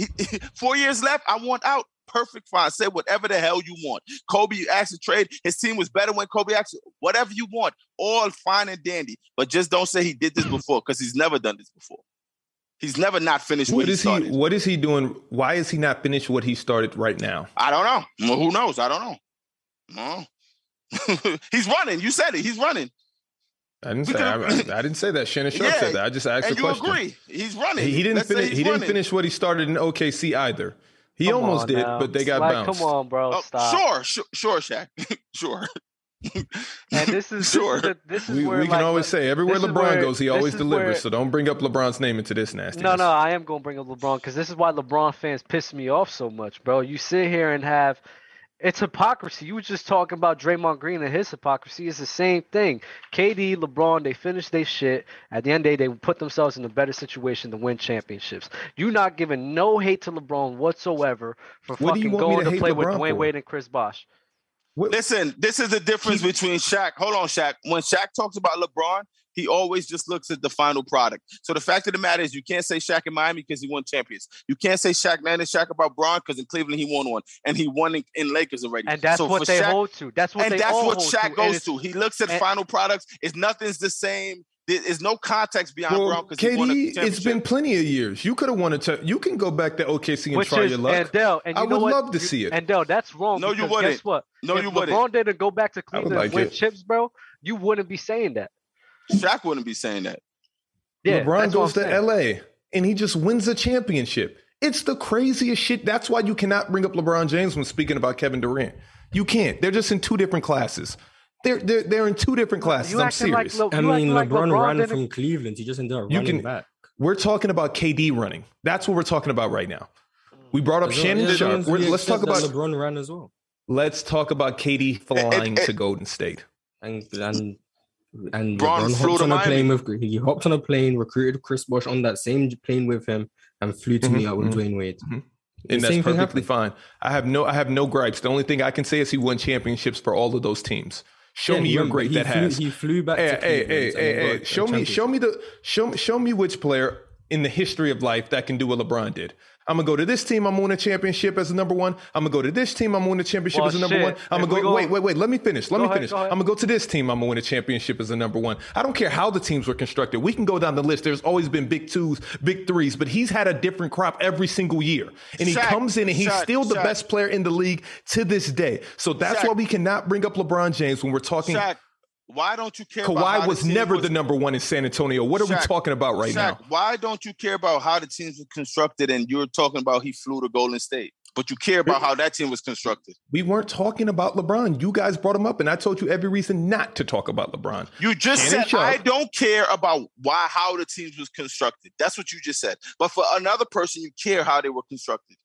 Four years left. I want out. Perfect fine. Say whatever the hell you want. Kobe you asked to trade. His team was better when Kobe asked. Whatever you want. All fine and dandy. But just don't say he did this before because he's never done this before. He's never not finished what
What
he
is he?
started.
What is he doing? Why is he not finished what he started right now?
I don't know. Well, who knows? I don't know. No. he's running. You said it. He's running.
I didn't
We
say. I,
could've-
I- I didn't say that. Shannon Sharp
Yeah,
said that. I just asked
and
a
you
question.
agree. He's running.
He, he didn't
Let's say
finish.
he's
He didn't
running.
finish what he started in OKC either. He
Come
almost
on
did,
now.
but they got
like,
bounced.
Come on, bro.
Oh,
Stop.
sure, sure, sure, Shaq. sure.
And this is
Sure.
This is, the- this is
We,
where
we can
like,
always
the-
say everywhere
this is
LeBron
where-
goes, he
this
always
is
delivers.
where-
so don't bring up LeBron's name into this nastiness.
No, no, I am gonna bring up LeBron because this is why LeBron fans piss me off so much, bro. You sit here and have it's hypocrisy. You were just talking about Draymond Green and his hypocrisy. It's the same thing. KD, LeBron, they finish their shit. At the end of the day, they put themselves in a better situation to win championships. you not giving no hate to LeBron whatsoever for
What do you
fucking
want me
going
to
to
hate
play with
LeBron
Dwayne
for?
Wade and Chris Bosh.
What-
Listen, this is the difference between Shaq. Hold on, Shaq. When Shaq talks about LeBron, he always just looks at the final product. So the fact of the matter is, you can't say Shaq in Miami because he won champions. You can't say Shaq man and Shaq about Braun because in Cleveland he won one, and he won in, in Lakers already.
And that's
So
what
for
they
Shaq-
hold to. That's what
and
they
that's
all
what
hold
Shaq
to. And
goes
it's-
to. He looks at
and-
final products. It's nothing's the same. There is no context beyond
Well,
Brown because he won a
KD, it's been
championship.
plenty of years. You could have won a. cha- You can go back to OKC and
Which
try
is
your luck.
And Dell, and
I
you know
would
what?
love to
You-
see it.
And Dell, that's wrong.
No, you
because
wouldn't.
Guess what?
No,
if
you wouldn't.
LeBron didn't go back to Cleveland
like
and win
it.
chips, bro, you wouldn't be saying that.
Shaq wouldn't be saying that.
Yeah,
LeBron
that's what
goes to
I'm saying.
LA and he just wins a championship. It's the craziest shit. That's why you cannot bring up LeBron James when speaking about Kevin Durant. You can't. They're just in two different classes. They're they're, they're in two different classes.
You
I'm
acting
serious.
Like, Le-
I
you
mean,
acting like
LeBron, ran
didn't-
from Cleveland. He just ended up
You
running
can-
back.
we're talking about KD running. That's what we're talking about right now. We brought up
As well-
Shannon
yeah, as long
Sharp.
as
We're-
we
let's talk
accept that
about
LeBron ran as well.
let's talk about KD flying
it-
to Golden State.
And, and And
Braun
LeBron
flew
hopped
to
on a plane
Miami.
with he hopped on a plane, recruited Chris Bosh on that same plane with him, and flew to
Mhm,
meet up with
mhm.
Dwayne Wade.
Mhm.
The
and that's
same thing
perfectly fine.
happened.
I have no I have no gripes. The only thing I can say is he won championships for all of those teams. Show
Yeah,
me your
remember,
great
he
that
flew,
has.
He flew back.
Hey,
to
hey,
Cleveland
hey,
and
hey,
got
hey,
a
Show me,
championship.
show me the show show me which player in the history of life that can do what LeBron did. I'm gonna go to this team. I'm gonna win a championship as the number one. I'm gonna go to this team. I'm gonna win a championship
Well,
as the number
shit.
one. I'm
If
gonna
we
go.
go-
wait, wait, wait. Let me finish. Let
Go
me
ahead,
finish.
go ahead.
I'm gonna go to this team. I'm gonna win a championship as the number one. I don't care how the teams were constructed. We can go down the list. There's always been big twos, big threes, but he's had a different crop every single year, and he
Shaq,
comes in and he's
Shaq,
still the
Shaq.
best player in the league to this day. So that's
Shaq.
why we cannot bring up LeBron James when we're talking
Shaq, why don't you care? about
Kawhi
how
was
the team
never
was-
the number one in San Antonio. What are we
Shaq,
talking about right
Shaq, Why don't you care about how the teams were constructed? And you're talking about he flew to Golden State, but you care about how that team was constructed.
now? We weren't talking about LeBron. You guys brought him up, and I told you every reason not to talk about LeBron.
You just
Shannon
said
Sharp.
I don't care about why how the teams was constructed. That's what you just said. But for another person, you care how they were constructed.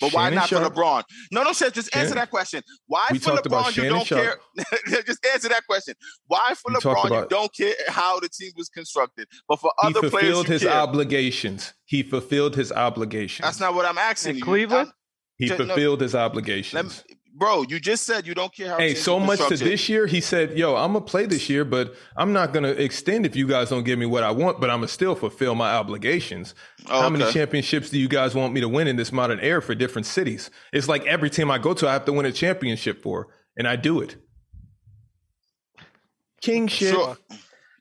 But why
Shannon
not
Sharp.
for LeBron? No, no, Shannon, just answer
Shannon-
that question. Why
We
for
talked about
LeBron you
Shannon
don't
Sharp.
care? just answer that question. Why for
We talked
LeBron you
about-
don't care how the team was constructed? But for
He
other players, you
fulfilled his
care.
obligations. He fulfilled his obligations.
That's not what I'm asking.
In
you.
Cleveland?
I'm-
he
no.
fulfilled his obligations.
bro, you just said you don't care how.
Hey,
teams
so
were
much to
constructed.
this year. He said, "Yo, I'm gonna play this year, but I'm not gonna extend if you guys don't give me what I want. But I'm gonna still fulfill my obligations."
Oh,
How many
okay.
championships do you guys want me to win in this modern era for different cities? It's like every team I go to, I have to win a championship for, and I do it. King shit.
Sure.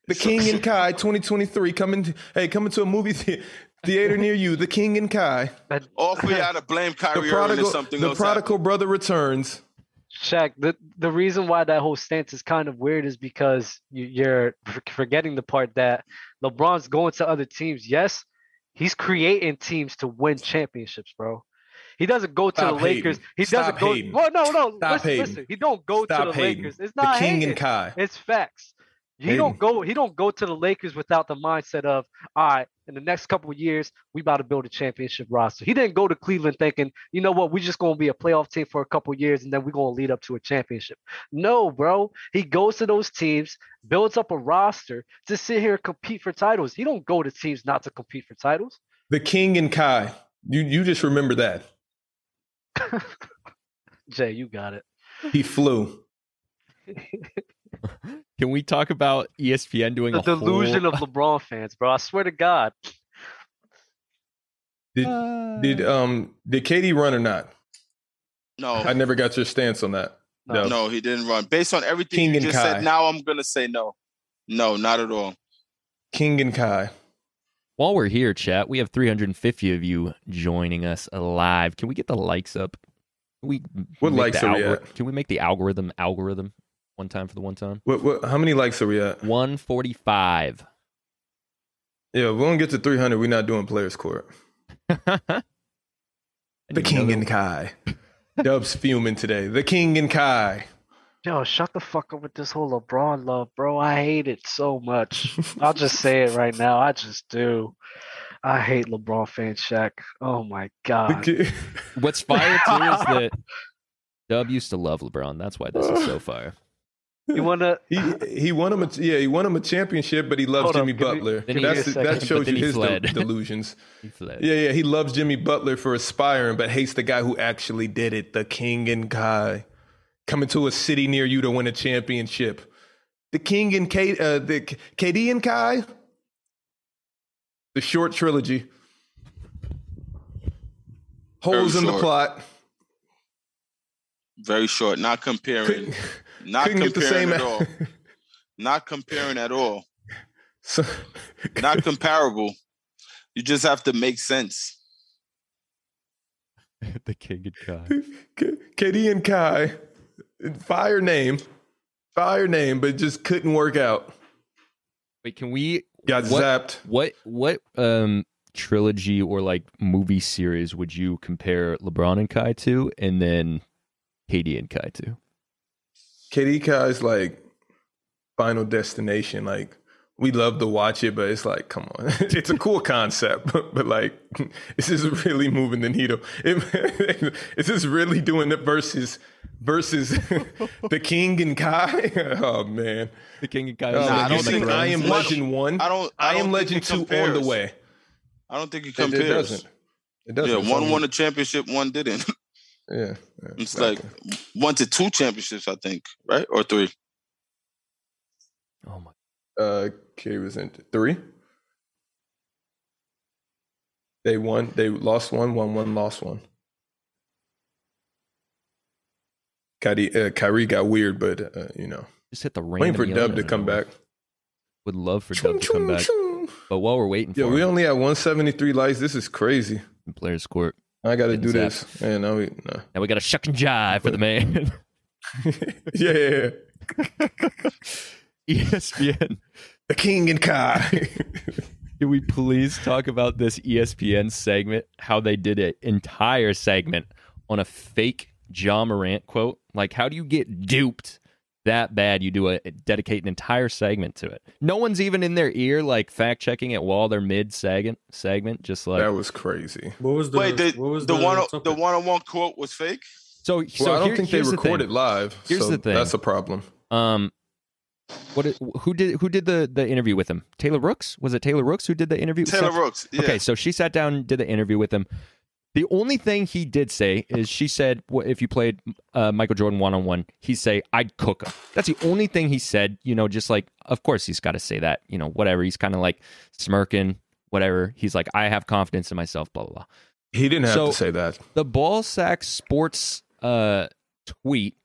The King and Kai 2023 coming. Hey, coming to a movie the- theater near you. The King and Kai.
All for y'all to blame
The
Kyrie Irving
prodigal.
or something
The
else.
prodigal brother returns.
Shaq, the, the reason why that whole stance is kind of weird is because you, you're f- forgetting the part that LeBron's going to other teams. Yes, he's creating teams to win championships, bro. He doesn't go to
Stop
the Lakers.
hating.
He
Stop
doesn't go.
hating.
Well, no, no.
Stop
listen,
hating.
listen. He don't go to the
Stop hating.
Lakers. It's
The
not
King and
hating.
Kai.
It's facts. He
Hayden.
don't go. He don't go to the Lakers without the mindset of, all right, in the next couple of years, we about to build a championship roster. He didn't go to Cleveland thinking, you know what, we just gonna be a playoff team for a couple of years and then we're gonna lead up to a championship. No, bro. He goes to those teams, builds up a roster to sit here and compete for titles. He don't go to teams not to compete for titles.
The King and Kai. You you just remember that
Jay, you got it.
he flew.
Can we talk about E ESPN doing
The
a
delusion
whole,
of LeBron fans, bro. I swear to God.
Did did um did Katie run or not?
No,
I never got your stance on that.
No.
no, he didn't run. Based on everything
King
you
and
just
Kai.
said, now I'm gonna say no. No, not at all.
King and Kai.
While we're here, chat, we have 350 of you joining us live. Can we get the likes up? Can we
What
make
likes
the
are we
algor- Can we make the algorithm algorithm one time for the one time?
What, what how many likes are we at?
145.
Yeah, we don't get to 300. We're not doing players court. The King and Kai. Dub's fuming today. The King and Kai.
Yo, shut the fuck up with this whole LeBron love, bro. I hate it so much. I'll just say it right now. I just do. I hate LeBron fan Shaq. Oh my
The
god.
ki-
What's fire too is that Dub used to love LeBron. That's why this is so fire.
You wanna
he he won him a yeah he won him a championship, but he loves
Hold up,
Jimmy
give me-
Butler.
Then he
That's
did
the,
a
that
second,
shows
but then
you
he
his de-
fled.
delusions.
He fled.
Yeah, yeah. He loves Jimmy Butler for aspiring, but hates the guy who actually did it, the king and guy. Coming to a city near you to win a championship. The king and K, uh, the K- KD and Kai. The short trilogy. Holes
Very
in the
short.
plot.
Very short. Not comparing.
Couldn't,
Not
couldn't
comparing
get the same.
at all. Not comparing at all.
so,
Not comparable. You just have to make sense.
the King and Kai.
K- KD and Kai. Fire name. Fire name, but just couldn't work out.
Wait, can we
Got
What-
zapped.
what what um trilogy or like movie series would you compare LeBron and Kai to and then KD and Kai to?
KD Kai's like final destination. Like we love to watch it, but it's like, come on, it's a cool concept, but, but like, is this really moving the needle? It, is this really doing the versus versus the King and Kai? oh man,
The King of Guys.
Oh,
Nah, I
you
don't
think
think
I am
it's-
Legend one?
I don't.
I,
don't
am
think
Legend
it
two on
compares.
the way.
I don't think it
It,
compares.
it doesn't. It doesn't.
Yeah,
It's
one
only-
won a championship, one didn't.
Yeah, yeah,
It's
exactly.
like one to two championships, I think, right or three.
Oh my.
uh K was in three. They won. They lost one, won one, lost one. Kyrie, uh, Kyrie got weird, but uh, you know,
Just hit the
waiting
random.
for
yellow
Dub to
note.
come back.
Would love for
Chung,
Dub to come
chung,
back.
chung.
But while we're waiting for
Yo, we
him,
only at 173 likes. This is crazy.
in players court.
I got to
Getting
do
zapped.
this. Man, no, we- no.
Now we got a shuck and jive for the man.
yeah, yeah, yeah.
E ESPN.
the King and Kai.
Can we please talk about this E ESPN segment? How they did an entire segment on a fake John Morant quote? Like, how do you get duped that bad? You do a dedicate an entire segment to it. No one's even in their ear, like fact checking it while they're mid segment. Segment, just like
that was crazy.
What was the
Wait, the,
what was
the, one
topic?
the one on one quote was fake.
so.
Well,
so
I don't
here-
think they
here's the thing.
recorded live.
Here's
so
the thing.
That's a problem.
Um, what? i- Who did who did the the interview with him? Taylor Rooks was it Taylor Rooks who did the interview?
Taylor
Sat-
Rooks. Yeah.
Okay, so she sat down, and did the interview with him. The only thing he did say is she said, "Well, "If you played uh, Michael Jordan one on one, he'd say I'd cook him." That's the only thing he said. You know, just like of course he's got to say that. You know, whatever. He's kind of like smirking, whatever. He's like, "I have confidence in myself." Blah blah blah.
He didn't have
So-
to say that.
The ball sack sports uh, tweet.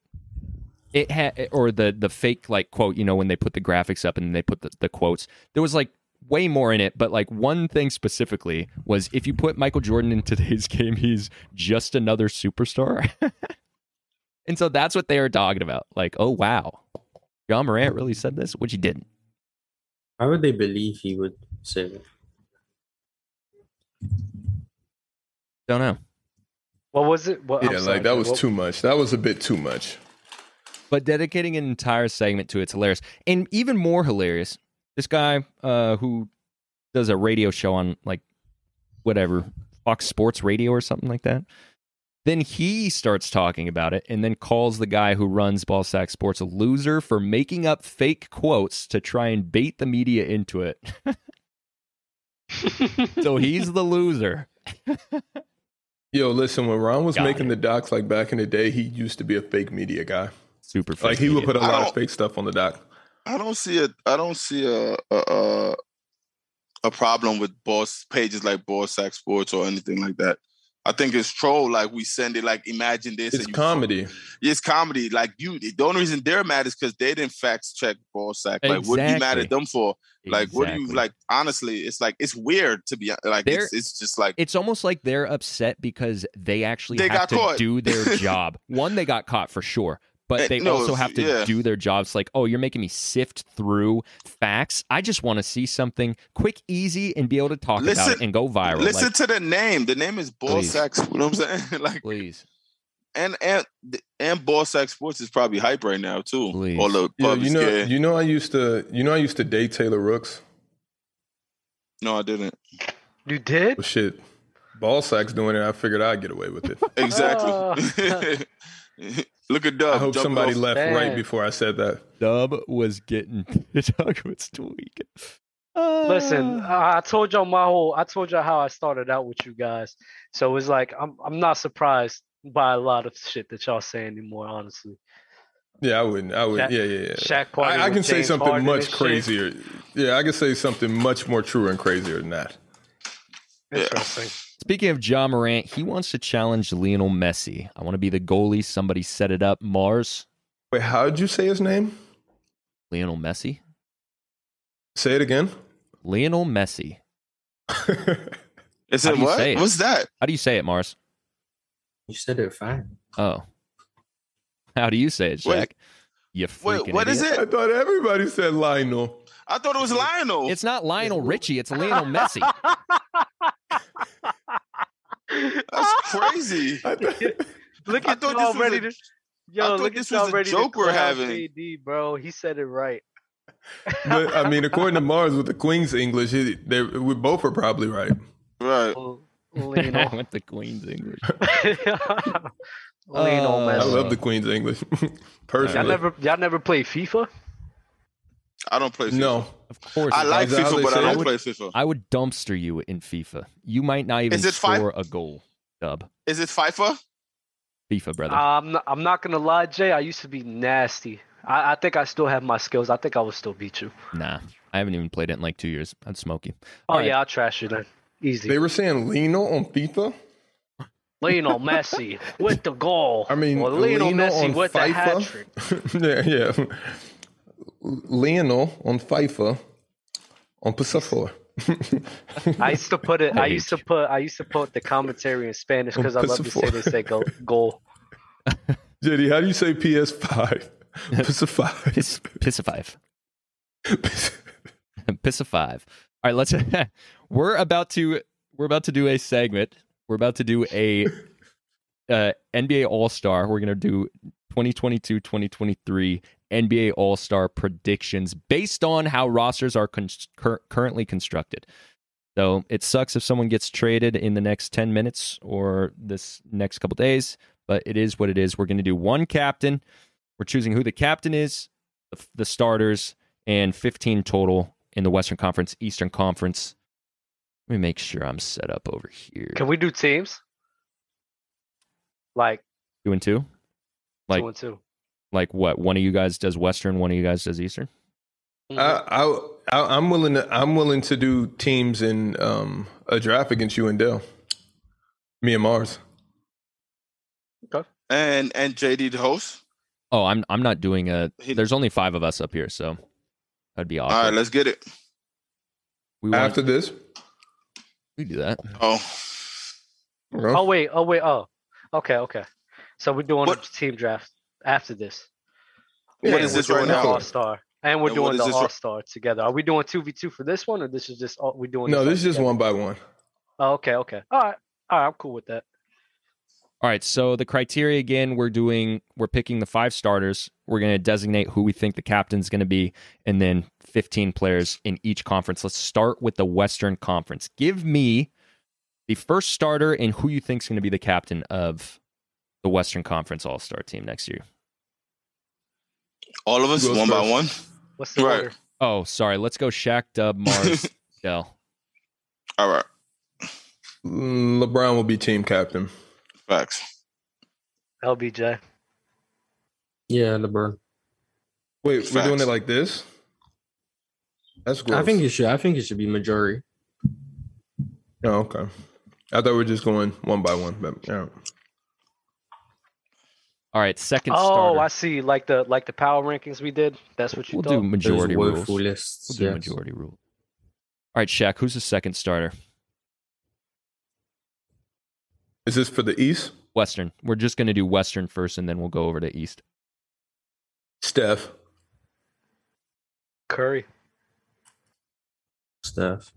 It had or the the fake like quote. You know, when they put the graphics up and they put the, the quotes, there was like way more in it. But like one thing specifically was if you put Michael Jordan in today's game, he's just another superstar. and so that's what they were talking about. Like, oh wow, John Morant really said this, which he didn't.
How would they believe he would say that?
Don't know.
What was it? What, I'm
yeah,
sorry,
like that
Jay,
was
what-
too much. That was a bit too much.
but dedicating an entire segment to it's hilarious and even more hilarious this guy uh, who does a radio show on like whatever fox sports radio or something like that then he starts talking about it and then calls the guy who runs ball sack sports a loser for making up fake quotes to try and bait the media into it so he's the loser
Yo, listen, when Ron was
Got
making the docs like back in the day, he used to be a fake media guy.
super fake
Like he would
media.
put a
I
lot of
don't-
fake stuff on the doc.
I don't see a I don't see a a, a, a problem with boss pages like Ball Sack Sports or anything like that. I think it's troll. Like we send it. Like imagine this.
It's
and you-
comedy.
It's comedy. Like you. The only reason they're mad is because they didn't fact check Ball Sack. Like what are you mad
Exactly.
at them for? Like what do you
Exactly.
like? Honestly, it's like it's weird to be like.
They're-
It's, it's just like
it's almost like they're upset because they actually
They
have
got
to
caught.
do their job. One, they got caught for sure, but
Eh,
they
no,
also have to
yeah.
do their jobs. Like, oh, you're making me sift through facts. I just want to see something quick, easy, and be able to talk about it
Listen-
and go viral.
listen
like,
to the name. The name is Ball
Please.
Sack. You know what I'm saying? like
please.
and and and Ball Sack Sports is probably hype right now too.
Please.
All the
Yo,
pub
you
is
know,
gay.
you know, I used to, you know, I used to date Taylor Rooks.
No, I didn't.
You did?
Well, shit, ball sacks doing it. I figured I'd get away with it.
Oh, Exactly. Look at Dub.
Oh. I hope
jumping
somebody
off-
left
Man.
right before I said that.
Dub was getting Doug was tweaking.
Oh,
Listen, uh
Ah.
I I told y'all my whole. I told y'all how I started out with you guys, so it's like I'm. I'm not surprised by a lot of shit that y'all say anymore. Honestly,
Yeah, I wouldn't. I would.
Shaq-
yeah, yeah, yeah.
Shaq partying
I, I
with
can say
James
something
Harden and
much
shit.
crazier. Yeah, I can say something much more true and crazier than that.
Yeah.
Interesting.
Speaking of John Morant, he wants to challenge Lionel Messi. I want to be the goalie. Somebody set it up. Mars,
Wait, how'd you say his name?
Lionel Messi,
Say it again.
Lionel Messi.
Is
How
it
do you
what?
say it?
What's that?
How do you say it, Mars?
You said it fine.
Oh. How do you say it, Shaq?
Wait.
you
Wait,
freaking
what is
idiot.
it?
I thought everybody said Lionel.
I thought it was Lionel.
It's not Lionel Richie, it's Lionel Messi.
That's crazy.
I thought-
Look
I
at
thought
y'all
this was
ready
a-
to. Yo,
thought
look at
this
y'all
was a
ready
joke
to
we're
clown
having.
KD, bro. He said it right.
But I mean, according to Mars with the Queen's English, he, they, we both are probably right.
Right.
Lean on.
the Queen's English.
Lean on,
Uh,
I
man.
love the Queen's English.
Y'all
Personally.
never, y'all never play FIFA?
I don't play FIFA.
no.
Of course.
I like
Is that how
FIFA,
they
but I
say
don't
it?
play FIFA.
I would dumpster you in FIFA. You might not even
Is it five-
score a goal, Dub.
Is it FIFA?
FIFA, brother.
Ah.
I'm not, I'm not gonna lie, Jay. I used to be nasty. I, I think I still have my skills. I think I would still beat you.
nah. I haven't even played it in like two years. I'd smoke you.
Oh
Alright.
yeah, I'll trash you then. Easy.
They were saying Lino on FIFA?
Lionel Messi with the goal.
I mean,
or Lionel Messi
on
with the hat trick.
FIFA? yeah, yeah. Lionel on FIFA on Pasafor.
I used to put it. I
Wait.
used to put. I used to put the commentary in Spanish because I love to say they say go, goal.
JD, how do you say PS5? PS5.
Piss, piss a five. piss a five. All right, let's. we're about to we're about to do a segment. We're about to do a uh, NBA All Star. We're gonna do 2022-2023 NBA All Star predictions based on how rosters are con- cur- currently constructed. So it sucks if someone gets traded in the next 10 minutes or this next couple days, but it is what it is. We're going to do one captain. We're choosing who the captain is, the, the starters, and 15 total in the Western Conference, Eastern Conference. Let me make sure I'm set up over here.
Can we do teams? Like,
two and two? Like-
two and two.
Like what? One of you guys does Western, one of you guys does Eastern?
Uh,
I,
Mm-hmm.
Mm-hmm.
I, I, I'm willing to. I'm willing to do teams in um, a draft against you and Dell. Me and Mars.
And and JD the host.
Oh, I'm I'm not doing a.
He-
There's only five of us up here, so that'd be awkward.
All right, let's get it.
we want
After
to
this,
we do that.
Oh,
oh wait. Oh wait. Oh. Okay. Okay. So we're doing
What-
a team draft after this.
what
Yeah,
is
we're
this right
doing
the
now?
All Star. And we're
And
doing
what is
the
this right-
All Star together. Are we doing two v two for this one, or this is just all, we doing?
no,
all
this is just
together?
one by one.
Oh, okay, okay. All right, all right. I'm cool with that.
All right, so the criteria again, we're doing we're picking the five starters. We're going to designate who we think the captain's going to be and then 15 players in each conference. Let's start with the Western Conference. Give me the first starter and who you think's going to be the captain of the Western Conference All-Star team next year.
All of us,
Who goes
one by
first?
one.
What's the
Right.
order?
Oh, sorry. Let's go Shaq, Dub, Mars, Dell.
All right,
Mm, LeBron will be team captain.
facts.
LBJ.
Yeah, LeBron.
Wait, we're doing
Facts.
it like this. That's gross.
I think it should. I think it should be majority.
Oh, okay. I thought we were just going one by one, but yeah.
All right, second
oh,
starter.
I see. Like the like the power rankings we did. That's what you
we'll do
thought.
Those
majority rules.
woeful
We'll
lists.
do
yes.
majority rule. All right, Shaq, who's the second starter?
Is this for the East?
Western. We're just going to do Western first and then we'll go over to East.
Steph,
Curry.
Stuff.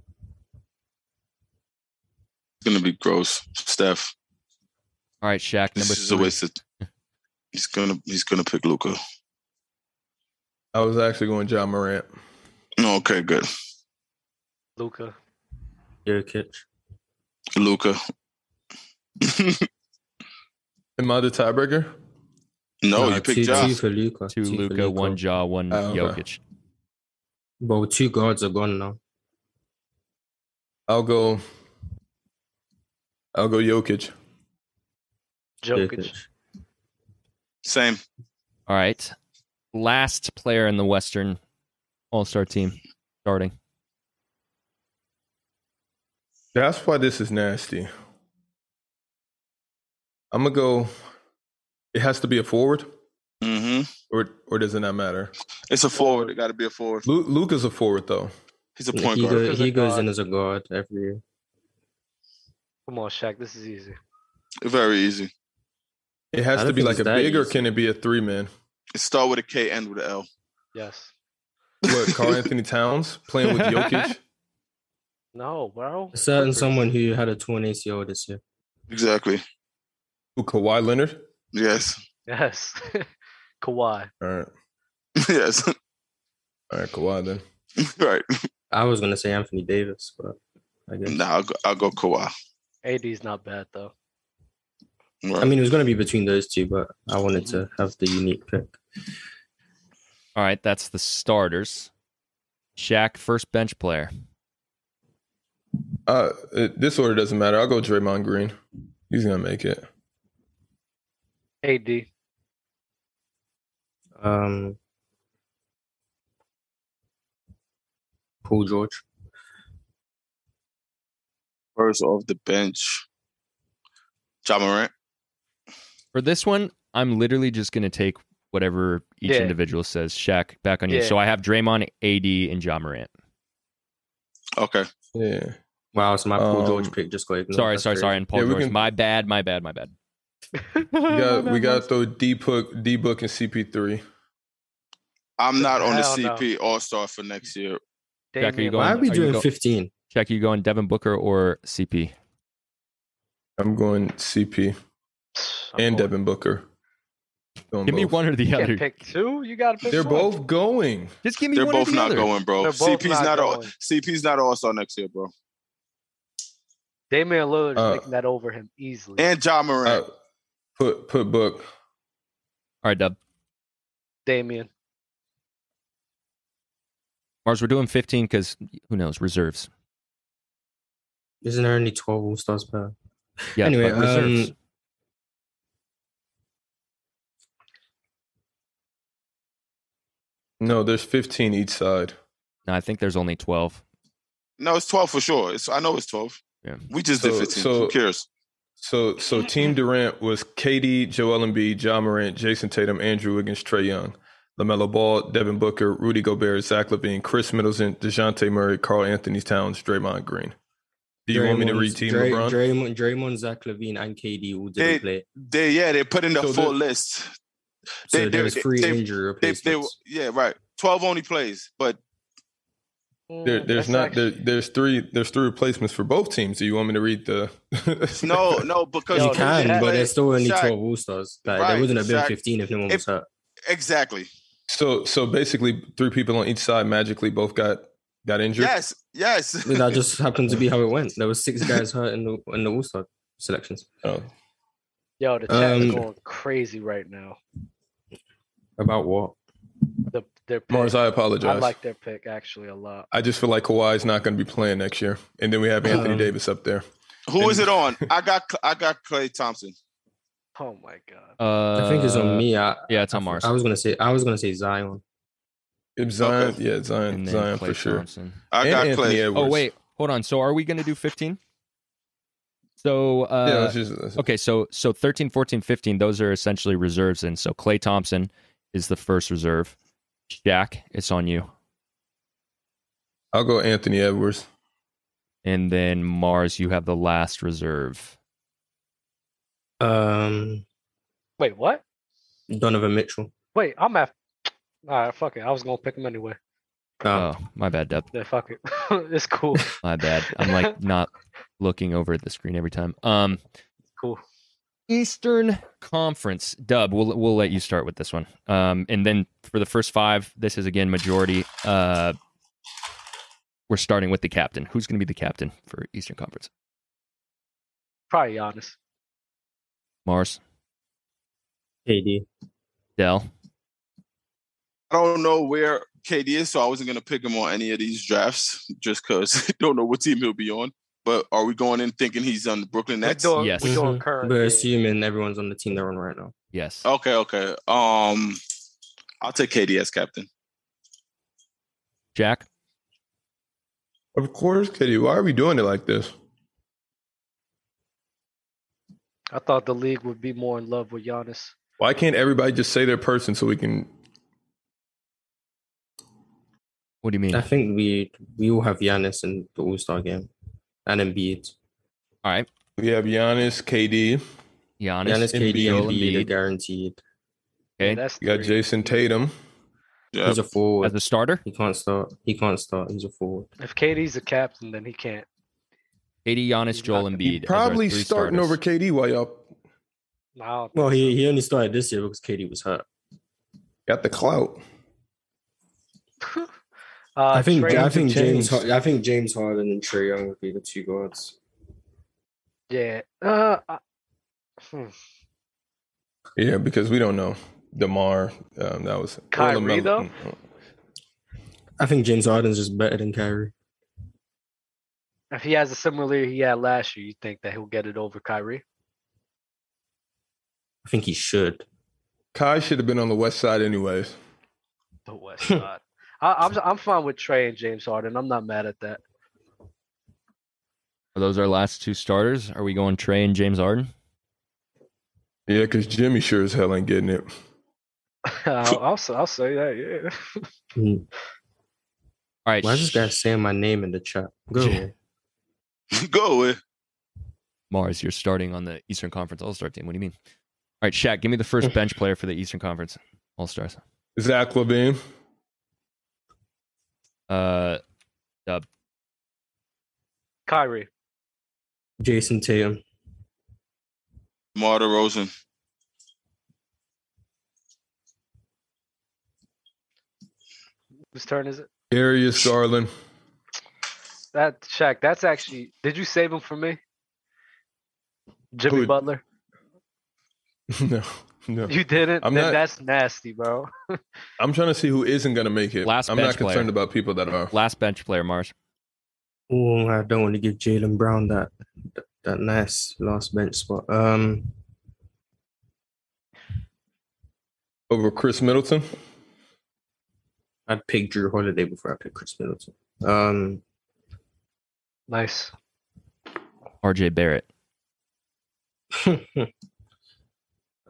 It's gonna be gross, Steph.
All right, Shaq,
This
number
is a
three.
waste of. He's gonna he's gonna pick Luca.
I was actually going John Morant.
No, okay, good.
Luca.
Jokic.
Luca.
Am I the tiebreaker?
no,
Nah, two,
you picked
two
Josh.
for Luca.
Two Luca, one Jaw, one
Oh, okay.
Jokic.
Well, two guards are gone now.
I'll go. I'll go Jokic.
Jokic.
Same.
All right. Last player in the Western All Star team starting.
That's why this is nasty. I'm gonna go. It has to be a forward,
hmm
or or does it not matter?
It's a forward. It got to be a forward.
Lu- Luca's a forward though.
He's a
Yeah,
point
he
guard.
go,
Luka's a
he goes
guard.
in as a guard every year.
Come on, Shaq. This is easy.
Very easy.
It
I
has to
don't
be
think
like a
it's that
big, or
easy.
can it be a three man?
It start with a K, end with an L.
Yes.
What Carl Anthony Towns playing with Jokic?
No, bro.
A certain someone who had a torn ACL this year.
Exactly.
Who, Kawhi Leonard?
Yes.
Yes. Kawhi.
All right.
yes.
All right, Kawhi then.
right.
I was gonna say Anthony Davis, but I guess
Nah, I'll go, I'll go Kawhi.
AD's not bad though.
Right.
I mean it was gonna be between those two, but I wanted to have the unique pick.
All right, that's the starters. Shaq, first bench player.
Uh, it, this order doesn't matter. I'll go Draymond Green. He's gonna make it.
AD.
Um, Paul George.
first off the bench, John Morant.
For this one, I'm literally just going to take whatever each
Yeah.
individual says. Shaq, back on you.
Yeah.
So I have Draymond, AD, and John Morant.
Okay.
Yeah.
Wow, so my Paul George
Um,
pick just got ignored.
sorry,
That's
sorry,
crazy.
sorry. And Paul
Yeah, we
George.
can-
My bad, my bad, my bad.
We got we got to throw D book D book and CP three.
I'm not on the
Hell no.
CP All Star for next year.
Jack, are you
Damian
going-
Why are
Lillard.
we
Are you
doing
go-
15?
Shaq, you going Devin Booker or CP?
I'm going CP
I'm
and
going-
Devin Booker. Going
Give me
both.
one or the
You can't
other.
pick two. You got to pick.
They're
one.
both going.
Just give me
They're
one or
both
the
not
other.
going, bro.
They're both
CP's
not
not, all.
going.
CP's not All Star next year, bro.
Damian Lillard is
Uh,
taking that over him easily.
And John
Uh,
Morant.
put put book.
All right, Dub.
Damian.
Mars, we're doing 15 because who knows? Reserves.
Isn't there only 12 All Stars per?
Yeah,
Anyway,
but reserves.
um,
No, there's 15 each side.
no, I think there's only 12.
no, it's twelve for sure. It's I know it's twelve.
Yeah.
We just
So-
did fifteen.
so-
Who cares?
So so Team Durant was KD, Joel Embiid, John Morant, Jason Tatum, Andrew Wiggins, Trey Young, LaMelo Ball, Devin Booker, Rudy Gobert, Zach Levine, Chris Middleton, DeJounte Murray, Carl Anthony Towns, Draymond Green. Do you want me to
Draymond-
read Team
Dray-
LeBron?
Draymond, Draymond, Zach Levine, and KD all
They-
didn't play.
They yeah, they put in the
So
full
the-
list.
So
they-
there was
they-
three
they-
injury
They, they
replacements.
yeah, right. Twelve only plays, but
There,
Mm,
there's
that's
not there,
actually-
there's three there's three replacements for both teams. Do you want me to read the?
no, no, because
Yo,
you
they
can,
didn't
but
play-
there's still only
Shaq,
12 All Stars. Like,
Right,
there wouldn't have been
Shaq.
15 if no one
If-
was hurt.
exactly.
So so basically, three people on each side magically both got got injured.
Yes, yes.
That just happened to be how it went. There was six guys hurt in the in the All Star selections.
Oh,
Yo, the chat's
Um,
going crazy right now.
About what?
The, their pick.
Mars, I apologize.
I
I,
like their pick actually a lot.
just feel like Kawhi is not going to be playing next year, and then we have Anthony
Um,
Davis up there.
Who is it on? I got I got Clay Thompson.
Oh my god.
Uh,
I think it's on me. I,
Yeah, it's on Mars.
I was gonna say I was gonna say Zion.
If Zion,
Okay.
yeah, Zion,
And then
Zion
Klay
for sure.
Thompson.
I
And
got
Anthony
Clay.
Edwards.
Oh wait, hold on. So are we going to do 15? So
yeah,
uh
let's just, let's-
okay, so so 13, 14, 15, those are essentially reserves and so Clay Thompson is the first reserve. Jack, it's on you.
I'll go Anthony Edwards.
And then Mars, you have the last reserve.
Um,
Wait, what?
Donovan Mitchell.
Wait, I'm after. All right, fuck it. I was gonna pick him anyway.
Uh,
Oh, my bad, Deb.
Yeah, fuck it. it's cool.
My bad. I'm like not looking over at the screen every time. Um
Cool.
Eastern Conference. Dub, we'll we'll let you start with this one. Um, and then for the first five, this is again majority. Uh, we're starting with the captain. Who's going to be the captain for Eastern Conference?
Probably Giannis.
Mars,
KD.
Dell.
I don't know where KD is, so I wasn't gonna pick him on any of these drafts just because don't know what team he'll be on. But are we going in thinking he's on the Brooklyn Nets?
We're doing,
yes. Mm-hmm.
we're doing
Mhm.
current.
But
yeah.
assuming everyone's on the team they're on right now.
Yes.
Oh.
Okay, okay. Um, I'll take KD as captain.
Jack.
Of course, Kitty. Why are we doing it like this?
I thought the league would be more in love with Giannis.
Why can't everybody just say their person so we can?
What do you mean?
I think we we all have Giannis in the All Star game, and Embiid.
All right,
We have Giannis, KD.
Giannis.
Giannis,
Embiid,
KD, and Embiid are
Embiid.
guaranteed.
Yeah,
Okay.
that's
We got
three.
Jason Tatum.
Yeah,
He's a forward.
As a starter,
He can't start. He can't start. He's a forward.
If KD's a captain, then he can't.
Katie, Giannis,
He's
Joel,
not gonna-
You
Embiid. as our
probably
three
starting
starters.
over KD while y'all
I don't
Well, he, he only started this year because KD was hurt.
got the clout.
Uh,
I think
Trey-
I
yeah.
think
James.
James Har- I think James Harden and Trey Young would be the two guards.
Uh, I- hmm.
Yeah, because we don't know. Demar, um, that was or
Kyrie,
LaMelo.
though?
I think James Harden's just better than Kyrie.
If he has a similar year he had last year, you think that he'll get it over Kyrie?
I think he should.
Kai should have been on the west side anyways.
The West Side. I, I'm I'm fine with Trey and James Harden. I'm not mad at that.
Are those our last two starters? Are we going Trey and James Arden?
Yeah, because Jimmy sure as hell ain't getting it.
I'll, I'll say- I'll say that. Yeah.
All right.
Why is this guy saying my name in the chat? Go. away.
Go away.
Mars, you're starting on the Eastern Conference All Star team. What do you mean? All right, Shaq, give me the first bench player for the Eastern Conference All Stars.
Zach Levine.
Uh, Dub.
Kyrie.
Jason Tatum.
DeMar DeRozan.
Whose turn is it?
Darius Garland.
That Shaq, that's actually. Did you save him for me? Jimmy
Who-
Butler.
no, no.
You didn't.
I'm
Then
not-
that's nasty, bro.
I'm trying to see who isn't going to make it.
Last
I'm
bench
not concerned
player.
about people that are.
Last bench player, Mars.
Oh, I don't want to give Jalen Brown that, that that nice last bench spot. Um,
Over Chris Middleton.
I'd pick Drew Holiday before I pick Chris Middleton. Um,
Nice.
RJ Barrett.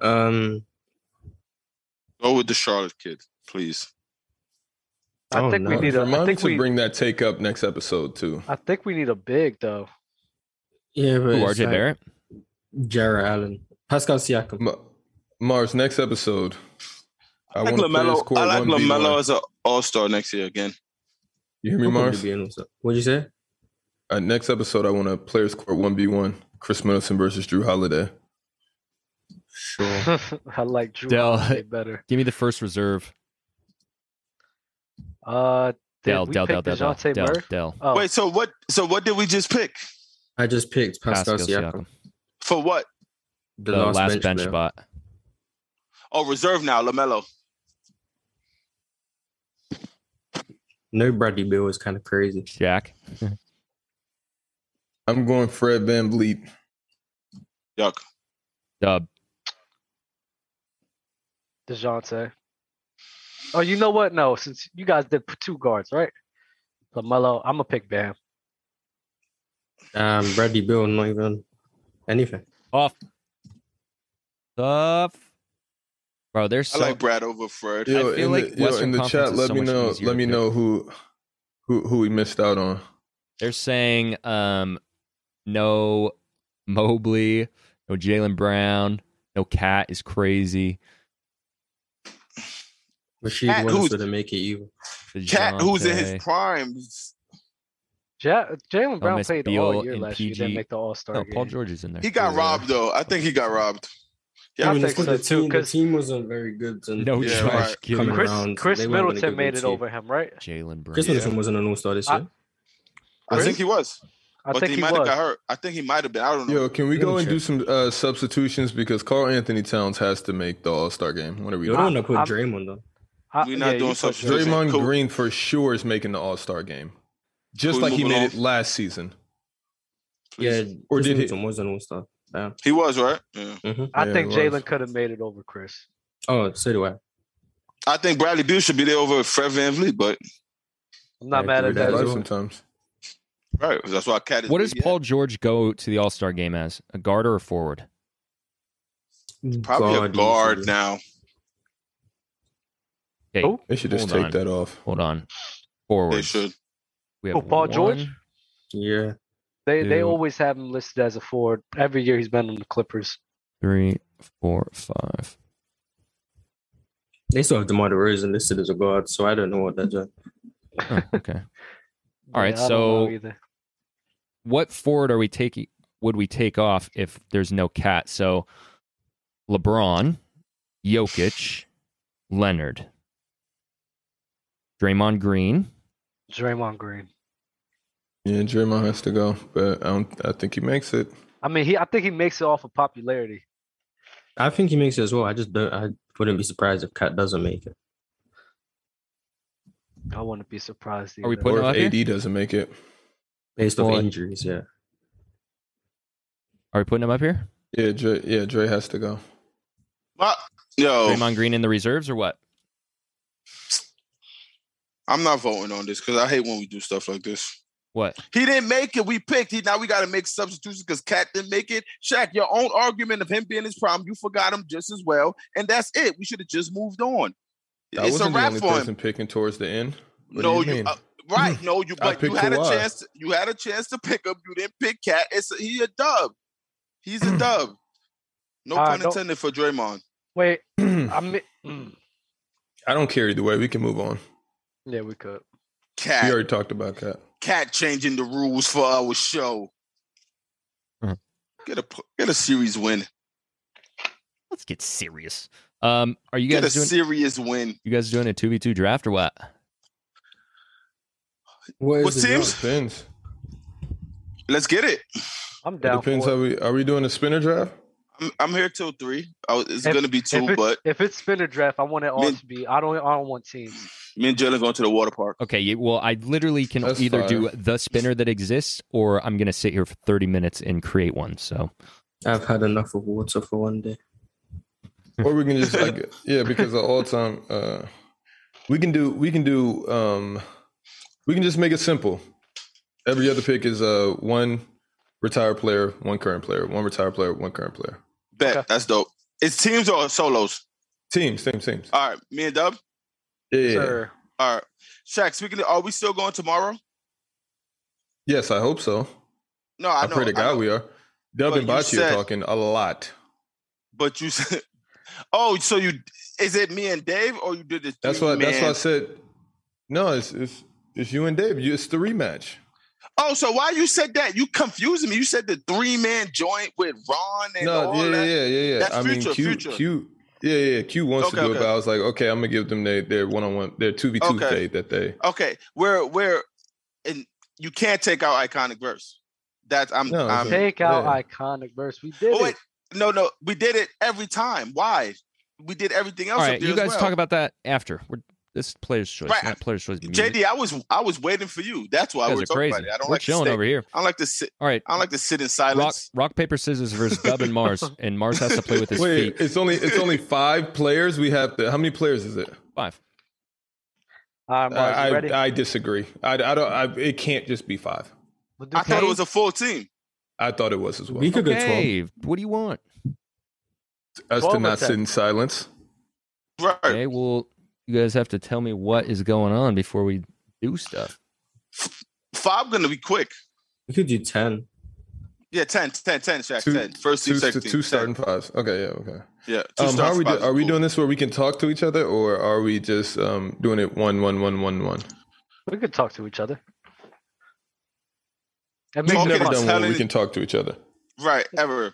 um,
Go with the Charlotte kid, please.
I
Oh,
think we
no.
need a. I
Remind me
think
to
we.
bring that take up next episode, too.
I think we need a big though.
yeah, but
Who,
it's
RJ
like
Barrett?
Jarrett Allen, Pascal Siakam.
Ma- Mars, next episode. I,
I like
wanna play this
LaMelo.
court
I like
1v1.
LaMelo as an all star next year again.
You hear me,
Who could
Mars?
be in also? What'd you say?
Uh, next episode, I want to players court 1v1. Chris Middleton versus Drew Holiday.
Sure.
I like Drew
Dell.
Holiday better.
Give me the first reserve.
Uh, did
Dell,
we
Dell, Dell,
pick
Dell, Dell,
DeJounte
Dell,
Murray?
Dell.
Oh,
Wait, so what? So what did we just pick
I just picked Pascal, Siakam,
for what?
the,
The
last, bench,
bench
player.
spot.
Oh, reserve now, Lamelo.
No Bradley Bill is kind of crazy.
Shaq.
I'm going Fred Van Vliet.
Yuck.
Dub.
Dejounte. Oh, you know what? No, since you guys did p- two guards, right? Lamelo, I'm gonna pick Bam.
Um, Bradley Bill, not even anything.
Off. Tough. Bro, there's so
I like Brad over Fred.
Yeah.
Yo,
feel
in,
like
the, yo,
Western
in the
Conference
chat,
is
let
so
me
much
know.
easier
Let me
to
know who, who who we missed out on.
They're saying um, no Mobley, no Jalen Brown, no Cat is crazy.
Rasheed
Cat,
Wallace
who's-
wouldn't make it either.
Cat, who's in
DeJounte.
his prime.
Ja- Jalen Brown
miss
played all
Beal
year
and
last year. Didn't
PG.
make the All Star
No,
game.
Paul George is in there.
He got
Yeah.
robbed though. I think he got robbed.
I
Yeah,
mean,
think
it's 'cause
so
the
too,
team, the
'cause-
team wasn't very good. And
No
Yeah,
Josh
right.
Giddey.
Coming
Chris
around,
Chris
they weren't gonna
Middleton
go
made it
to you.
over him, right?
Jalen Brown.
Chris Middleton wasn't an All Star this
I-
year.
I think he was.
I
but
think
he,
he
might have
was.
got hurt. I think he might have been. I don't know.
Yo, can we
Yeah,
go and
sure.
do some uh, substitutions because Carl Anthony Towns has to make the All Star game. What are we
You
doing?
don't want to put
I'm-
Draymond though.
I-
We're not
you
doing
put-
substitution.
Draymond
Cool.
Green for sure is making the All Star game, just
Cool,
like he
moving
made
on.
it last season.
Yeah,
Or did
Chris
he-
Middleton was an All Star. Yeah.
He was right. Yeah.
I
Yeah,
think
it was.
Jalen could have made it over Chris.
Oh, so do I.
I think Bradley Beal should be there over Fred Van Vliet, but
I'm not
Yeah,
mad
give
at
me
That
that.
that.
life
is-
sometimes.
right. That's why Cat is.
What does
big, yeah.
Paul George go to the All Star game as? A guard or a forward?
Probably a guard
easily.
now.
Okay,
Who?
They should just
Hold
take
on.
that off.
hold on.
They
Forward.
should.
We have
Oh, Paul George?
one.
Yeah.
They they
Dude.
always have him listed as a forward. Every year he's been on the Clippers.
Three, four, five.
They still have DeMar DeRozan listed as a guard, so I don't know what that's. Like.
Oh, okay. All right,
I don't know
so-
either.
what forward are we taking? Would we take off if there's no cat? So LeBron, Jokic, Leonard, Draymond Green,
Draymond Green.
Yeah, Draymond has to go, but I don't. I think he makes it.
I mean, he. I think he makes it off of popularity.
I think he makes it as well. I just don't. I wouldn't be surprised if Cat doesn't make it.
I wouldn't be surprised.
Are we
either.
Put
or
him
if
up here?
AD doesn't make it,
Based off
Well,
injuries, yeah.
Are we putting him up here?
yeah, Dre, yeah, Dre has to go.
But, yo,
Draymond Green in the reserves or what?
I'm not voting on this because I hate when we do stuff like this.
What?
He didn't make it. We picked. He now we got to make substitutions because Cat didn't make it. Shaq, your own argument of him being his problem, you forgot him just as well, and that's it. We should have just moved on.
I
it's a
wasn't the
wrap
only
for him.
person picking towards the end. What
no,
do you,
you,
mean?
uh, right? No, you.
I
But you
picked
had a
Kawhi.
chance. you had a chance to pick him. You didn't pick Cat. It's a, he a dub. He's a dub. No
Uh,
pun
no-
intended for Draymond.
Wait,
uh,
I mean, mm,
I don't care either way. We can move on.
yeah, we could.
We
Cat.
already talked about that.
Cat changing the rules for our show.
Mm.
Mhm.
Get a get a series win.
Let's get serious. Um, are you
Get a
guys doing?
serious win.
you guys doing a two v two draft or what?
What, is
What
the
teams?
draft?
Depends.
Let's get it.
I'm
It
down.
depends
for
how we are we doing a spinner draft?
I'm, I'm here till three. Oh, it's
If-
gonna be two,
if, it-
but
if it's spinner draft, I want it all
Min-
to be. I don't. I don't want teams.
me and Jalen going to the water park.
Okay, yeah, well, I literally can
That's
either do
fire.
the spinner that exists, or I'm gonna sit here for 30 minutes and create one. So
I've had enough of water for one day.
Or we can just like yeah, because of all time uh we can do we can do um we can just make it simple. Every other pick is uh one retired player, one current player, one retired player, one current player.
Bet
Okay.
that's dope. It's teams or solos.
Teams, same teams.
All right, me and Dub.
Yeah. yeah, yeah.
Sir,
All right, Shaq. Speaking, of, are we still going tomorrow?
Yes, I hope so.
No,
I,
I, know,
pray to
I
God
know.
we are. Dub
But
and
you
Bachi
said-
are talking a lot.
But you said, oh, so you is it me and Dave or you did the
That's
three
why that's why I
man?
said no, it's it's it's you and Dave. You, it's the rematch.
Oh, so why you said that? You confusing me. You said the three man joint with Ron and
No,
all
yeah,
that.
yeah, yeah, yeah.
That's
I
future,
mean, Q,
future.
Q, yeah, yeah. Q wants
Okay,
to do
okay.
it, but I was like, okay, I'm gonna give them their their one on one, their two v two
Okay.
date that they.
Okay, where where, and you can't take out iconic verse. That's I'm
No, it's
I'm
a-
take out
Yeah.
iconic verse. We did
Oh,
it.
wait. No, no, we did it every time. Why? We did everything else.
all
up
right,
there
you
as
guys
well.
talk about that after. We're this player's choice,
Right.
not player's choice. music.
JD. I was I was waiting for you. That's why
you
we're
guys are
talking
crazy.
about it. I don't
We're
like to
chilling
stay-
over here.
I don't like to sit.
All right,
I don't like to sit in
rock,
silence.
rock paper scissors versus Dub and Mars, and Mars has to play with his
Wait,
feet.
it's only it's only five players. We have to. How many players is it?
Five.
All right, Mars, you
I,
ready?
I I disagree. I, I don't. I, it can't just be five.
We'll do
I thought it
Kane.
was a full team.
I thought it was as well.
We could go
Okay, what do you want?
Us
Twelve
to
or
not sit
ten?
in silence.
Right.
Okay, well, you guys have to tell me what is going on before we do stuff.
Five gonna be quick.
We could do ten.
Yeah, 10, 10, 10, Shaq,
Two-
10. First team,
Two,
second team.
two
10.
starting fives. Okay, yeah, okay.
Yeah, two
Um, how are
starting
we? Do,
fives
are we
cool.
doing this where we can talk to each other, or are we just um, doing it one, one, one, one, one?
We could talk to each other. It
We've
makes
We've
it
Okay,
never
fun.
done one where we
telling-
can talk to each other.
Right, ever.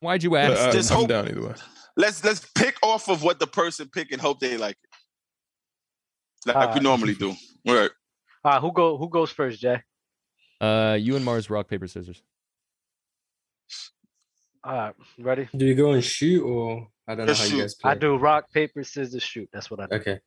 Why'd you
But
ask?
Uh,
I,
just
Uh, I'm
hope-
down either way.
Let's let's pick off of what the person pick and hope they like it. Like
Ah.
Alright.
we normally do. Right.
All right, who go? Who goes first, Jay?
Uh, you and Mars, rock paper scissors.
All right, ready?
Do you go and shoot or I don't know
Just
how
shoot.
you guys play?
I do rock paper scissors shoot. That's what I do.
Okay.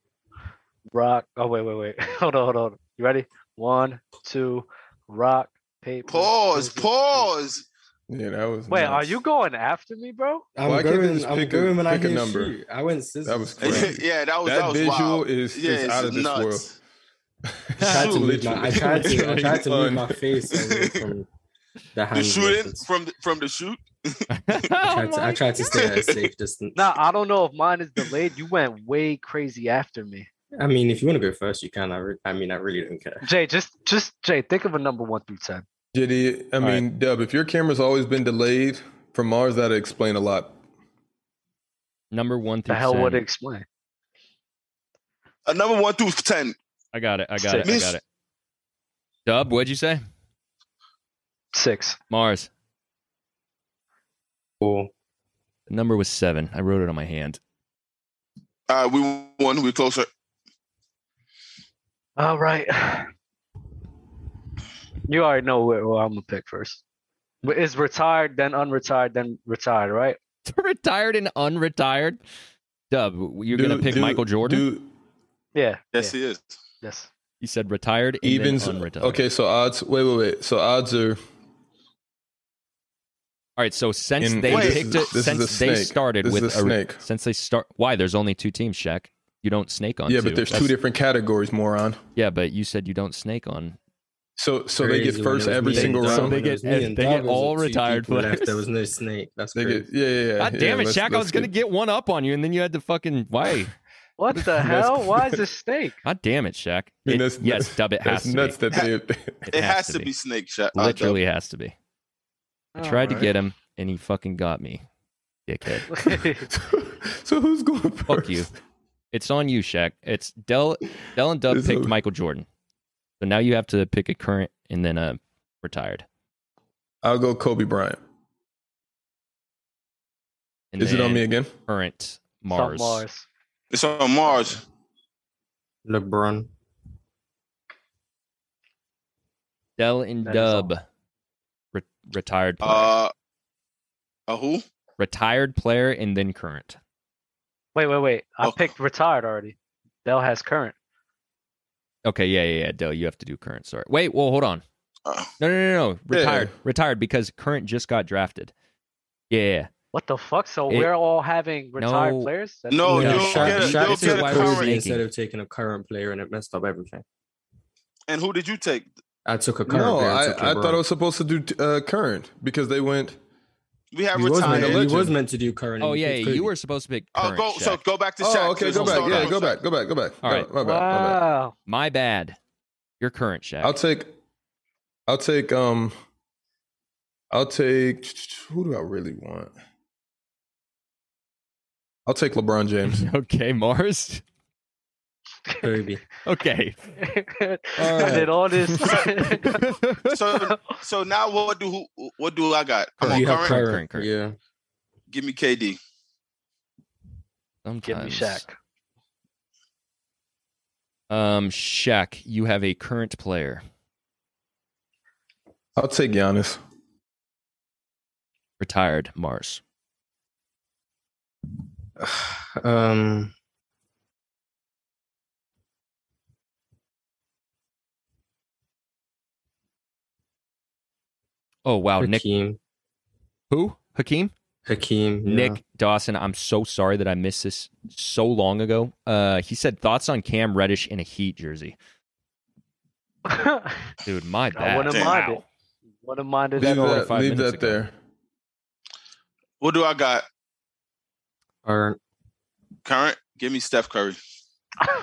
Rock. Oh wait, wait, wait. Hold on, hold on. You ready? One, two. Rock paper.
Pause,
scissors, shoot.
pause.
Yeah, that was.
Wait, are
nuts.
you going after me, bro?
I'm
Why can't they
going.
just
I'm
pick a-
going when I
pick a
hear
number?
shoot. I went scissors.
That was crazy.
yeah, that was that,
That,
was
visual
wild.
is,
Yeah,
is
it's
out of this
nuts.
world.
I tried to move my, I tried to, I
Literally.
tried to move my
Un-
face away from the hand.
The shooting
movements.
from the, from the shoot.
I tried, to, I tried to stay at a safe distance.
Oh Nah, I don't know if mine is delayed. You went way crazy after me.
I mean, if you want to go first, you can. I, re- I mean, I really don't care.
Jay, just, just Jay, think of a number one through ten.
JD, I
All right.
mean, Dub, if your camera's always been delayed from Mars, that'd explain a lot.
Number one
The
through
hell would it
10.
explain?
A Uh, number one through ten.
I got it. I got
Six.
it. I got it. Dub, what'd you say?
Six.
Mars.
Or
The number was seven. I wrote it on my hand.
All right, we won. We're closer.
All right. You already know where, where I'm gonna pick first. But It's retired, then unretired, then retired, right?
Retired and unretired. Dub, you're
Do-
gonna pick
do-
Michael Jordan.
Do
Yeah.
Yes,
yeah,
he is.
yes.
you said retired and
evens?
Then unretired.
Okay, so odds. Wait, wait, wait. So odds are.
All right. So since
In-
they
Wait.
picked
this is-
it,
this is a
since they
snake.
started
This
with
is a snake.
since they start, why there's only two teams, Shaq. You don't snake on.
Yeah,
two.
but there's two
That's-
different categories, moron.
Yeah, but you said you don't snake on.
So so they
Crazy
get
when
first
it was
every
me and
single
Dom,
round.
when
They
it
get-
was me and
they
Dom,
get
it was
all
two
retired
people left.
players.
There was no snake. That's
They
crazy.
get, yeah, yeah, yeah.
God
yeah,
damn it,
let's-
Shaq! I
let's
was gonna
get-
get one up on you, and then you had to fucking why?
What the
That's-
hell? Why is it snake?
God damn it, Shaq!
I mean,
It-
that's
yes,
nuts.
Dub. It has
That's
to
nuts
be.
that they.
It, has, to be Snake Shot. uh,
Literally has to be. I tried to
Alright.
get him, and he fucking got me, dickhead.
so who's going first?
Fuck you. It's on you, Shaq. It's Dell. Dell and Dub
It's
picked
a-
Michael Jordan, so now you have to pick a current and then a retired.
I'll go Kobe Bryant.
And
Is it on
then
me again?
Current
It's on
Mars.
Mars.
It's on Mars.
LeBron.
Dell and
That is
Dub. Re- retired player.
Uh, uh, who?
retired player and then current.
Wait, wait, wait. I
Oh.
picked retired already. Dell has current.
Okay, yeah, yeah, yeah. Dell, you have to do current. Sorry. Wait, well, hold on.
Uh,
No, no, no, no.
Yeah.
Retired. Retired because current just got drafted. Yeah, Yeah.
What the fuck? So
It-
we're all having retired
No.
players?
No, Oh,
Yeah,
you don't
Shaq-
get a- you
Shaq
don't
took
get a
Kobe
current.
instead of taking a current player, and it messed up everything.
and who did you take?
I took a current
No,
player.
I,
took
I thought
LeBron.
I was supposed to do uh, current because they went.
We have
He was,
retired.
meant, he
legend.
was meant to do current.
Oh,
and he
yeah.
picked
yeah, You
Kobe.
were supposed to pick
Oh,
current.
go. So
Shaq.
go back to Shaq.
Oh, okay.
So
Go back.
start
Yeah,
on
go
Shaq.
back. Go back. Go back.
All right.
My bad. My bad.
wow.
My bad. You're current, Shaq.
I'll take. I'll take. Um. I'll take. Who do I really want? I'll take LeBron James.
okay, Mars.
Kobe.
Okay.
I did all this.
So so now what do who, what do I got? Come on,
You have
current.
current.
Current, current.
Yeah.
Give me KD.
Give me
Sometimes.
Shaq.
Um, Shaq, you have a current player.
I'll take Giannis.
Retired Mars.
Um.
Oh wow, Nick
Hakeem.
who? Hakeem?
Hakeem. yeah.
Nick Dawson, I'm so sorry that I missed this so long ago. Uh, he said thoughts on Cam Reddish in a Heat jersey.
I
Dude, my bad.
wouldn't
Damn.
mind it. Wouldn't mind it
Leave
at all.
that,
if I-
five
leave
minutes
that
ago.
there.
What do I got?
Current.
Current. Give me Steph Curry.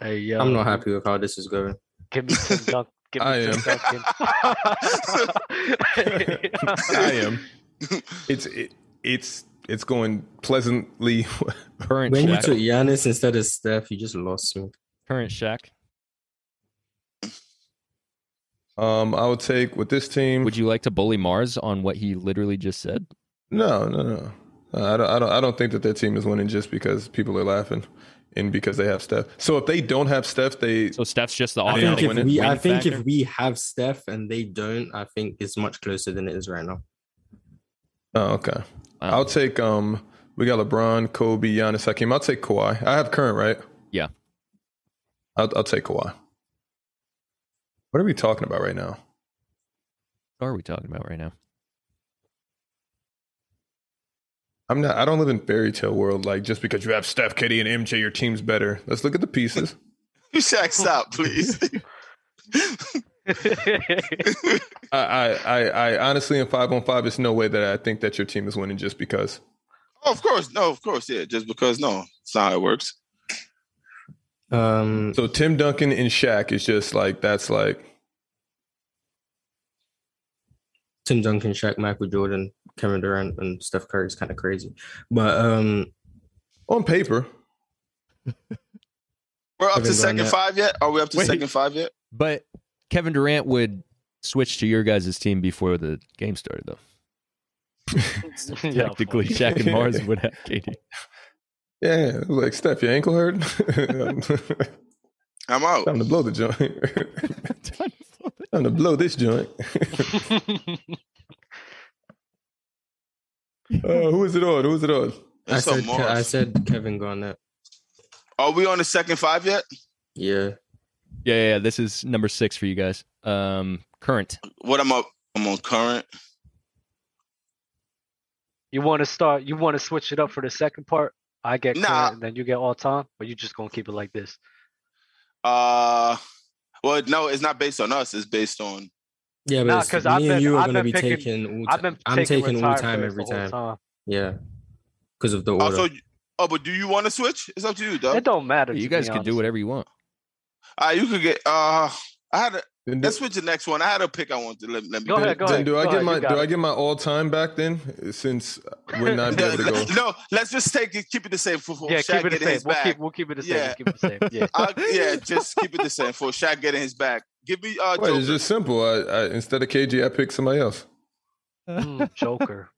hey yo,
I'm not happy with how this is going.
Give me Tim Dunk. Give me
I
Tim
am.
Duncan.
I am. It's it, it's it's going pleasantly.
Current
When you
Shaq.
took Giannis instead of Steph, you just lost me.
current Shaq.
Um, I would take with this team.
Would you like to bully Mars on what he literally just said?
No, no, no. Uh, I don't, I don't. I don't think that their team is winning just because people are laughing, and because they have Steph. So if they don't have Steph, they
So Steph's just the
I
I
think
automatic
think
if
if
win it.
we,
win
I think if
factor?
we have Steph and they don't, I think it's much closer than it is right now.
Oh, okay.
Wow.
I'll take um. We got LeBron, Kobe, Giannis, Hakeem. I'll take Kawhi. I have current, right?
Yeah.
I'll, I'll take Kawhi. What are we talking about right now?
What are we talking about right now?
I'm not. I don't live in fairy tale world. Like just because you have Steph, Kitty, and MJ, your team's better. Let's look at the pieces.
Shaq, stop, please.
I, I, I, I honestly, in five on five, it's no way that I think that your team is winning just because.
oh, of course, no, of course, yeah. Just because, no, it's not how it works.
Um,
So Tim Duncan and Shaq is just like that's like
Tim Duncan, Shaq, Michael Jordan, Kevin Durant, and Steph Curry is kind of crazy, but um,
on paper.
We're up
Kevin
to second
Garnett.
five yet? Are we up to
Wait.
second five yet?
But Kevin Durant would switch to your guys' team before the game started, though.
Yeah,
Technically, Shaq and Mars would have KD.
Yeah, like Steph, your ankle hurt.
I'm out.
Um,
Time to blow the joint. Time to blow this joint. Uh, who is it on? Who is it on?
I
It's a
said, Ke- I
Morris.
said Kevin Garnett.
Are we on the second five yet?
Yeah,
Yeah.
yeah, yeah, this is number six for you guys. Um, current.
What I'm up? I'm on current.
You want to start? You want to switch it up for the second part? I get
Nah.
current, and then you get all time, or you just gonna keep it like this?
Uh, well, no, it's not based on us. It's based on
Yeah, but
Nah,
it's-
'cause
me
I've
and
been-
you are
I've
going to
been
be
picking-
taking all
I've
time.
been
I'm taking all
retired
time
players the
every
whole
time. Yeah. Because of the order.
also. Oh, but do you want to switch? It's up to you,
It
Doug.
don't matter.
You
to
guys
be
can do
honest.
whatever you want.
Uh, you could get. Uh, I had. A,
Then do,
let's switch the next one. I had a pick. I wanted. Let, let me.
Go ahead. Go
then
ahead.
do
go
I
ahead,
get
you
my
got
do I
it.
get my all time back then? Since we're not able to go.
No, let's just take it. Keep it the same for for
Yeah, keep
Shaq
it the
getting
same.
his
We'll
back.
keep, we'll keep it the same.
Yeah.
Keep it the same. Yeah.
Uh, yeah, just keep it the same for Shaq getting his back. Give me uh,
Wait, it's
Joker.
just simple. I, I instead of KG, I picked somebody else.
Mm, Joker.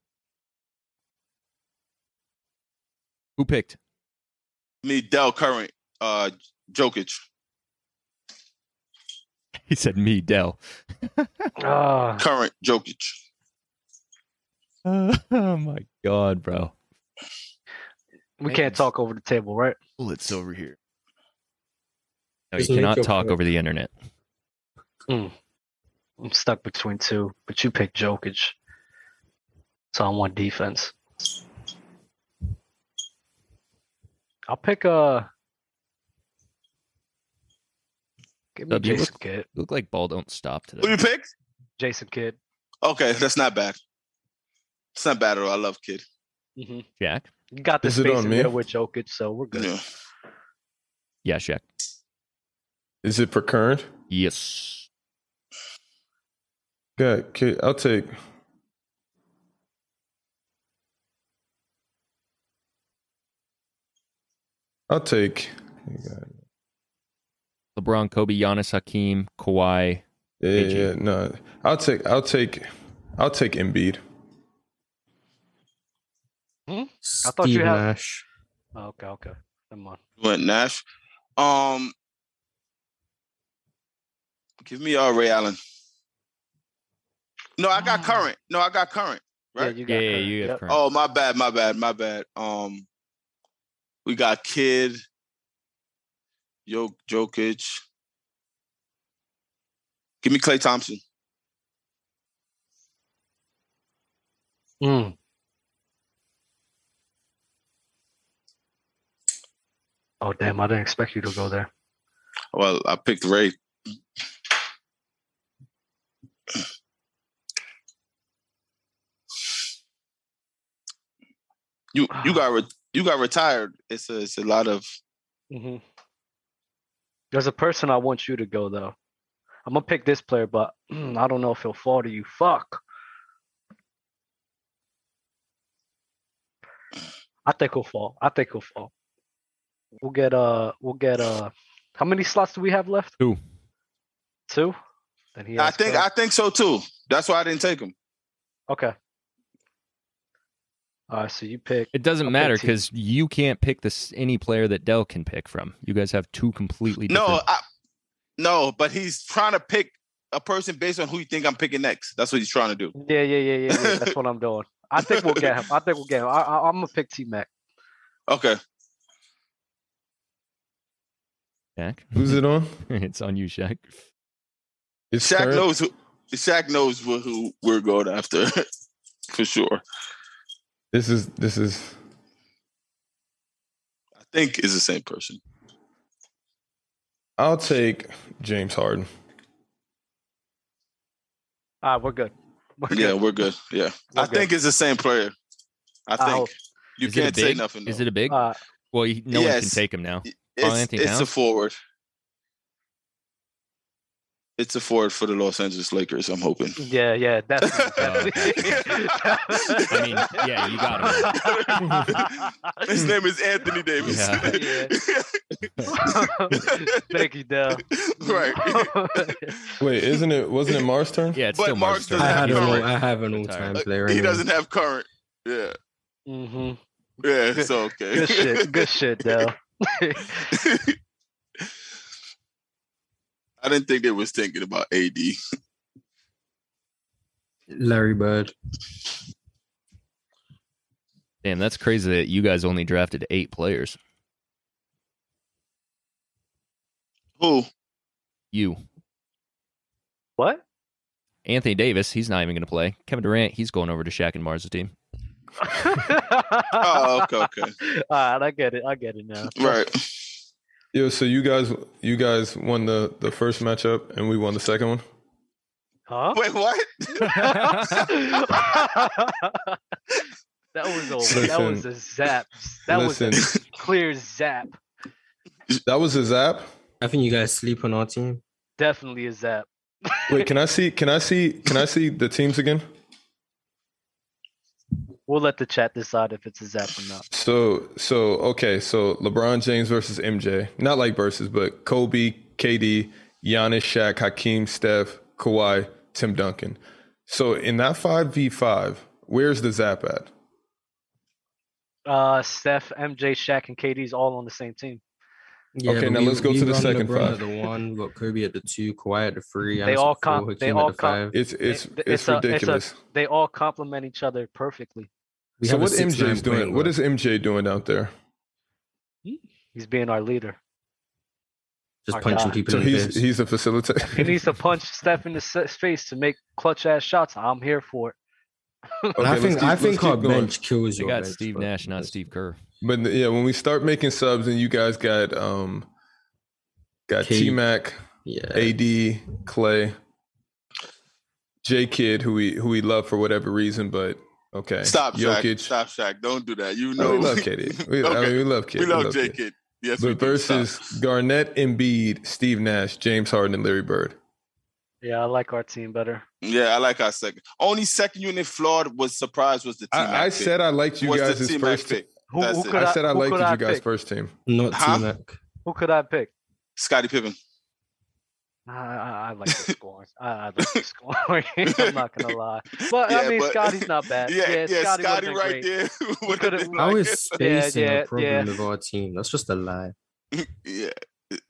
Who picked?
me Dell Current, uh, Jokic.
He said me, Dell.
Ah,
Current Jokic.
oh my god, bro.
we can't talk over the table, right?
Bullets over here. No, you
Just make
cannot
your
talk
point.
over the internet.
I'm stuck between two, but you picked Jokic. So I want defense. I'll pick uh Give me
Dub, you
Jason Kidd.
You look like ball don't stop today.
Who you pick?
Jason Kidd.
Okay, that's not bad. It's not bad at all. I love Kid.
Mhm.
Jack?
You got the
Is it
space
on
in
me?
there with Jokic, so we're good.
Yeah.
Yeah, Jack.
Is it for current?
Yes.
Yeah, K, I'll take. I'll take.
LeBron, Kobe, Giannis, Hakeem, Kawhi.
Yeah,
KG.
yeah, no. I'll take. I'll take. I'll take Embiid.
I thought you
Steve
had-
Nash.
Oh, okay, okay. Come on.
Went Nash. Um, give me uh Ray Allen. No, I got
Ah.
Current. No, I got Current. Right?
Yeah, you got
Yeah, yeah,
Curry.
you have
Yep.
current.
Oh, my bad, my bad, my bad. Um, we got Kid, Yo Jokic. Give me Clay Thompson.
Mm. Oh damn, I didn't expect you to go there.
Well, I picked Ray. You you got re- you got retired. It's a it's a lot of
Mm-hmm. There's a person I want you to go though. I'm gonna pick this player, but I don't know if he'll fall to you. Fuck. I think he'll fall. I think he'll fall. We'll get uh we'll get uh how many slots do we have left?
Two.
Two? Then he
I
has
think
Curry.
I think so too. That's why I didn't take him.
Okay. All right, so you pick
It doesn't
I'll pick
matter
two.
because you can't pick this any player that Dell can pick from. You guys have two completely different.
No, I, no, but he's trying to pick a person based on who you think I'm picking next. That's what he's trying to do.
Yeah, yeah, yeah, yeah, yeah. That's what I'm doing. I think we'll get him. I think we'll get him. I, I, I'm gonna pick T Mac.
Okay.
Jack.
Who's it on?
it's on you, Shaq.
It's
Shaq
current?
knows who Shaq knows who, who we're going after for sure.
This is. This is.
I think is the same person.
I'll take James Harden.
All right, Uh, we're good. We're
yeah,
good.
we're good. Yeah,
We're
I
good.
think it's the same player. I
I
think
hope-
you
Is it a
can't say
big?
nothing.
Is
though.
it a big?
Uh,
well, you- no one can
yes.
take him now. Carl
It's,
Anthony
it's a
Towns?
forward. It's a forward for the Los Angeles Lakers. I'm hoping.
yeah, yeah, definitely.
Oh, I mean, yeah, you got him.
His name is Anthony Davis.
Thank you, Dell.
right.
Wait, isn't it? Wasn't it Mars' turn?
Yeah, it's
But
still Mark's turn.
Mark's
I
doesn't
had an all,
have current.
I have an all
Retired.
time player.
he
anyway.
doesn't have current. Yeah.
mm-hmm.
Yeah, it's okay.
Good shit. Good shit, though.
I didn't think they was thinking about AD.
Larry Bird.
Damn, that's crazy that you guys only drafted eight players.
Who?
You,
What?
Anthony Davis, he's not even going to play. Kevin Durant, he's going over to Shaq and Mars' team.
Oh, okay, okay.
All right, I get it. I get it now.
Right.
Yo, so you guys, you guys won the the first matchup, and we won the second one.
Huh?
Wait, what?
that was a that was
Listen.
a zap. That was
Listen,
a clear zap.
that was a zap.
I think you guys sleep on our team.
Definitely a zap.
Wait, can I see? Can I see? Can I see the teams again?
We'll let the chat decide if it's a zap or not.
So, so okay, so LeBron James versus MJ, not like versus, but Kobe, KD, Giannis, Shaq, Hakeem, Steph, Kawhi, Tim Duncan. So in that five v five, where's the zap at?
Uh, Steph, MJ, Shaq, and KD's all on the same team.
Yeah,
Okay,
but
now let's go to the
run
second
LeBron
five.
At the one, we've got Kobe at the two, Kawhi at the three.
They
Giannis
all
at four,
comp- they
Hakeem
all
at the
comp-
five.
It's it's
It- it's
it's,
a- it's a-
ridiculous.
They all complement each other perfectly.
We
so
have a
what
six-man
MJ's doing?
point
What
guard.
is MJ doing out there?
He's being our leader.
just
our
punching
guy?
people
So
in the
he's
face?
he's the
He
facilitator.
needs to punch Steph in the se- face to make clutch ass shots. I'm here for it.
And I
Okay, let's
think
keep-
I
let's
think
keep
our
going.
bench kills
They
your
got
bench,
Steve
bro.
Nash, not Steve Kerr.
But yeah, when we start making subs, and you guys got um got
Kate.
T Mac,
Yeah,
AD, Clay, J Kid, who we who we love for whatever reason, but okay,
Stop, Shaq.
Jokic.
Stop, Shaq. Don't do that. You
No,
know.
we love KD. We, I
Okay.
mean, we love KD.
We love J
Kid.
Kid. Yes, we
But
do.
versus
Stop.
Garnett, Embiid, Steve Nash, James Harden, and Larry Bird.
Yeah, I like our team better.
Yeah, I like our second. Only second unit flawed was surprised was the team.
I, I said I liked you
was
guys'
the team
first team.
pick.
Who,
That's
who
it.
could
I said I
who
liked
could
you
I
guys
pick?
first team.
not
Huh?
T Mac.
Who could I pick?
Scottie Pippen.
I, I, I like the scoring. I, I like the scoring. I'm not gonna lie, but I
Yeah,
mean
but-
Scotty's not bad.
Yeah, yeah, Scotty,
would've been great.
right there. would have
could've-
been
How
like-
is spacing
yeah,
a problem
yeah.
with our team? That's just a lie.
yeah,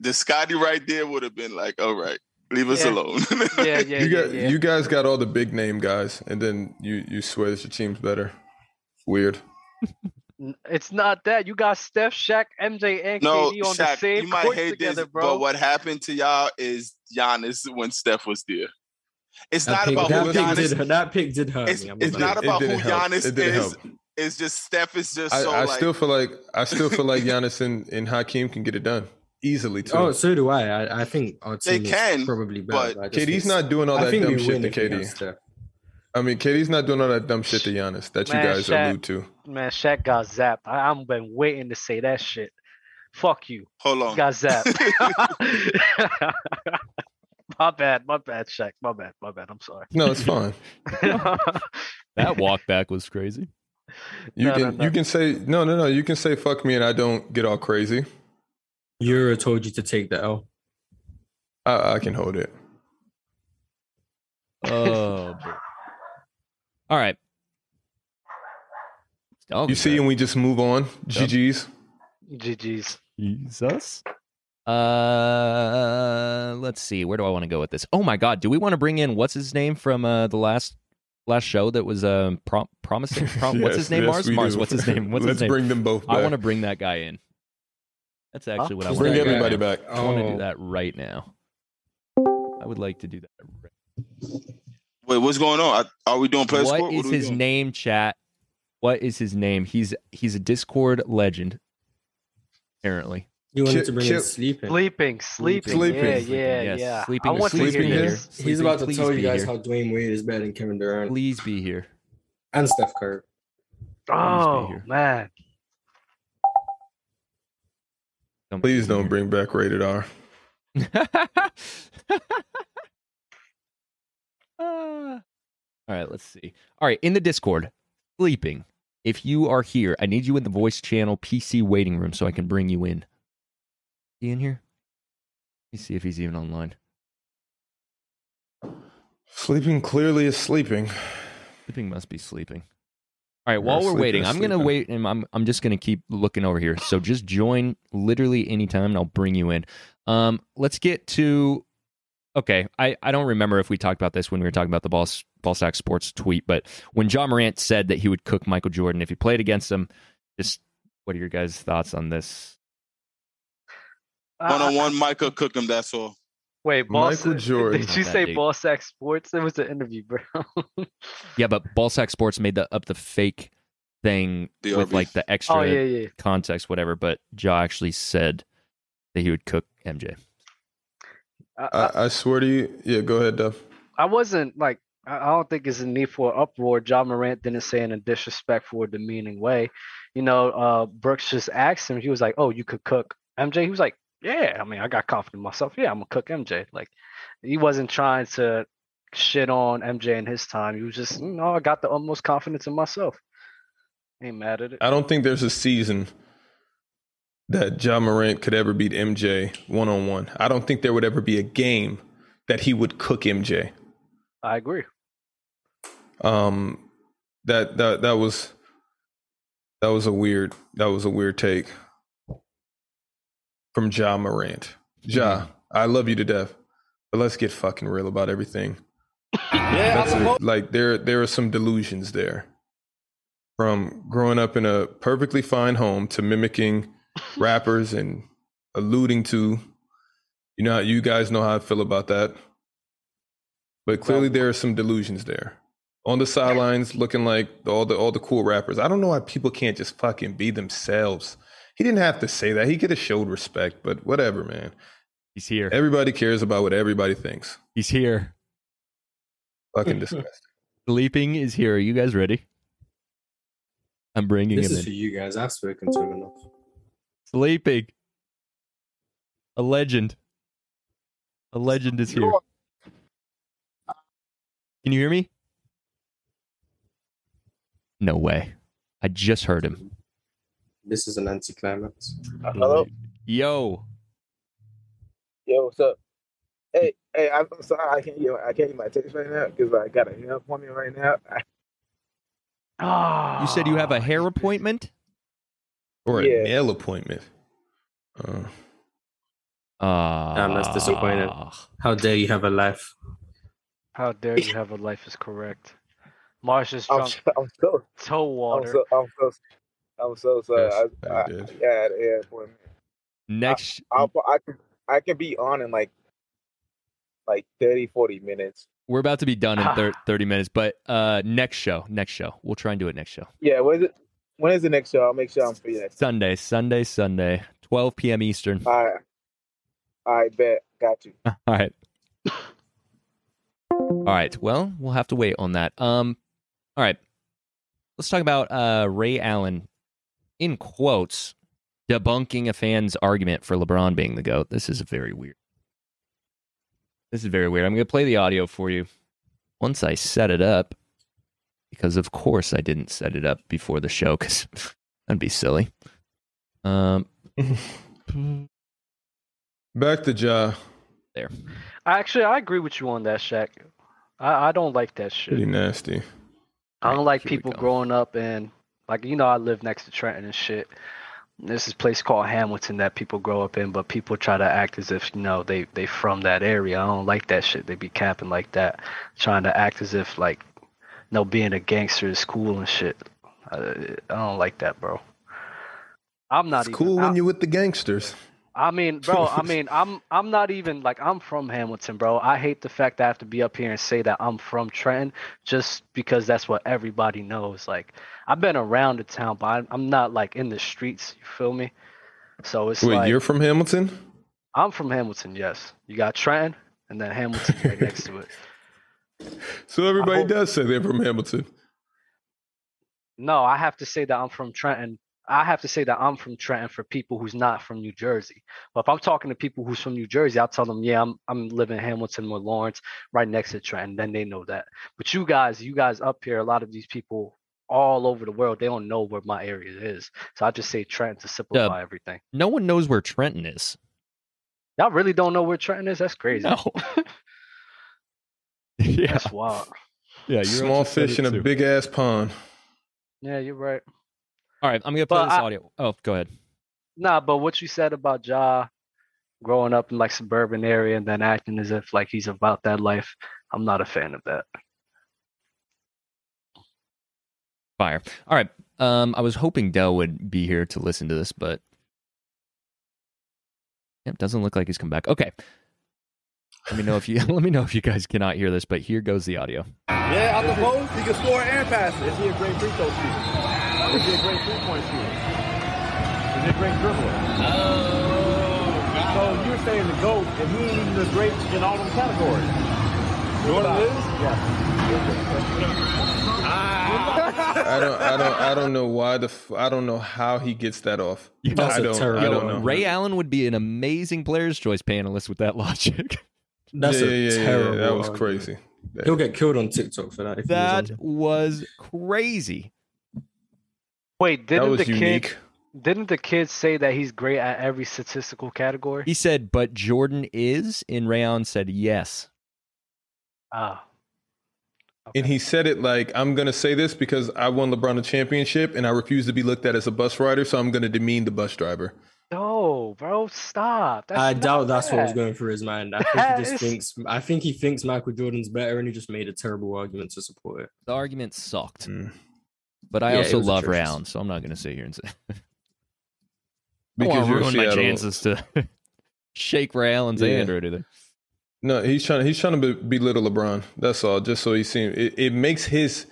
the Scotty right there would have been like, all right, leave us
Yeah.
alone.
Yeah, yeah,
you
yeah,
got
yeah.
you guys got all the big name guys, and then you you swear that your team's better. Weird.
N- It's not that you got Steph, Shaq, MJ, and
No,
KD on the
Shaq,
same
you might
court
hate
together,
this,
bro.
but what happened to y'all is Giannis when Steph was there. It's
That
not
pick,
about
that
who
pick
Giannis
did, that pick did hurt
it's-
me. I'm
it's
not
not
gonna
about who
didn't help.
Giannis
It didn't
is.
help.
It's just Steph is just
I,
so
I
like
still feel like I still feel like Giannis and, and Hakeem can get it done easily
lie.
too.
Oh, so do I. I, I think our
They
team
can,
is probably better.
but-
I just
KD's
think-
not doing all
I
that
think
dumb
we
shit
win
to
if we
KD.
have Steph.
I mean, KD's not doing all that dumb shit to Giannis that you
Man,
guys
Shaq.
allude to.
Man, Shaq got zapped. I, I've been waiting to say that shit. Fuck you.
hold
He
on.
got zapped. my bad, my bad, Shaq. My bad, my bad. I'm sorry.
No, it's fine.
That walk back was crazy.
You
No, no,
can
no.
you can say no, no, no. You can say fuck me, and I don't get all crazy.
Euro told you to take the L.
I, I can hold it.
Oh, boy. all right. Dog
You
is
see,
that?
and we just move on. GG's.
GG's.
Jesus. Uh, let's see. Where do I want to go with this? Oh my God! Do we want to bring in what's his name from uh, the last last show that was um prom- promising? Prom- what's his
Yes,
name?
yes,
Mars.
we
Mars.
do.
What's his name? What's
Let's
his name?
bring them both. Back.
I want to bring that guy in. That's actually what I
Just
want.
bring
that guy
everybody back.
I want to
Oh.
do that right now. I would like to do that. right-
Wait, what's going on? Are we doing player
What
squad?
is
are we
his
doing?
name, chat? What is his name? He's he's a Discord legend, apparently.
You wanted
Ki-
to bring
ki-
in sleeping.
Sleeping, sleeping,
Sleeping.
yeah,
Sleeping,
yeah,
yes.
yeah.
Sleeping
I
is
want to
sleeping
hear
here.
this.
He's
Sleeping,
about to
please
tell
be
you guys
here.
how Dwayne Wade is better than Kevin Durant
Please be here.
and Steph Curry.
Oh
here.
man,
Don't
Please
be
don't
here.
bring back rated R.
Ah. all right, let's see. All right, in the Discord, sleeping. If you are here, I need you in the voice channel PC waiting room so I can bring you in. He in here? Let me see if he's even online.
Sleeping clearly is sleeping.
Sleeping must be sleeping. All All right, while
They're
we're
asleep,
waiting,
they're
I'm gonna
sleeping.
wait, and I'm I'm just gonna keep looking over here. So just join literally anytime, and I'll bring you in. Um, let's get to. Okay, I, I don't remember if we talked about this when we were talking about the ball ball sack sports tweet, but when John Morant said that he would cook Michael Jordan if he played against him, just what are your guys' thoughts on this?
Ah,
One on one, Michael Cook him. That's all.
Wait, boss,
Michael Jordan.
Did you
That
say
dude.
Ball Sack Sports? It was an interview, bro. Oh,
Yeah, but ball sack sports made the up the fake thing
The
with
RB.
like the extra
oh yeah, yeah.
context, whatever. But Ja actually said that he would cook MJ.
I, I,
I, I swear to you. Yeah, go ahead, Duff.
I wasn't like I I don't think it's a need for uproar. John Morant didn't say in a disrespectful or demeaning way. You know, uh Brooks just asked him, he was like, Oh, you could cook MJ? He was like, Yeah, I mean, I got confident in myself. Yeah, I'm gonna cook MJ. Like he wasn't trying to shit on MJ in his time. He was just, you know, I got the utmost confidence in myself. Ain't mad at it.
I don't think there's a season that John Morant could ever beat MJ one on one. I don't think there would ever be a game that he would cook MJ.
I agree.
Um, that that that was that was a weird that was a weird take from Ja Morant. Ja, I love you to death, but let's get fucking real about everything. That's it. like there there are some delusions there. From growing up in a perfectly fine home to mimicking rappers and alluding to, you know, how you guys know how I feel about that. But clearly, there are some delusions there. On the sidelines, looking like all the all the cool rappers. I don't know why people can't just fucking be themselves. He didn't have to say that. He could have showed respect, but whatever, man.
He's here.
Everybody cares about what everybody thinks.
He's here.
Fucking disgusting.
Sleeping is here. Are you guys ready? I'm bringing
This
him
is
in.
for you guys. I've spoken to him enough.
Sleeping. A legend. A legend is here. Can you hear me? No way. I just heard him.
This is an anticlimax.
Hello.
Yo.
Yo, what's up? Hey, hey, I'm I'm sorry I can't you I can't hear my text right now because I got a hair appointment right now. I,
Oh,
You said you
Ah,
have a hair appointment?
or
Yeah.
a nail appointment. Uh,
Ah.
Damn, that's disappointing. How dare you have a life?
How dare you have a life is correct. Marsha's
I'm,
drunk
so- I'm so
toe
I'm
Oh, water.
so I'm so I'm so sorry.
yes,
I,
I,
I,
did.
yeah, I had a hair appointment.
Next.
I'll, I can I can be on in like like 30, 40 minutes.
We're about to be done in thir- 30 minutes, but uh next show, next show. We'll try and do it next show.
Yeah, when is it? When is the next show? I'll make sure I'm free next.
Sunday, Sunday, Sunday, 12 p.m. Eastern.
All right, all right, bet. Got you.
All right. All right. Well, we'll have to wait on that. Um all right. Let's talk about uh Ray Allen in quotes debunking a fan's argument for LeBron being the GOAT. This is very weird. This is very weird. I'm going to play the audio for you once I set it up because of course I didn't set it up before the show cuz that'd be silly. Um
Back to Ja.
Actually, I agree with you on that, Shaq. I, I don't like that shit.
Pretty nasty.
I don't
Right,
like
here we
people
go.
growing up and like you know I live next to Trenton and shit. There's this place called Hamilton that people grow up in, but people try to act as if you know they they from that area. I don't like that shit. They be capping like that, trying to act as if like you know being a gangster is cool and shit. I, I don't like that, bro. I'm not
It's
even,
cool
I-
when you're with the gangsters.
I mean, bro, I mean, I'm I'm not even like I'm from Hamilton, bro. I hate the fact that I have to be up here and say that I'm from Trenton just because that's what everybody knows. Like I've been around the town, but I'm, I'm not like in the streets, you feel me? So it's
Wait,
like
you're from Hamilton?
I'm from Hamilton, yes. You got Trenton and then Hamilton right next to it.
So everybody
hope-
does say they're from Hamilton.
No, I have to say that I'm from Trenton. I have to say that I'm from Trenton for people who's not from New Jersey. But if I'm talking to people who's from New Jersey, I'll tell them, yeah, I'm I'm living in Hamilton with Lawrence, right next to Trenton. Then they know that. But you guys, you guys up here, a lot of these people all over the world, they don't know where my area is. So I just say Trenton to simplify everything.
no one knows where Trenton is.
Y'all really don't know where Trenton is? That's crazy.
yeah.
That's wild.
Yeah,
Small fish in a big ass pond.
Yeah, you're right.
All right, I'm gonna play
But
this
I-
audio. Oh, go ahead.
Nah, but what you said about Ja growing up in like suburban area and then acting as if like he's about that life, I'm not a fan of that.
Fire. All right. Um, I was hoping Dell would be here to listen to this, but yep, doesn't look like he's come back. Okay. Let me know if you let me know if you guys cannot hear this, but here goes the audio.
Yeah, out the post, he can score and pass it. Is he a great free throw shooter? Is he a great three point shooter? Is he a great dribbler? So you're saying the GOAT, and he ain't even a great in all them categories. You know what it is?
I don't, I don't, I don't know why the, f- I don't know how he gets that off.
That's
I
a
don't, I
terrible
don't know.
one.
Ray Allen would be an amazing player's choice panelist with that logic.
That's
yeah,
a
yeah, yeah, yeah,
terrible.
That was
argument.
crazy. That-
He'll get killed on TikTok for that. If he was on
That
there.
was crazy.
Wait,
that
didn't
was
the
unique.
kid didn't the kid say that he's great at every statistical category?
He said, but Jordan is, and Ray Allen said yes.
Ah.
And he said it like, I'm going to say this because I won LeBron a championship and I refuse to be looked at as a bus rider, so I'm going to demean the bus driver.
No, bro, stop. That's
I
not
doubt that's what was
bad.
going through his mind. I think he
That
just
is-
thinks. I think he thinks Michael Jordan's better, and he just made a terrible argument to support it.
The argument sucked,
Mm.
but I
Yeah, it
also
was
love Ray
atrocious.
Allen, so I'm not going to sit here and say.
Because
I
you're
ruin my
Seattle.
chances to shake Ray Allen's
Yeah.
hand or anything.
No, he's trying. He's trying to be, belittle LeBron. That's all. Just so he seems. It, it makes his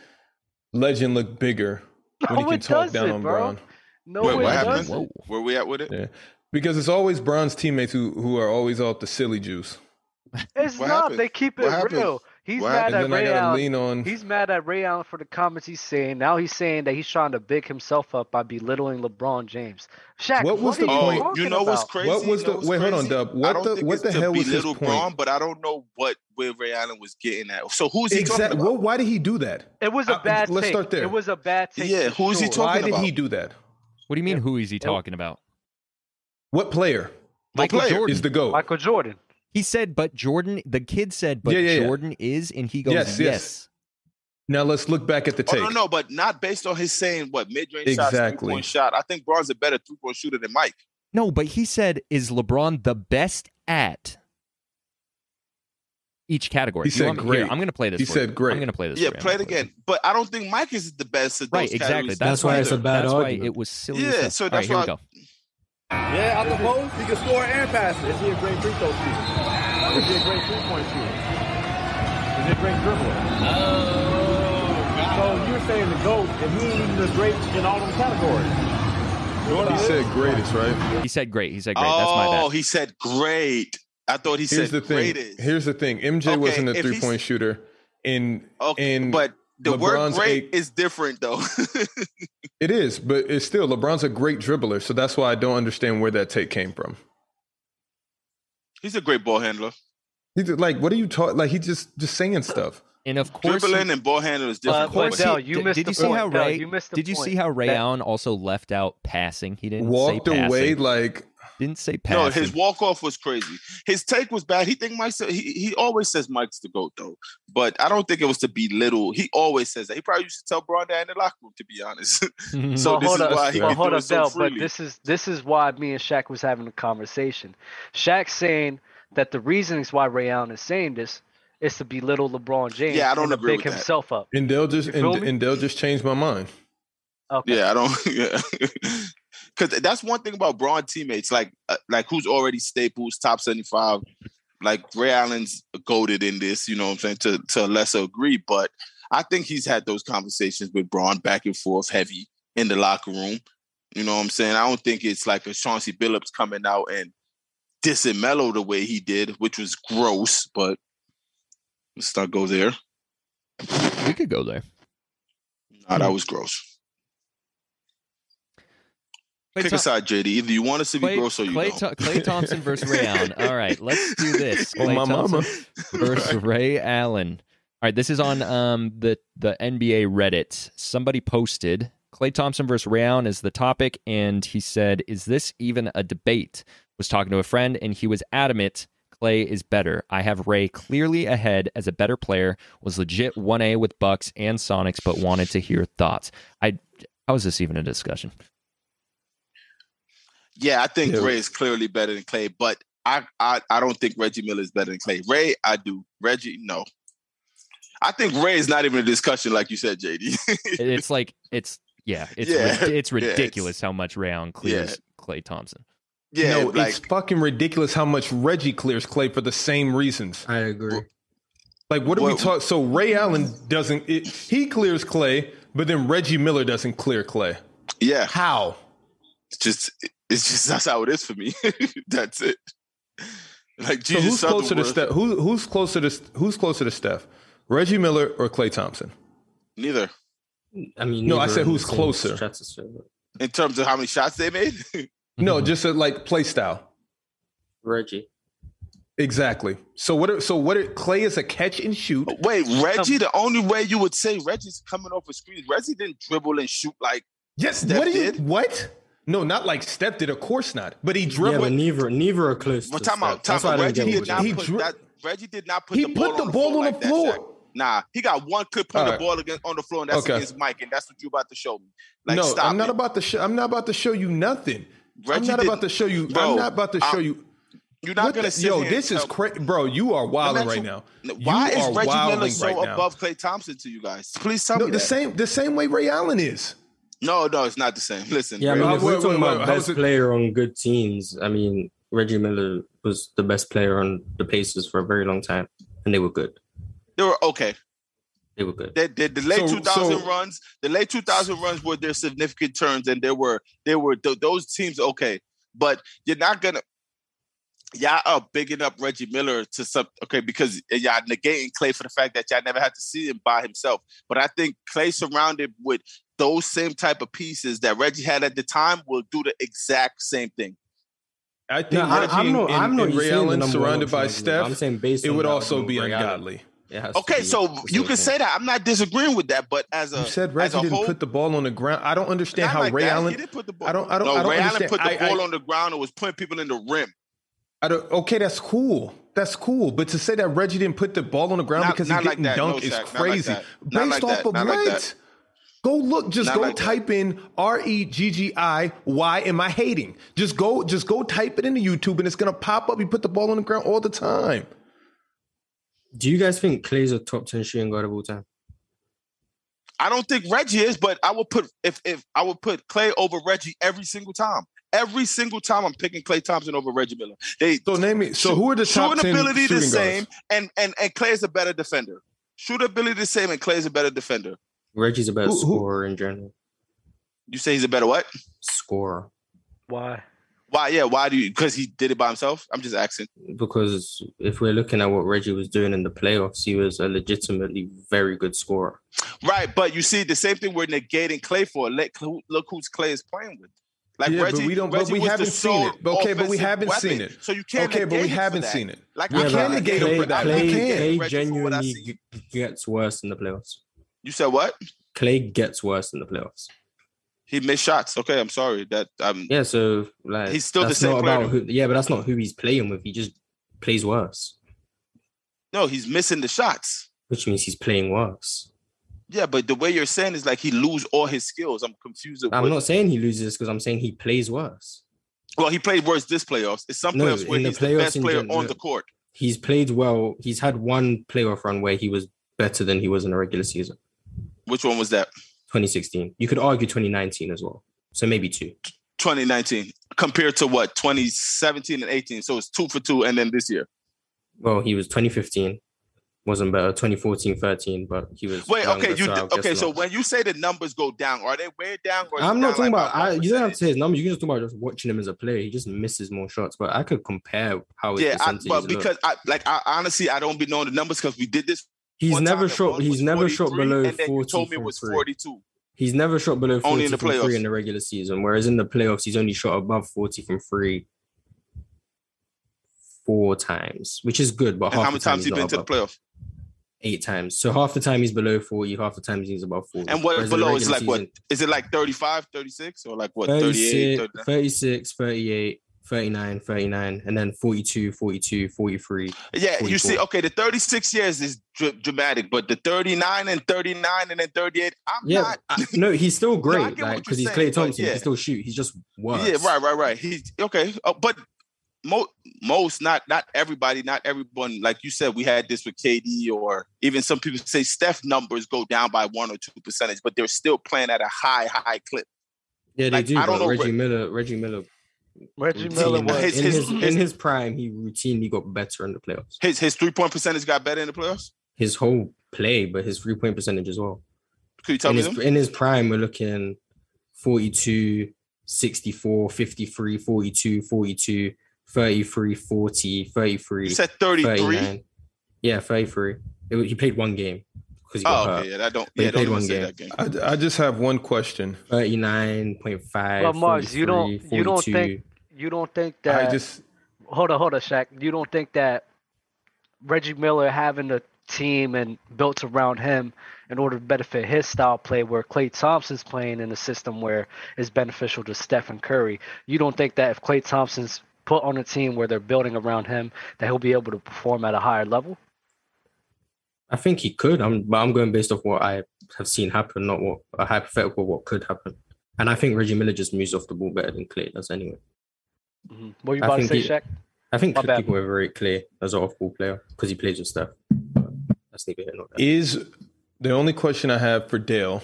legend look bigger when
No,
he can
Oh, it
talk down
doesn't,
on
bro.
Bron.
No,
Wait,
it
what happened?
doesn't.
Whoa.
Where we at with it?
Yeah. Because it's always Bron's teammates who who are always off the silly juice.
It's
What
not.
happened?
They keep
What
it
happened?
real. He's
What
And
happened?
mad at
then I
Ray
gotta
Allen.
lean on.
He's mad at Ray Allen for the comments he's saying. Now he's saying that he's trying to big himself up by belittling LeBron James. Shaq,
What was
are
the
you
point-
Oh,
talking
you know what's
about?
crazy?
What was
You know
the-
what's
wait, hold on,
crazy?
Dub.
I
What
don't
the-
think
what
it's
the
to
hell was his
belittle
point?
Braun, but I don't know what where Ray Allen was getting at. So who's he talking
Exactly.
about?
Well, why did he do that?
It was a
I-
bad.
let's
take.
start there.
It was a bad take.
Yeah,
for
who is he
sure.
talking
Why did
about?
he do that?
What do you mean? Who is he talking about?
What player
The
Michael
player.
Jordan.
is the goat?
Michael Jordan.
He said, but Jordan. The kid said, but
Yeah, yeah, yeah.
Jordan is, and he goes, yes.
Yes, yes. Now let's look back at the
Oh,
take.
no, no, but not based on his saying what mid range shots,
Exactly.
three point shot. I think Braun's a better three point shooter than Mike.
No, but he said, is LeBron the best at each category?
He
You want
said
me- here,
great.
I'm going to play this.
He
for
said
you.
great.
I'm going to play this.
yeah,
for you. I'm
play it
gonna
again.
this.
But I don't think Mike is the best at
Right,
those
exactly.
categories.
That's why
why
it's a
either.
bad
That's why
argument.
it was silly. as
Yeah,
hell.
so
All right,
that's
here we
why-
go.
Yeah, out the post, he can score and pass it. Is he a great free throw shooter? Is he a great three point shooter? Is he a great dribbler? So you're saying the GOAT, and he ain't even a great in all them categories. You know what
He
it
said
is?
greatest, right?
He said great. He said great. That's my bad.
Oh, he said great. I thought he
Here's the
said
thing.
greatest.
Here's the thing. MJ
Okay,
wasn't a
if
three
he's-
point shooter, and
okay,
and
but the word
LeBron's
great
a-
is different though.
it is, but it's still LeBron's a great dribbler, so that's why I don't understand where that take came from.
He's a great ball handler.
He's like, what are you talking? Like he just just saying stuff.
And of course, he-
Dribbling and ball handling is
But,
different.
Of
but
course
qualities.
Dell,
he-
you
did-
missed
did
the
you see
point.
how
Dell,
Ray-
you missed the
did you
point.
see how Ray
That-
Allen also left out passing? He didn't
Walked
say passing.
away like
Didn't say passing.
No, his walk off was crazy. His take was bad. He think Mike said he, he always says Mike's the goat though, but I don't think it was to belittle. He always says that. He probably used to tell Braun that in the locker room, to be honest. so
Well,
this
hold
is
up,
why he
well,
can
hold
do
up,
it so
Del, but
freely.
this is this is why me and Shaq was having a conversation. Shaq saying that the reasons why Ray Allen is saying this is to belittle LeBron James.
Yeah, I don't
and to
agree
big
with that.
himself up.
and Dell just
You feel
and,
me?
and Dell just changed my mind.
Okay.
Yeah, I don't. Yeah, because that's one thing about Braun teammates, like uh, like who's already staples, top seventy five. Like Ray Allen's goaded in this, you know what I'm saying, to to a lesser degree, but I think he's had those conversations with Braun back and forth, heavy in the locker room. You know what I'm saying? I don't think it's like a Chauncey Billups coming out and dissing Melo the way he did, which was gross, but let's not go there.
we could go there.
Nah, that was gross.
Clay,
Pick
Thom-
a side, JD. Either you want us to be
Clay-
gross or you
Clay
don't.
Tho- Clay Thompson versus Ray Allen. All right, let's do this.
Oh
Clay
my
Thompson
mama.
versus Ray Allen. All right, this is on um, the the NBA Reddit. Somebody posted Clay Thompson versus Ray Allen is the topic, and he said, "Is this even a debate?" Was talking to a friend, and he was adamant Clay is better. I have Ray clearly ahead as a better player. Was legit one A with Bucks and Sonics, but wanted to hear thoughts. I How is this even a discussion?
Yeah, I think
Yeah.
Ray is clearly better than Clay, but I, I I don't think Reggie Miller is better than Clay. Ray, I do. Reggie, no. I think Ray is not even a discussion, like you said, JD.
It- It's like it's yeah, it's
Yeah.
rid- it's
Yeah, it's-
ridiculous how much Rayon clears
Yeah.
Clay Thompson.
yeah,
no,
like
it's fucking ridiculous how much Reggie clears Clay for the same reasons.
I agree.
Like, what are we
What-
taught? So Ray Allen doesn't. It, he clears Clay, but then Reggie Miller doesn't clear Clay.
yeah,
How?
it's just it's just that's how it is for me. that's it. Like
So
Jesus,
who's closer to
Sutherland-
Steph? Who, who's closer to Who's closer to Steph? Reggie Miller or Clay Thompson?
Neither
I mean,
No, I
neither
said
of them
who's
seem
closer.
stratosphere, but
in terms of how many shots they made.
Mm-hmm.
Mm-hmm.
No, just a, like play style.
Reggie.
Exactly. So what? Are, so what? Are, Clay is a catch and shoot.
Wait, Reggie. The only way you would say Reggie's coming off a screen, Reggie didn't dribble and shoot like
Yes.
Steph
what? do you,
did?
what? No, not like Steph did. Of course not. But he
yeah, but
dribbled.
neither neither are close.
But
to
time
Steph.
out, time
That's why I
out.
don't get
Reggie did
what
not
they
he
do.
put
drew-
that. Reggie did not put
he
the ball
put the
on the
ball
floor.
on
like
the
that,
floor.
Shaq. Nah, he got one good point
Alright.
the ball against on the floor, and that's
Okay.
against Mike, and that's what you about to show me. Like,
no,
stop
I'm not
it.
about to. Show, I'm not about to show you nothing.
Reggie
I'm not about
didn't-
to show you.
Bro,
I'm not about to
I-
show you.
You're not
What
gonna
the-
sit
yo,
here and
this is
tell-
crazy, bro. You are wilding
Imagine-
right now.
Why
You
is
are
Reggie Miller
wilding
so
right now.
above Clay Thompson to you guys? Please tell
No,
me
the
that.
same the same way Ray Allen is.
No, no, it's not the same. Listen,
Yeah, I
Ray-
mean,
Wait,
if we're
wait,
talking
wait,
about
wait, how is
best
it-
player on good teams, I mean, Reggie Miller was the best player on the Pacers for a very long time, and they were good.
they were okay.
They were good.
The, the, the late
So-
2000
so-
runs, the late 2000 runs were their significant turns, and there were they were th- those teams okay, but you're not gonna. Y'all are bigging up Reggie Miller to some okay because y'all negating Clay for the fact that y'all never had to see him by himself. But I think Clay surrounded with those same type of pieces that Reggie had at the time will do the exact same thing.
I think
No, I,
Reggie
I'm
and-
not. I'm
and,
not
and
saying
Ray
the
Allen
number one
surrounded
option
by
is Miller. I'm
Steph,
saying based
it
on
would
the
also
album,
be
Ray Allen,
ungodly.
it has to
Okay,
be
so
the
you
same
can say that. I'm not disagreeing with that, but as a
You said
as
Reggie
a
didn't
whole,
put the ball on the ground. I don't understand
Not
how
like
Ray
that. He
Allen.
didn't put the ball.
I don't. I don't.
no,
I don't
Ray Allen
understand.
put the
I,
ball
I,
on the ground and was putting people in the rim.
I don't, okay, that's cool. That's cool. But to say that Reggie didn't put the ball on the ground
Not-
because
not
he
like
didn't
that. No,
dunk is
Shaq, not like
crazy.
that. Not
Based
like
off
that.
of
Not
what?
like that.
Go look. Just
Not
go
like that.
type in R E G G I. Why am I hating? Just go. Just go type it into YouTube, and it's gonna pop up. You put the ball on the ground all the time.
Do you guys think Clay's a top ten shooting guard of all time?
I don't think Reggie is, but I would put if if I would put Clay over Reggie every single time. Every single time I'm picking Clay Thompson over Reggie Miller. They
So name me. So
Shoot-
who are the top
shooting
ten
ability
shooting
the same,
guards?
and and and Clay is a better defender. Shoot ability the same, and Clay is a better defender.
Reggie's a better
Who- who-
scorer in general.
You say he's a better what?
Scorer
Why?
Why? Yeah. Why do you? Because he did it by himself. I'm just asking.
because if we're looking at what Reggie was doing in the playoffs, he was a legitimately very good scorer.
Right, but you see the same thing we're negating Clay for. Let who- look who's Clay is playing with. Like
Yeah, but
Reggie,
we don't- but
Reggie
we
was the
haven't seen
sole
it. Okay, but we
offensive
haven't
weapon.
seen it.
So you can't.
Okay, but we
negate it for
haven't
that.
seen it.
Like
We
I
Yeah,
can't
but
negate
Clay-
him for that.
Clay-
We
Clay
can't.
Clay
Reggie for what I
genuinely
see.
g- gets worse in the playoffs.
You said what?
Clay gets worse in the playoffs.
He missed shots. Okay, I'm sorry. That um.
Yeah, so like
He's still the
that's
same
not
player,
about
though.
who, yeah, but that's not who he's playing with. He just plays worse,
No, he's missing the shots.
which means he's playing worse.
Yeah, but the way you're saying is like he lose all his skills. I'm confused. With
I'm not saying he loses because I'm saying he plays worse.
Well, he played worse this playoffs. It's some
No,
playoffs where
in the
he's the
playoffs
best
in
player
gen-
on
no.
the court.
He's played well. He's had one playoff run where he was better than he was in the regular season,
Which one was that?
2016. You could argue 2019 as well. So maybe two.
2019 compared to what 2017 and 18. So it's two for two, and then this year.
Well, he was 2015, wasn't better. 2014, 13, but he was.
Wait,
younger,
okay, you
so I
did,
guess
okay. So
not.
when you say the numbers go down, are they way down? Or is it
I'm not
down,
talking
like,
about.
by
I,
what
you don't have to
percentage?
say his numbers. You can just talk about just watching him as a player. He just misses more shots. But I could compare how his
Yeah, I,
percentages
but
look.
because I like I honestly I don't be knowing the numbers because we did this.
he's
one time
never
and
shot.
one
He's
was
never shot
43,
below
And then you
forty.
told me it
from
was
three.
42.
He's never shot below forty
Only in the
from
playoffs.
three in the regular season, whereas in the playoffs he's only shot above forty from three four times, which is good. But
And
half
how
the
many
time he's
times he
not
been to the
above-
playoff?
Eight times. So half the time he's below forty. Half the time he's above forty.
And what
Whereas in the
below is
regular
like what?
season,
Is it like 35, 36, or like what 38,
36,
39?
36, 38, 39, 39, and then 42, 42, 43.
Yeah, you see,
44.
okay, the 36 years is dr- dramatic, but the 39 and 39 and then 38, I'm
Yeah,
not.
I- no, he's still
I
great.
get what
like because
you're
he's Clay
saying, but
Thompson, he
yeah.
can still shoot. He's just worse.
Yeah, right, right, right. He okay, uh, but mo- most, not not everybody, not everyone. Like you said, we had this with KD, or even some people say Steph numbers go down by one or two percentage, but they're still playing at a high, high clip.
Yeah, they
Like,
do.
I don't
but
know,
Reggie
Reg-
Miller, Reggie Miller,
Reggie
routinely-
Miller
Miller
was
his-
in
his-
his, in
his-
his prime, he routinely got better in the playoffs.
His his three point percentage got better in the playoffs.
His whole play, but his three point percentage as well.
Could you tell
in,
me
his,
them?
in his prime, we're looking 42, 64, 53, 42, 42, 33, 40, 33,
You said thirty three.
39. Yeah, 33. It, was- he played one game because he got
Oh, okay,
hurt.
yeah, that don't.
But he
Yeah, don't
played
even
one
say
game.
that game.
I, I just have one question.
39.5.
Well, Mars, you don't-
43,
you don't think
42.
You don't think
I
that
just
hold on, hold on, Shaq. You don't think that Reggie Miller having a team and built around him in order to benefit his style of play, where Klay Thompson's playing in a system where it's beneficial to Stephen Curry. You don't think that if Klay Thompson's put on a team where they're building around him, that he'll be able to perform at a higher level?
I think he could. I'm, but I'm going based off what I have seen happen, not what a hypothetical what could happen. And I think Reggie Miller just moves off the ball better than Clay does anyway.
Mhm. What were you
I
about to say,
think he-
Shaq?
I think
My bad.
people overrate Clay as an off ball player because he plays with Steph. That's neither here nor there.
is the only question I have for Dale.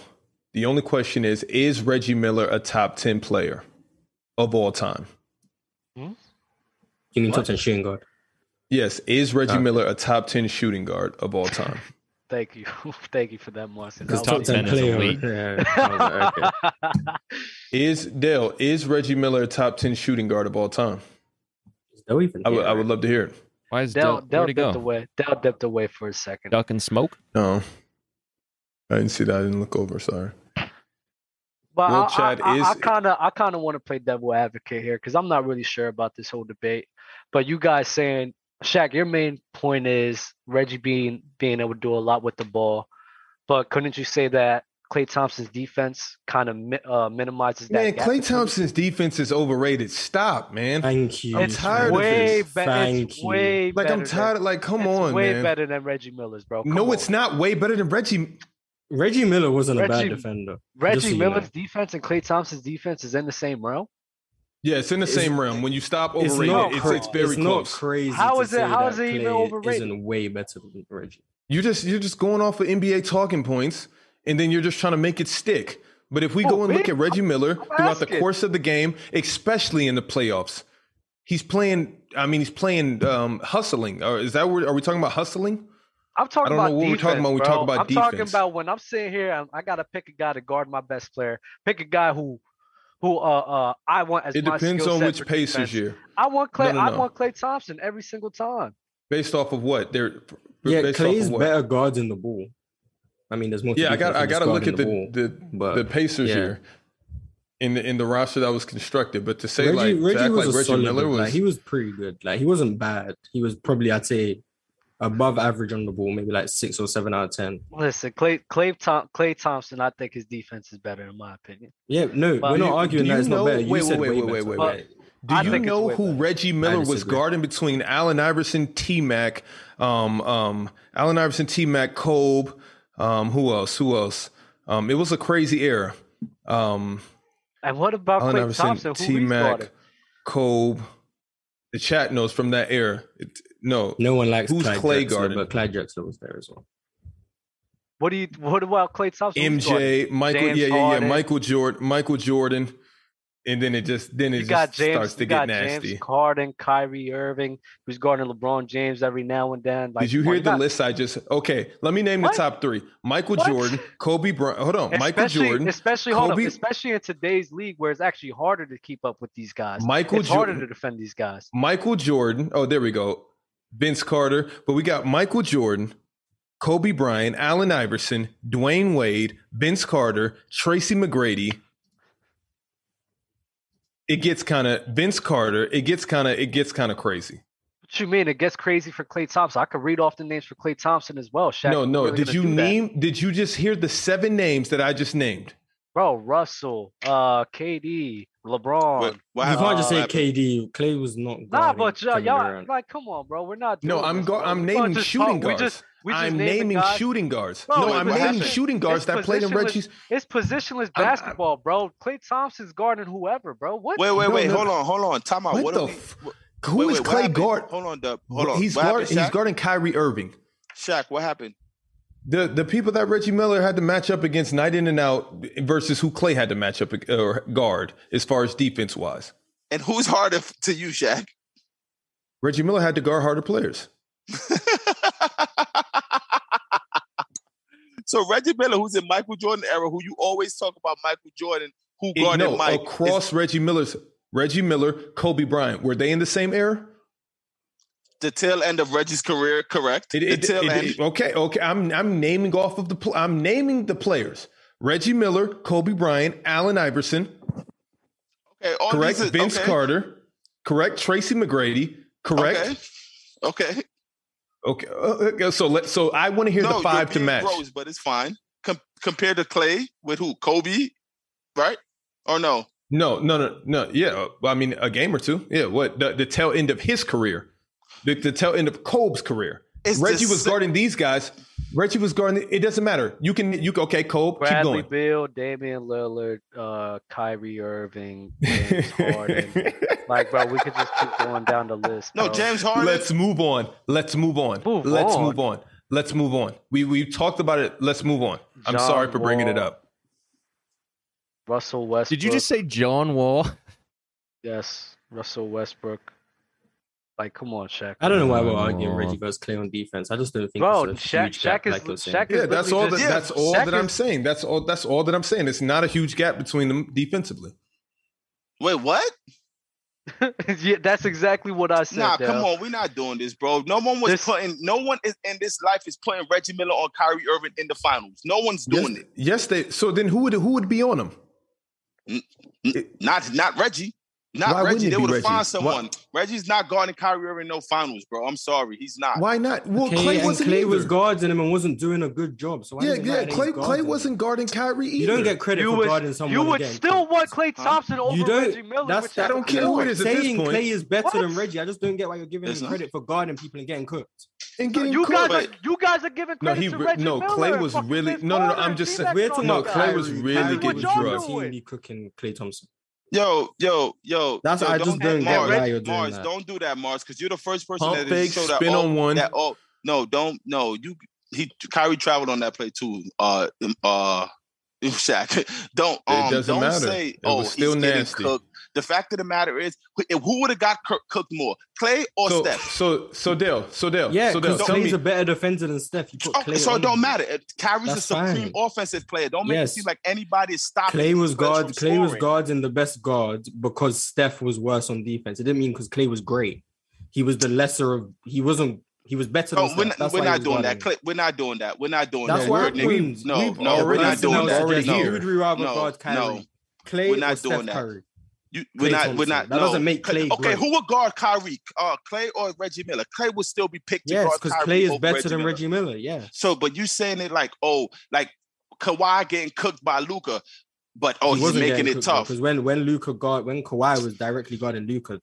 The only question is: Is Reggie Miller a top ten player of all time?
You mean top ten shooting guard?
Yes, is Reggie
Okay.
Miller a top ten shooting guard of all time?
Thank you, thank you for that, Mars.
Because Top 10 is elite.
Yeah, I was like, okay.
Is Dale is Reggie Miller a top ten shooting guard of all time?
They'll even
I would
hear
I
it.
would love to hear it.
Why is Del,
Dell, Dell
where'd he
dipped
go?
away. Dell dipped away for a second.
Duck and smoke.
No, I didn't see that. I didn't look over. Sorry.
But
Well,
I,
Chad,
I,
is-
I kind of, I kind of want to play devil advocate here because I'm not really sure about this whole debate. But you guys saying, Shaq, your main point is Reggie being being able to do a lot with the ball, but couldn't you say that Klay Thompson's defense kind of mi- uh, minimizes that?
Man,
gap
Clay
between-
Thompsons' defense is overrated. Stop, man.
Thank you.
I'm
It's
tired of
way
this.
better.
Thank
It's
you.
way
Like
better
I'm tired.
Than,
Of, like, come
it's
on,
way
man.
better than Reggie Miller's, bro.
no, it's not way better than Reggie.
Reggie Miller wasn't a
Reggie-
bad defender. so
Reggie
you know.
Miller's defense and Klay Thompson's defense is in the same realm.
Yeah, it's in the
It's-
same realm. When you stop
It's
overrated,
not,
it's,
cra-
it's very
it's not
close.
crazy.
How
to
is it-
say
how
that
is it even
Klay
overrated?
Isn't way better than Reggie.
you just you're just going off of NBA talking points, and then you're just trying to make it stick. But if we
Oh,
go and look
man,
at Reggie Miller
I'm
throughout the
asking.
course of the game, especially in the playoffs, he's playing. I mean, he's playing um, hustling. Or is that where, are we talking about hustling?
I'm talking
I don't
about
know what we're
defense,
talking about when we
bro.
talk about
I'm talking
defense.
about when I'm sitting here, I'm, I gotta pick a guy to guard my best player. Pick a guy who, who uh uh I want as
It
my
depends
skill
on
set
which
for
Pacers
defense.
year,
I want Clay.
no,
I
no.
want Clay Thompson every single time.
based off of what they're.
Yeah,
based off
Clay's
of what?
better guarding the ball. I mean, there's more. to
Yeah, I
defense
got I
than just
got to look
guarding
at the the,
ball. but-
the Pacers
yeah.
here in the in the roster that was constructed, but to say
Reggie,
like to
Reggie
act
was
like
a
Reggie
solid.
Miller
dude.
was
Like, he was pretty good. Like he wasn't bad. He was probably I'd say above average on the ball, maybe like six or seven out of ten.
Listen, Clay Clay Tom, Clay Thompson. I think his defense is better in my opinion.
Yeah, no,
Well,
we're not
you-
arguing
do
that
you
it's
know-
not better. You
wait,
said
wait,
way
wait, wait,
better.
wait,
wait.
do
I
you
think it's
know
way
who
better.
Reggie Miller was
disagree.
guarding between Allen Iverson, T Mac, um, um, Allen Iverson, T Mac, Kobe, um, who else? Who else? Um, it was a crazy era. Um,
And what about
Allen
Klay
Iverson,
Thompson?
T
Who he's guarding?
Mac, Kobe. The chat knows from that era. It, no,
No one likes
Who's
Clyde
Clay
Drexler,
guarding?
but Clyde Drexler was there as well.
What do you? What about Clay Thompson? Who's guarding?
MJ, Michael,
James
yeah, yeah, yeah,
Harden.
Michael Jordan, Michael Jordan, and then it just then it
You
just
got James.
starts to
You
get
got
nasty.
James Harden, Kyrie Irving, who's guarding LeBron James every now and then. Like,
Did you
come on,
hear the
got-
list I just? Okay, let me name
What?
the top three: Michael
What?
Jordan, Kobe Bryant. Hold on, Michael
Especially-
Jordan,
especially hold up,
Kobe-
especially in today's league where it's actually harder to keep up with these guys.
Michael
it's harder to
Jordan,
defend these guys.
Michael Jordan. Oh, there we go. Vince Carter, but we got Michael Jordan, Kobe Bryant, Allen Iverson, Dwayne Wade, Vince Carter, Tracy McGrady. It gets kind of Vince Carter. It gets kind of it gets kind of crazy.
What you mean? It gets crazy for Klay Thompson. I could read off the names for Klay Thompson as well. Shaq,
no,
if
no.
we're really
did
gonna
you
do that.
name? Did you just hear the seven names that I just named?
Bro, Russell, uh, KD, LeBron.
But what
you
happened?
can't just say
What happened?
KD. Clay was not.
Nah,
guarding
but uh, y'all,
Kevin
y'all
Durant.
like, come on, bro. We're not.
No,
doing
I'm
this,
go-
bro.
I'm
We
naming
can't just talk-
shooting
We
guards.
just, we just
I'm
naming
naming
guys.
shooting guards.
Bro,
no,
it's
I'm
what
naming
happened?
shooting guards
It's
that played in
positionless-
Red Chiefs.
It's positionless
I'm- I'm-
basketball, bro. Clay Thompson's guarding whoever, bro. What?
Wait, wait,
No,
wait.
no.
Hold on, hold on. Time out.
What
Oh, What
the
are we-
f-
wh-
Who
wait,
is
wait, what
Clay
happened?
guard?
Hold on, Dub. Hold on.
He's
What
guard.
happened,
He's
Shaq?
guarding Kyrie Irving.
Shaq, what happened?
The the people that Reggie Miller had to match up against night in and out versus who Clay had to match up ag- or guard as far as defense wise.
And who's harder f- to you, Shaq?
Reggie Miller had to guard harder players.
so Reggie Miller, who's in Michael Jordan era, who you always talk about Michael Jordan, who
It-
guarded
no,
Mike.
across
is
Reggie Miller's Reggie Miller, Kobe Bryant. Were they in the same era?
the tail end of Reggie's career, correct?
It- it-
the tail
it-
end.
it- okay, okay. I'm I'm naming off of the pl- I'm naming the players. Reggie Miller, Kobe Bryant, Allen Iverson,
okay, all
correct
these are-
Vince
Oh, okay,
Carter, correct Tracy McGrady, correct. Okay.
Okay. okay.
Uh, okay, so let so I want to hear
no,
the five to
you're being
match.
gross, but it's fine. Com- compared to Clay with who? Kobe, right? Or no?
No, no, no, no. Yeah, uh, I mean a game or two. Yeah, what the, the tail end of his career, the, the tail end of Kobe's career.
It's
Reggie
the
was
sa-
guarding these guys. Reggie was guarding. It doesn't matter. You can you okay, Kobe,
Bradley
keep going.
Bill, Damian Lillard, uh, Kyrie Irving, James Harden. Like, bro, we could just keep going down the list.
No,
bro.
James Harden.
Let's move on. Let's move on.
Move
Let's
on.
move on. Let's move on. We we talked about it. Let's move on. I'm
John
sorry for bringing it
Wall.
up.
Russell Westbrook.
Did you just say John Wall?
yes? Russell Westbrook. Like, come on, Shaq.
I don't know why we're
Oh.
arguing Reggie versus Clay on defense. I just don't think.
Bro,
it's a
Shaq-
huge gap,
Shaq is-
like you're saying.
Shaq is-
Yeah, that's
literally
all. That,
just-
that's all
Shaq
that I'm
is-
saying. That's all. That's all that I'm saying. It's not a huge gap between them defensively.
Wait, what?
yeah, that's exactly what I said.
Nah, come
Dell.
on, we're not doing this, bro. No one was
This-
putting, no one is in this life is putting Reggie Miller on Kyrie Irving in the finals. No one's doing
yes, Yes, they. So then who would who would be on them?
it. Not, not Reggie. Not
Why wouldn't
Reggie.
it
They
be
would have
Reggie? Why-
found someone. Reggie's not guarding Kyrie Irving in no finals, bro. I'm sorry, he's not.
Why not? Well,
Okay,
Clay
and
wasn't.
Clay
either.
was guarding him and wasn't doing a good job. So why
Yeah,
does it matter
yeah.
that
Clay
he's
Clay
guarding?
wasn't guarding Kyrie either.
You don't get credit
You
for guarding
would,
someone.
you
who
would
getting
still
credit.
want Clay Thompson over
You don't.
Reggie Miller.
that's
which
I don't care
I'm
who
not
it is at this
Saying
point.
Clay is better
What?
than Reggie, I just don't get why you're giving
It's
him
not.
credit for guarding people and getting cooked.
And
No,
getting
you
cooked.
guys,
But-
are, you guys are giving
No,
credit
he
to
re-
Reggie
no.
Miller
Clay
and
was
fucking
really
Vince
no, no, no.
Carter
I'm
and
just
D-backs
saying.
We're
and all
No,
talking
those
about
Clay
guys.
was
Kyrie.
really
Kyrie
getting
was
drugged.
routinely cooking Clay Thompson.
Yo, yo, yo.
That's-
yo,
I just
that-
don't
get
Mars,
why you're doing
Mars,
that.
don't do that, Mars, because you're the first person
Pump
that
fake,
is so that
spin
all,
on one.
that all. No, don't. No, you. He Kyrie traveled on that play too. Uh, um, uh, Shaq. Don't.
It
Um,
doesn't
don't
matter.
say.
It
oh,
was still
he's getting
nasty.
cooked. The fact of the matter is, who- who would have got coo- cooked more, Clay or
So,
Steph?
so, so Dale, so Dale,
Yeah,
so Dale,
because
tell
Clay's
me.
a better defender than Steph. You put
Oh,
Clay.
so
on
it don't
him.
matter. It- Kyrie's a
That's fine.
supreme offensive player. Don't make
Yes.
it seem like anybody is stopping.
Clay was
these players
guard.
from
Clay was
scoring.
guarding the best guard because Steph was worse on defense. It didn't mean because Clay was great. He was the lesser of. He wasn't. He was better.
No,
than
Oh, we're
Steph.
not,
That's
we're
why he
not
was
doing
guarding
that. Clay, we're not doing that. We're not doing
That's
that.
why
We're-
I'm
nigga,
doing-
No,
we've
no, we're
already
not doing
announced
that.
already
No,
here.
You would rather
No,
guard Kyrie.
no.
Clay
We're not
or
doing
Steph
that.
Curry.
You, we're
Klay
not. We're
Thompson.
not.
That
no.
doesn't make Klay
Okay,
great.
who would guard Kyrie? Uh, Clay or Reggie Miller? Clay would still be picked. to
Yes,
guard
because
Kyrie
Clay is
over
better than
Miller.
Reggie Miller. Yeah.
So, but you saying it like, oh, like Kawhi getting cooked by Luca, but oh, he's making it tough.
because when when Luca guard when Kawhi was directly guarding Luca,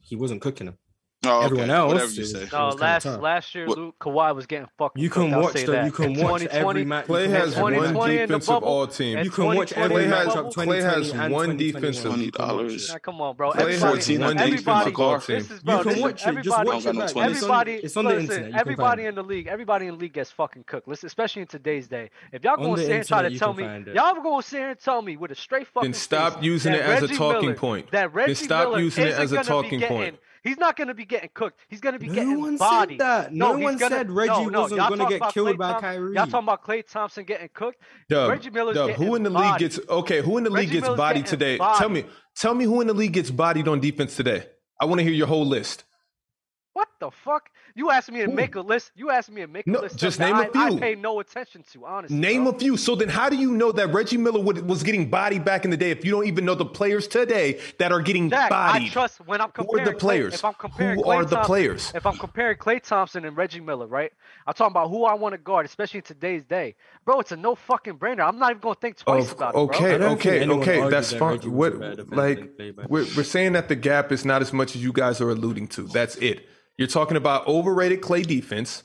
he wasn't cooking him.
Oh, okay.
everyone else
whatever you
is-
say.
No,
was kinda
last
tough.
last year,
What-
Luke Kawhi was getting fucked.
You
with,
can
I'll
watch
say
though.
that.
You can
In
watch
2020
every match.
Clay
you can
has
watch every
one
match-
2020 in the
defense of
bubble.
all teams.
You can watch
2020
every
in the bubble.
matchup.
Clay has
2020 and
one
2021.
defensive-
Twenty dollars.
Now, come on, bro.
Clay
everybody,
has one
everybody,
defensive all team.
this is bro.
You
this
can
is
watch it. Just
everybody,
watch it.
Don't got no
back. It's
20s.
on-
everybody.
It's on the
listen,
internet. You can find
Everybody
it.
in the league, everybody in the league gets fucking cooked. Listen, especially in today's day. If y'all
On
gonna
the
sit here and try
internet,
to
you
tell
can
me,
find it.
y'all gonna sit here and tell me with a straight fucking
Then stop
face
using
that
it as a
Reggie
talking
Miller-
point.
That Reggie
stop
Miller
using it
isn't
as a
gonna be
talking
getting-
point.
He's not gonna be getting cooked. He's gonna be
No
getting
one
bodied.
said that.
No,
No,
he's
one
gonna-
said Reggie
no, no,
wasn't
y'all
gonna
talking
get
about
killed
Klay
by
Thompson-
Kyrie.
Y'all talking about Clay Thompson getting cooked?
Dub,
Reggie Miller's
Dub,
getting
who in the league
bodied.
gets okay? Who in the
Reggie
league gets
Miller's
bodied
getting
today?
bodied.
Tell me, tell me who in the league gets bodied on defense today. I want to hear your whole list.
What the fuck? You asked me to make a list. You asked me to make a
No,
list. of
just
that
name a
I, I
few.
pay no attention to, honestly.
Name
bro.
a few. So then, how do you know that Reggie Miller would, was getting bodied back in the day if you don't even know the players today that are getting
Dak,
bodied?
I trust when I'm
Who are the
comparing Klay-
players?
if I'm comparing
Who
Klay
are the
Thompson-
players?
If I'm comparing Clay Thompson and Reggie Miller, right? I'm talking about who I want to guard, especially in today's day, bro. It's a no fucking brainer. I'm not even gonna think twice
Of-
about it, bro.
okay,
I don't think
okay,
anyone
okay.
argued
That's
that
fine.
Reggie was a
What,
bad defender
like,
and played by
we're, we're saying that the gap is not as much as you guys are alluding to. That's it. You're talking about overrated Clay defense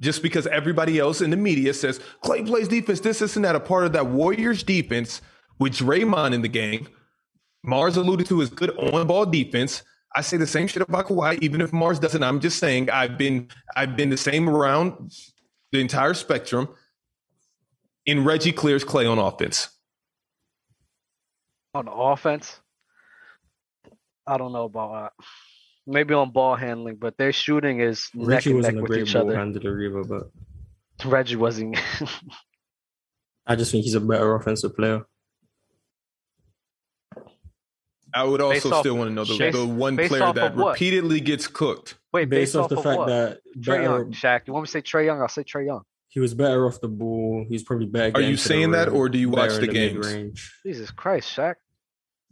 just because everybody else in the media says Clay plays defense, this, this, and that. A part of that Warriors defense with Draymond in the game. Mars alluded to his good on ball defense. I say the same shit about Kawhi, even if Mars doesn't. I'm just saying I've been I've been the same around the entire spectrum. And Reggie clears Clay on offense.
On the offense, I don't know about that. Maybe on ball handling, but their shooting is neck
Reggie
and neck
wasn't a
with
great
each
ball
other.
handler either, but
Reggie wasn't.
I just think he's a better offensive player.
I would also
Based off-
still want to know the,
based-
the one
based
player
off
that
of what?
repeatedly gets cooked.
Wait,
Based, off the
of
fact
what?
that
Trey
better-
Young, Shaq. You want me to say Trey Young? I'll say Trey Young.
he was better off the ball. He was probably better.
Are
getting
you
to the
saying that,
rim,
or do you watch
better
the
in
games?
mid-range.
Jesus Christ, Shaq.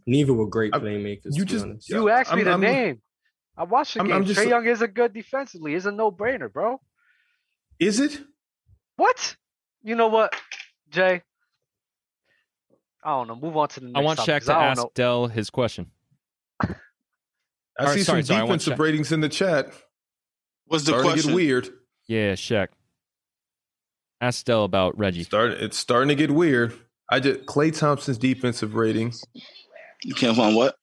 Neither were great
I-
playmakers.
you
to be
just-
honest.
You asked me
I'm-
the
I'm-
name. I watched the
I'm-
game.
I'm just-
Trey Young is a good defensively. Is a no brainer, bro.
Is it?
What? You know what, Jay? I don't know. Move on to the next.
I want
topic,
Shaq
'cause
to
I don't
ask
know.
Dell his question.
I
All right,
see
sorry,
some
sorry, I want
defensive
to-
ratings in the chat.
What's the
Starting to get
question?
weird.
Yeah, Shaq. Ask Dell about Reggie.
Start. It's starting to get weird. I just Clay Thompson's defensive rating
You can't find what?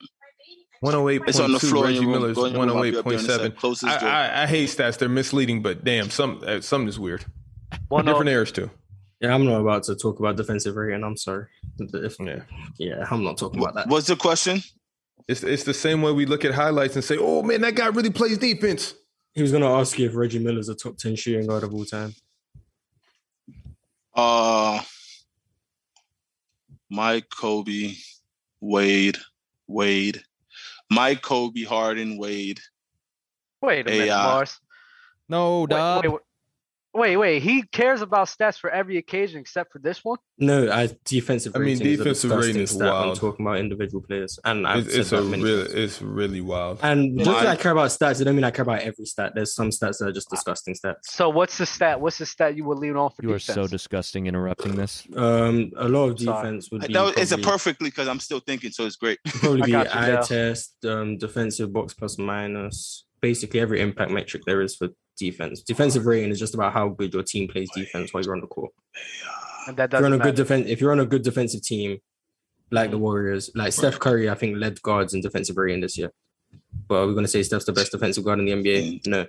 one hundred eight point
It's on the
two.
floor in
Reggie
your room.
Miller's
Go in your
one
room. I'll
hundred eight
be
oh
up there
point
in a sec.
seven.
Closest
I,
door.
I, I hate stats. They're misleading, but damn, some uh, something is weird.
One
Different
oh,
errors too.
Yeah, I'm not about to talk about defensive rating. I'm sorry. If-
Yeah.
yeah, I'm not talking about that.
What's the question?
It's it's the same way we look at highlights and say, "Oh man, that guy really plays defense."
He was going to ask you if Reggie Miller's a top 10 shooting guard of all time.
Uh Mike Kobe, Wade, Wade, Mike Kobe, Harden, Wade.
wait a
Hey,
minute,
uh,
Mars.
No,
Wait,
dog.
wait, wait, wait, wait. He cares about stats for every occasion except for this one.
No, I defensive.
I mean,
rating is a
defensive
disgusting
rating is
stat when
wild.
talking about individual players, and I've
It's,
said
it's
that
a
many
real.
times.
It's really wild.
And just
Well,
because
I-
I care about stats, it don't mean I care about every stat. There's some stats that are just disgusting stats.
So what's the stat? What's the stat you would lean on for
You are
defense?
so disgusting interrupting this.
Um, a lot of
Sorry.
defense would
That
be
was- it's a
probably-
perfectly because I'm still thinking, so it's great.
probably
I
be
got you,
eye
Dale.
test, um, defensive box plus minus, basically every impact metric there is for defense. Defensive rating is just about how good your team plays defense while you're on the court.
and that
If you're
doesn't
on
matter.
a
Mm.
good defense, if you're on a good defensive team, like the Warriors, like Steph Curry, I think led guards in defensive rating this year. But are we going to say Steph's the best defensive guard in the NBA? No,
Nah,
because
Mm.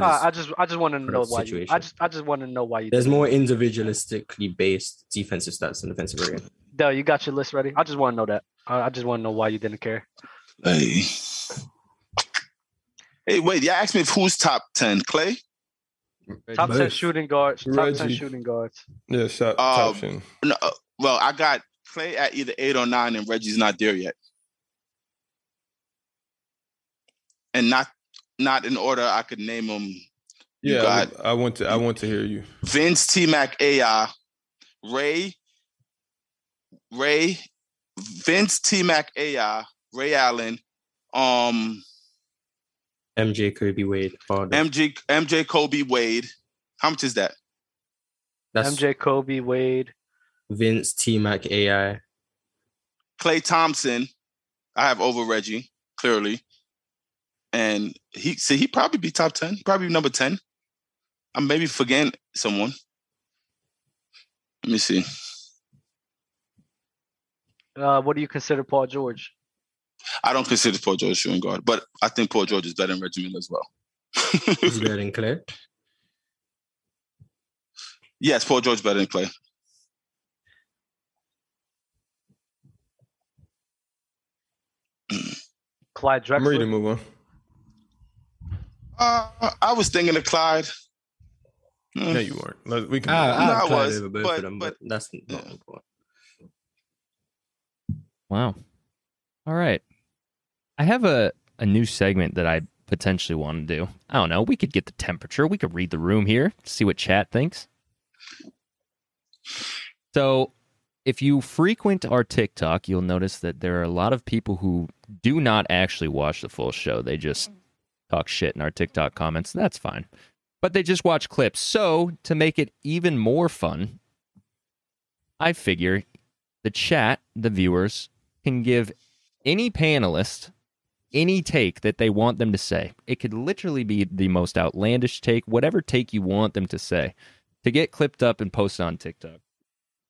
Ah, Uh, I just, I just want to
for
know
the
why. You, I
situation.
just, I just want to know why you.
there's
did it.
more individualistically based defensive stats than defensive rating.
Dell, you got your list ready. I just want to know that. I, I just want to know why you didn't care.
Hey. Hey, wait, you asked me if who's top 10? Clay?
Top ten
Both.
shooting guards. Top ten
Reggie.
shooting guards.
Yeah, shot
Um,
option.
No, uh, well, I got Clay at either eight or nine, and Reggie's not there yet. And not not in order I could name them you
Yeah, I,
got-
would- I want to. I want to hear you.
Vince T Mac AI, Ray, Ray, Vince T Mac AI, Ray Allen, um,
MJ, Kobe, Wade, Harden.
MJ MJ Kobe Wade. How much is that?
That's
MJ, Kobe, Wade.
Vince, T Mac, AI.
Clay Thompson, I have over Reggie, clearly. And he see he probably be top ten, probably number ten. I'm maybe forgetting someone. Let me see.
Uh, what do you consider Paul George?
I don't consider Paul George a shooting guard, but I think Paul George is better than Reggie Miller as well.
Is better than Clay.
Yes, Paul George better than Clay.
Clyde
I'm ready to
Drexler.
move on.
Uh, I was thinking of Clyde. Mm.
No, you weren't. Let- We can. move on.
No,
Ah,
I
I
was,
was, over both
but-
of them,
but-
but, that's not
yeah.
important.
Wow. All right. I have a, a new segment that I potentially want to do. I don't know. We could get the temperature. We could read the room here, see what chat thinks. So, if you frequent our TikTok, you'll notice that there are a lot of people who do not actually watch the full show. They just talk shit in our TikTok comments. and That's fine. But they just watch clips. So, to make it even more fun, I figure the chat, the viewers, can give any panelist any take that they want them to say. It could literally be the most outlandish take, whatever take you want them to say, to get clipped up and posted on TikTok.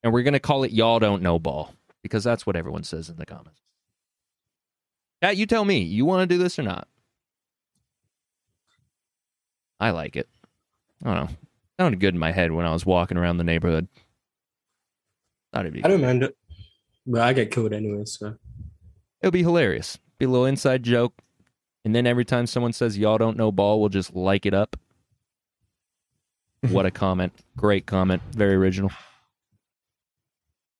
And we're going to call it Y'all Don't Know Ball because that's what everyone says in the comments. Chat, you tell me, you want to do this or not? I like it. I don't know. Sounded good in my head when I was walking around the neighborhood. Thought it'd be
I don't mind it, but I get killed anyway. So
It'll be hilarious. Be a little inside joke. And then every time someone says y'all don't know ball, we'll just like it up. what a comment. Great comment. Very original.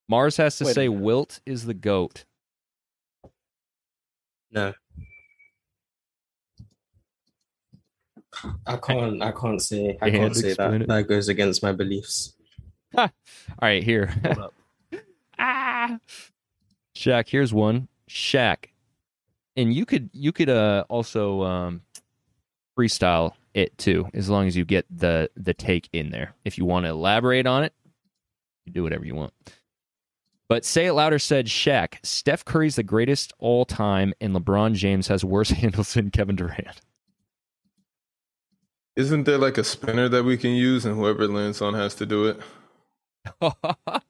Mars has to
Wait a
say Wilt is the goat.
no, I can't. I can't say. I
Yeah,
can't say
explain
that.
it.
That goes against my beliefs.
All right, here. ah. Shaq, here's one. Shaq. And you could you could uh also um freestyle it too, as long as you get the the take in there. If you want to elaborate on it, you do whatever you want. But say it louder said Shaq, Steph Curry's the greatest all time and LeBron James has worse handles than Kevin Durant.
Isn't there like a spinner that we can use and whoever lands on has to do it?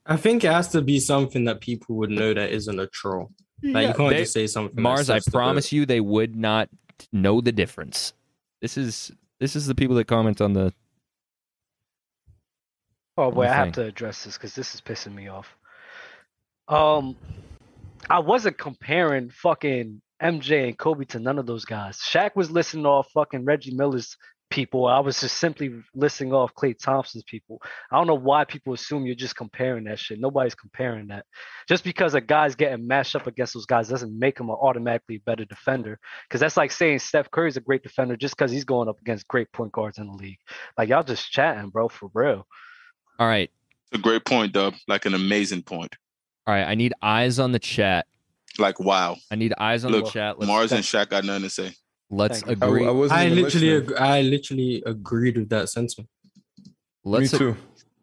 I think it has to be something that people would know that isn't a troll. Like you can't
They-
just say something. that's
Mars, I
just a
promise you, they would not know the difference. This is this is the people that comment on the.
Oh boy,
me
I have
think.
to address this because this is pissing me off. Um, I wasn't comparing fucking MJ and Kobe to none of those guys. Shaq was listing off fucking Reggie Miller's people. I was just simply listing off Clay Thompson's people. I don't know why people assume you're just comparing that shit. Nobody's comparing that. Just because a guy's getting mashed up against those guys doesn't make him an automatically better defender. Because that's like saying Steph Curry's a great defender just because he's going up against great point guards in the league. Like y'all just chatting, bro, for real.
All right,
It's a great point, Dub. Like an amazing point.
all right. I need eyes on the chat.
Like wow.
I need eyes on the
Look,
chat. Let's,
Mars and Shaq got nothing to say.
let's
Thank you.
I,
agree.
I wasn't.
I
even
literally,
listening.
ag- I literally agreed with that sentiment.
let's
Me too.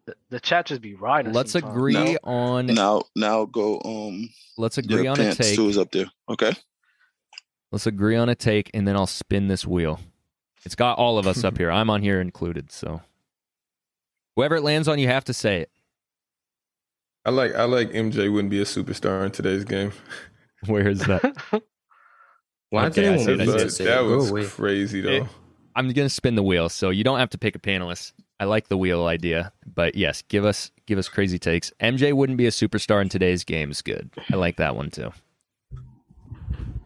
the, the chat just be riding.
let's
sometimes.
agree
No.
on
Now now go um
let's agree
your
on a
pants
take.
too is up there. Okay.
Let's agree on a take, and then I'll spin this wheel. It's got all of us up here. I'm on here included. So whoever it lands on, you have to say it.
I like. I like MJ wouldn't be a superstar in today's game.
Where is that?
Why
Okay,
did
I
anyone
see
want
that.
me to
But
say
that
it? Go
was
away.
crazy though.
It- I'm gonna spin the wheel, so you don't have to pick a panelist. I like the wheel idea, but yes, give us give us crazy takes. MJ wouldn't be a superstar in today's game is good. I like that one too.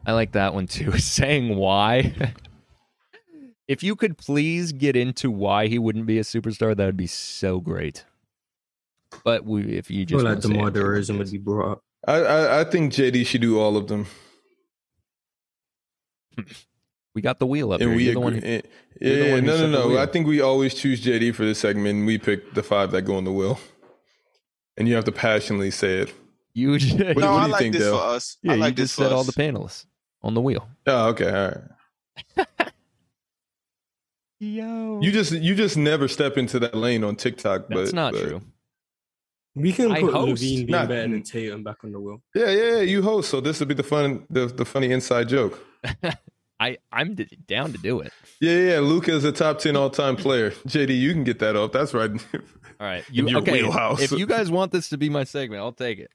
I like that one too. Saying why. if you could please get into why he wouldn't be a superstar, that would be so great. But we, if you
I feel
just
like
wanna say
DeMar
MJ
DeRozan would
is-
be brought up.
I, I I think JD should do all of them,
we got the wheel up
and
here.
we
You're the one
agree.
who-
and-
you're the
yeah,
one who
no,
said the
no, no. I
wheel.
think we always choose JD for this segment. and We pick the five that go on the wheel, and you have to passionately say it.
you just,
What-
no,
what do
I
you
like
think,
this
Dale?
for us.
yeah,
I
you
like this
just
for
said
us.
all the panelists on the wheel.
Oh, okay, all right.
Yo,
You just you just never step into that lane on TikTok.
that's
but,
not
but-
true.
We can
I
put
host.
Levine being
Not-
better than Tatum back on the wheel.
Yeah, yeah, yeah. You host, so this would be the fun, the, the funny inside joke.
I I'm d- down to do it.
Yeah, yeah. Luca is a top ten all time player. JD, you can get that off. That's right.
All right,
In your wheelhouse.
If you guys want this to be my segment, I'll take it.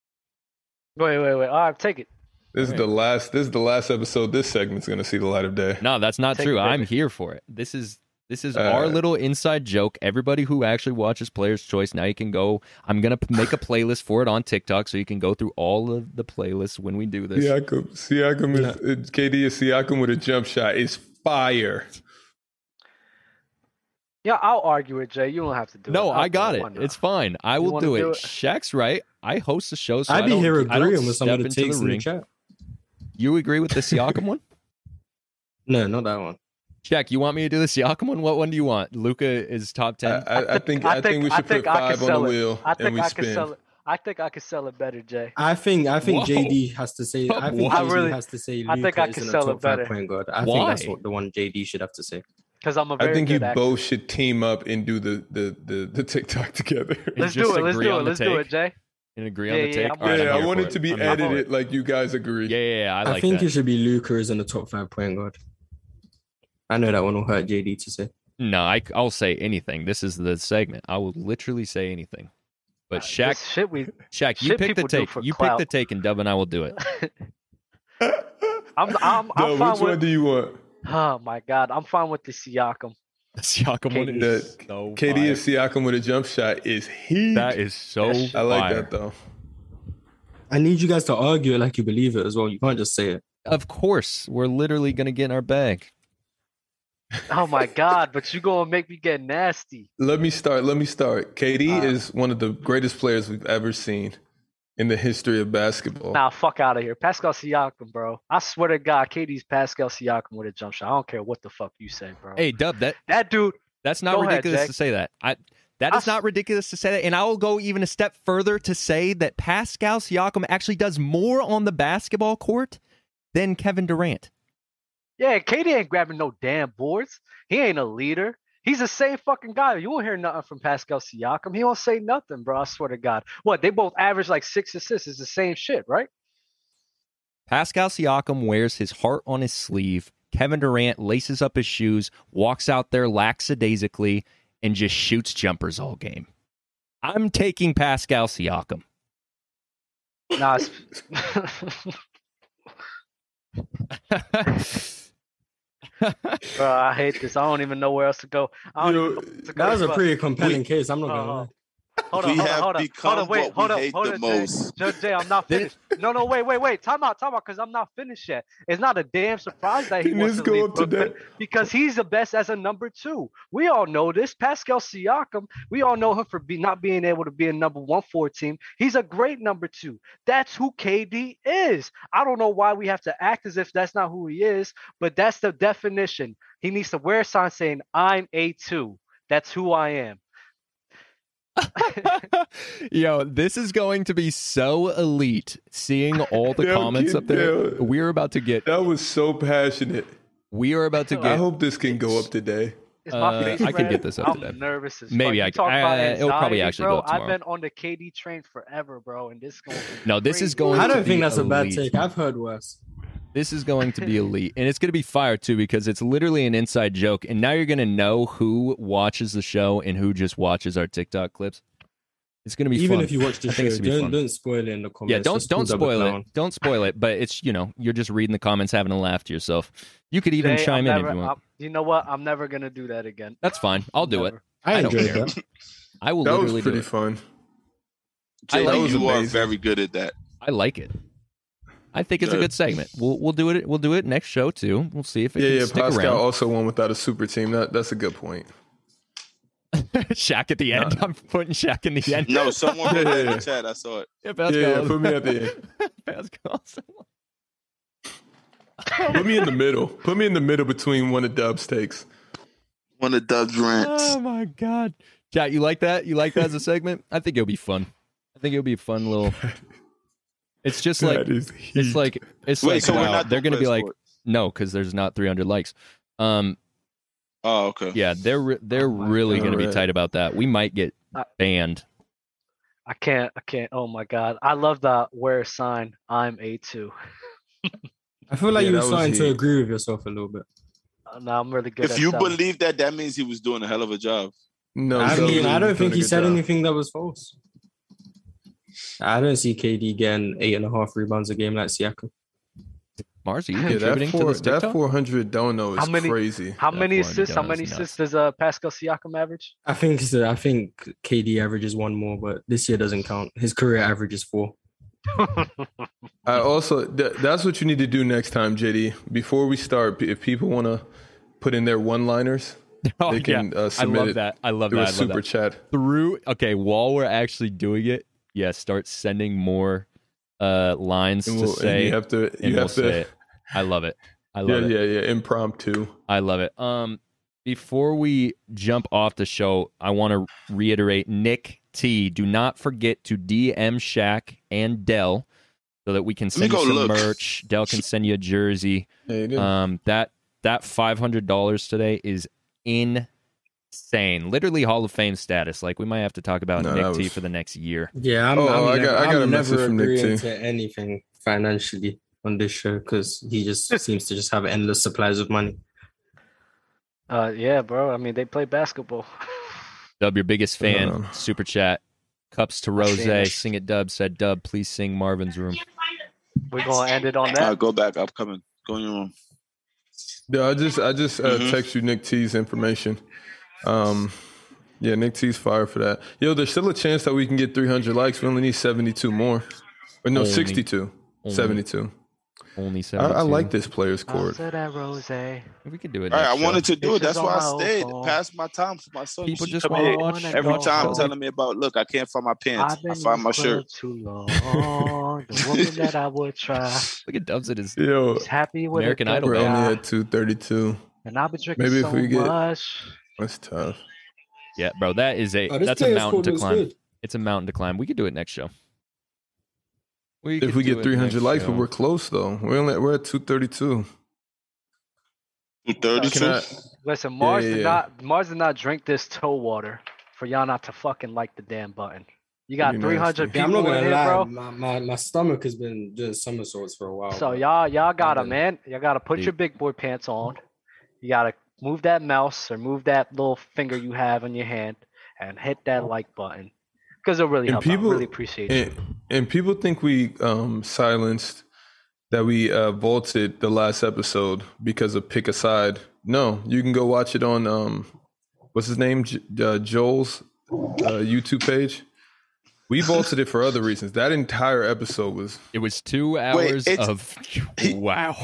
Wait, wait, wait. All right, take it.
this is the last. This is the last episode. This segment's gonna see the light of day.
No, that's not
Take
true.
it,
I'm
baby.
here for it. This is this is our
Uh,
little inside joke. Everybody who actually watches Players Choice now you can go. I'm gonna p- make a playlist for it on TikTok, so you can go through all of the playlists when we do this.
Siakam, Siakam is uh, KD is Siakam with a jump shot. It's fire.
Yeah, I'll argue it, Jay. You don't have to do it.
No,
I'll
I
do
got it.
Why not?
It's fine. I
You
will
wanna
do it.
do it?
Shaq's right. I host the show, so
I'd
I
be
don't,
here
I don't
agreeing with some
step
of the
into
takes
the
in the
ring.
chat.
You agree with the Siakam one?
No, not that one.
Check. You want me to do this Siakam one? What one do you want? Luca is top
I,
Uh,
ten.
I, I think I think we
I
should put
think I can
five on the
sell it.
wheel
I
and
think
we
I could sell
spin.
it. I think I could sell it better, Jay.
I think I think
Whoa.
JD has to say. I think
I
JD
really-
has to say.
I think
Luka
I can
isn't a
sell it
top five
better.
Point guard. I
Why?
think that's what the one JD should have to say.
Because I'm a very
I think you
good actor.
both should team up and do the the the, the TikTok together.
Let's do
just
it. Let's
agree
do
on
it.
the
Let's do it,
take.
Jay.
And agree
Yeah,
on the
yeah,
take.
I'm
All right,
yeah,
I'm
I
here
want
for
it to be
I'm here for
edited like you guys agree.
it. Yeah, yeah, yeah, I
I,
like
think
that.
it should be Luca isn't a top five point guard. I know that one will hurt JD to say.
No, I, will say anything. This is the segment. I will literally say anything. But
This
Shaq,
shit we.
Shaq, you
shit
pick the
people do
take.
for
You pick
clout.
the take, and Dub and I will do it.
I'm. I'm. I'm
Dub,
fine
which one
with.
do you want?
Oh my god, I'm fine with the Siakam.
Siakam one
KD.
is
The-
so
KD
fire.
is Siakam with a jump shot is he?
That is so.
That shit-
I like
fire.
that though.
I need you guys to argue it like you believe it as well. You can't just say it.
Of course, we're literally gonna get in our bag.
Oh my god, but you gonna make me get nasty.
Let me start. Let me start. KD
Uh,
is one of the greatest players we've ever seen in the history of basketball.
Nah, fuck out of here. Pascal Siakam, bro. I swear to God, KD's Pascal Siakam with a jump shot. I don't care what the fuck you say, bro.
Hey, Dub, that
That dude,
that's not
Go ahead,
ridiculous
Jack. Ah.
to say that. I that
I
is not ridiculous to say that, and I will go even a step further to say that Pascal Siakam actually does more on the basketball court than Kevin Durant.
yeah, KD ain't grabbing no damn boards. He ain't a leader. He's the same fucking guy. You won't hear nothing from Pascal Siakam. He won't say nothing, bro. I swear to God. What? They both average like six assists. It's the same shit, right?
Pascal Siakam wears his heart on his sleeve. Kevin Durant laces up his shoes, walks out there lackadaisically, and just shoots jumpers all game. I'm taking Pascal Siakam.
Nah, it's- bro, I hate this. I don't even know where else to go. I don't even know
You-
where to go,
That was a
but-
pretty compelling case. I'm not gonna.
Uh,
lie.
Hold
we
on, hold
have
on, hold on,
become
hold on, wait,
what we
hold on,
hate
hold
the
on, Jay.
most.
Jay, Jay, I'm not
This-
finished. No, no, wait, wait, wait. Time out, time out, because I'm not finished yet. It's not a damn surprise that he
Can
wants
this
to
go
leave
up to
Brooklyn because he's the best as a number two. We all know this. Pascal Siakam, we all know him for be, not being able to be a number one for a team. He's a great number two. That's who KD is. I don't know why we have to act as if that's not who he is, but that's the definition. He needs to wear a sign saying, I'm a two. That's who I am.
Yo, this is going to be so elite seeing all the
Yo,
comments
get
up there.
down.
We're about to get
That was so passionate.
we are about to
I
get
hope this can go up today.
Is my
Uh,
face
I can
red?
get this up
I'm
today.
nervous as
Maybe
fuck.
I
You
can-
talk about
uh, it'll probably
anxiety,
actually
bro.
go up
I've
tomorrow.
been on the KD train forever, bro, and this is going.
No, this is
crazy.
going
I
to
don't
be
think that's a bad
elite.
take. I've heard worse.
This is going to be elite. And it's going to be fire too because it's literally an inside joke and now you're going to know who watches the show and who just watches our TikTok clips. It's going to be
Even
fun.
if you watch the
I
show,
think it's gonna be
don't
fun.
don't spoil it in the comments.
yeah, don't
Just
don't
pull double
spoil
down.
it. Don't spoil it, but it's, you know, you're just reading the comments having a laugh to yourself. You could even
Jay,
chime
I'm
in
never-
if you want.
I'm- you know what? I'm never gonna do that again.
That's fine. I'll do it.
Never.
I
I don't
enjoyed
care.
that.
I will
That
literally
was pretty
do it.
fun.
I
JD,
like it.
you are
Amazing.
very good at that.
I like it. I think it's a
Good.
good segment. We'll we'll do it. We'll do it next show too. We'll see if it
Yeah,
can
yeah.
stick
Pascal
around.
also won without a super team. That, that's a good point.
Shaq at the end. I'm putting Shaq in the end.
No, someone put
Yeah,
that in
yeah,
the chat. I saw it.
Yeah,
Yeah,
Pascal.
yeah. Put me at the end.
Pascal.
Put me in the middle. Put me in the middle between one of Dub's takes.
One of Dub's rants.
Oh my god, Shaq, you like that? You like that as a segment? I think it'll be fun. I think it'll be a fun little. It's just like
that is
it's
heat.
like it's
Wait,
like
so we're
wow,
not
they're
doing
gonna be like
Discord.
no because there's not 300 likes. Um,
Oh, okay.
yeah, they're re- they're
Oh my Uh,
really
God.
gonna be
Alright.
tight about that. We might get
I-
banned.
I can't. I can't. Oh my god, I love that. Wear a sign. I'm a two.
I feel like
Yeah, that
you were
was
starting to
heat.
agree with yourself a little bit.
Uh, No, I'm really good.
If
at
you
selling.
believe that, that means he was doing a hell of a job.
no,
I
Dub
mean, I
was
don't
doing
think
a
he
good
said
job.
anything that was false. I don't see KD getting eight and a half rebounds a game like Siakam.
Mars, are you
Yeah,
contributing
that,
to
four,
this
that
TikTok?
400 dono is
How many-
crazy.
how
That
many
Florida
assists? How
Dom is
many
nuts.
assists does uh, Pascal Siakam average?
I think so. I think KD averages one more, but this year doesn't count. His career average is four.
I also th- that's what you need to do next time, JD. Before we start, p- if people want to put in their one-liners,
Oh,
they
yeah.
can uh,
I
submit
love
it
that. I love
through
that. I
a
love
super
that.
chat.
Through okay, while we're actually doing it, yeah, start sending more uh lines
And,
to
we'll, and
say
you have to
and
you
we'll
have
say
to
it. I love it. I
Yeah,
love it.
yeah, yeah. Impromptu.
I love it. Um, before we jump off the show, I want to reiterate, Nick T, do not forget to DM Shaq and Dell so that we can send you
go
some
look.
merch. Dell can send you a jersey.
Hey, dude.
Um, that that five hundred dollars today is insane. Literally Hall of Fame status. Like we might have to talk about
No,
Nick
that
T
was-
for the next year.
Yeah, I'm,
Oh,
I'm
I
never,
got- I got a
am
message
never
from Nick
agreeing
too.
to anything financially on this show because he just seems to just have endless supplies of money.
Uh, yeah, bro. I mean, they play basketball.
Dub, your biggest fan,
Um.
super chat. Cups to
I've seen
Rose,
this.
sing it Dub, said Dub, please sing Marvin's Room.
We're gonna end it on
All
that.
right, go back. I'm coming. Go in your room.
Yeah, I just I just uh,
Mm-hmm.
Mhm.
text you Nick T's information. Um, yeah, Nick T's fired for that. Yo, there's still a chance that we can get 300 likes. We only need 72 more, or no,
Only.
62,
Only-
72.
Only
I,
72.
I like this player's
I
court.
said that rose. I
We could do it.
All right,
next
I
show.
wanted to do it.
Bitches
That's
on
why I
my old
stayed.
phone.
Passed my time for my son.
People
She
just
come
want
here
to watch
every
go
time
home.
telling me about. Look, I can't find my pants.
I've
I
been in
find
this
my
club
shirt.
too long. The woman that I would try.
Look at Dubs at his.
Yo,
She's happy with
American
her
Idol
we're
guy,
only at 232.
and I've been drinking
Maybe if
so
we get-
much.
That's tough.
Yeah, bro, that is a
Oh,
that's a mountain to climb. It's a mountain to climb. We could do it next show. We
If
could
we
do
get
it
300
next
likes,
show.
but we're close though. We're only we're at 232.
Two thirty
Can
two.
I?
Listen,
Yeah,
Mars
yeah,
did
yeah.
not Mars did not drink this toe water for y'all not to fucking like the damn button. You got
Pretty
three hundred
nasty.
Yeah, I'm not
people in
gonna
here,
lie,
bro.
my, my, my stomach has been doing somersaults for a while.
So
but
y'all y'all gotta
Alright.
man, y'all gotta put your
Deep.
big boy pants on. You gotta move that mouse or move that little finger you have in your hand and hit that like button. Because it'll really
And
help out.
people-
Really appreciate it.
And, and people think we um, silenced that we uh, vaulted the last episode because of pick a side. No, you can go watch it on um, what's his name, J- uh, Joel's uh, YouTube page. We vaulted it for other reasons. That entire episode was
It was two hours
it's-
of
he-
wow,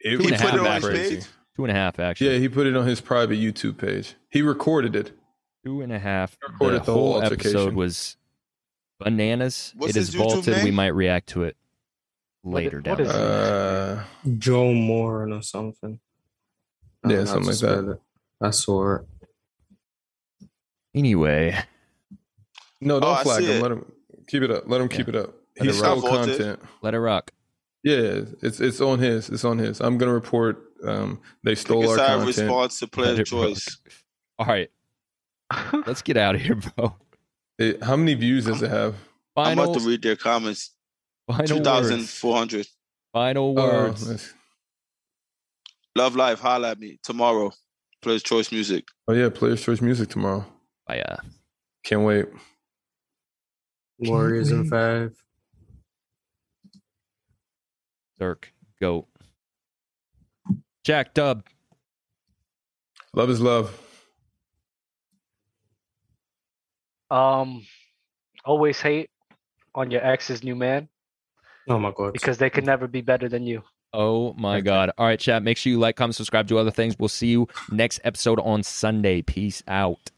it
Two
was
and a half
pretty
hours. two and a half actually.
Yeah, he put it on his private YouTube page. He recorded it.
two and a half. The,
Recorded the whole
whole, episode
altercation.
was bananas.
What's
it is
his YouTube
vaulted. We
name?
might react to it
What i-
later
what
down. the
is it?
road.
Uh,
Joe Moran or something.
Yeah,
I don't know how
something
to
like
spell
that.
it. I saw it.
Anyway,
no,
Oh,
don't
I
flag
see
him.
it.
Let him keep it up. Let him keep it up.
Let
He
it
stole
rock. Vaulted.
content.
let it rock.
Yeah, it's it's on his. It's on his. I'm gonna report. Um, they stole our
Side
content.
response to
Let
player
it rock.
choice.
All right, let's get out of here, bro.
It- how many views does it have?
I'm
Final,
about to read their comments. Two
final
thousand
words.
four hundred.
Final
Oh,
words.
that's-
Love life. Holla at me tomorrow. Players choice music.
oh yeah, Players Choice Music tomorrow.
Bye, uh,
Can't wait.
Warriors in five.
Dirk. Goat. Jack Dub.
Love is love.
Um always hate on your ex's new man
Oh my god.
because they can never be better than you.
Oh my God. All right, chat. Make sure you like, comment, subscribe, do other things. We'll see you next episode on Sunday. Peace out.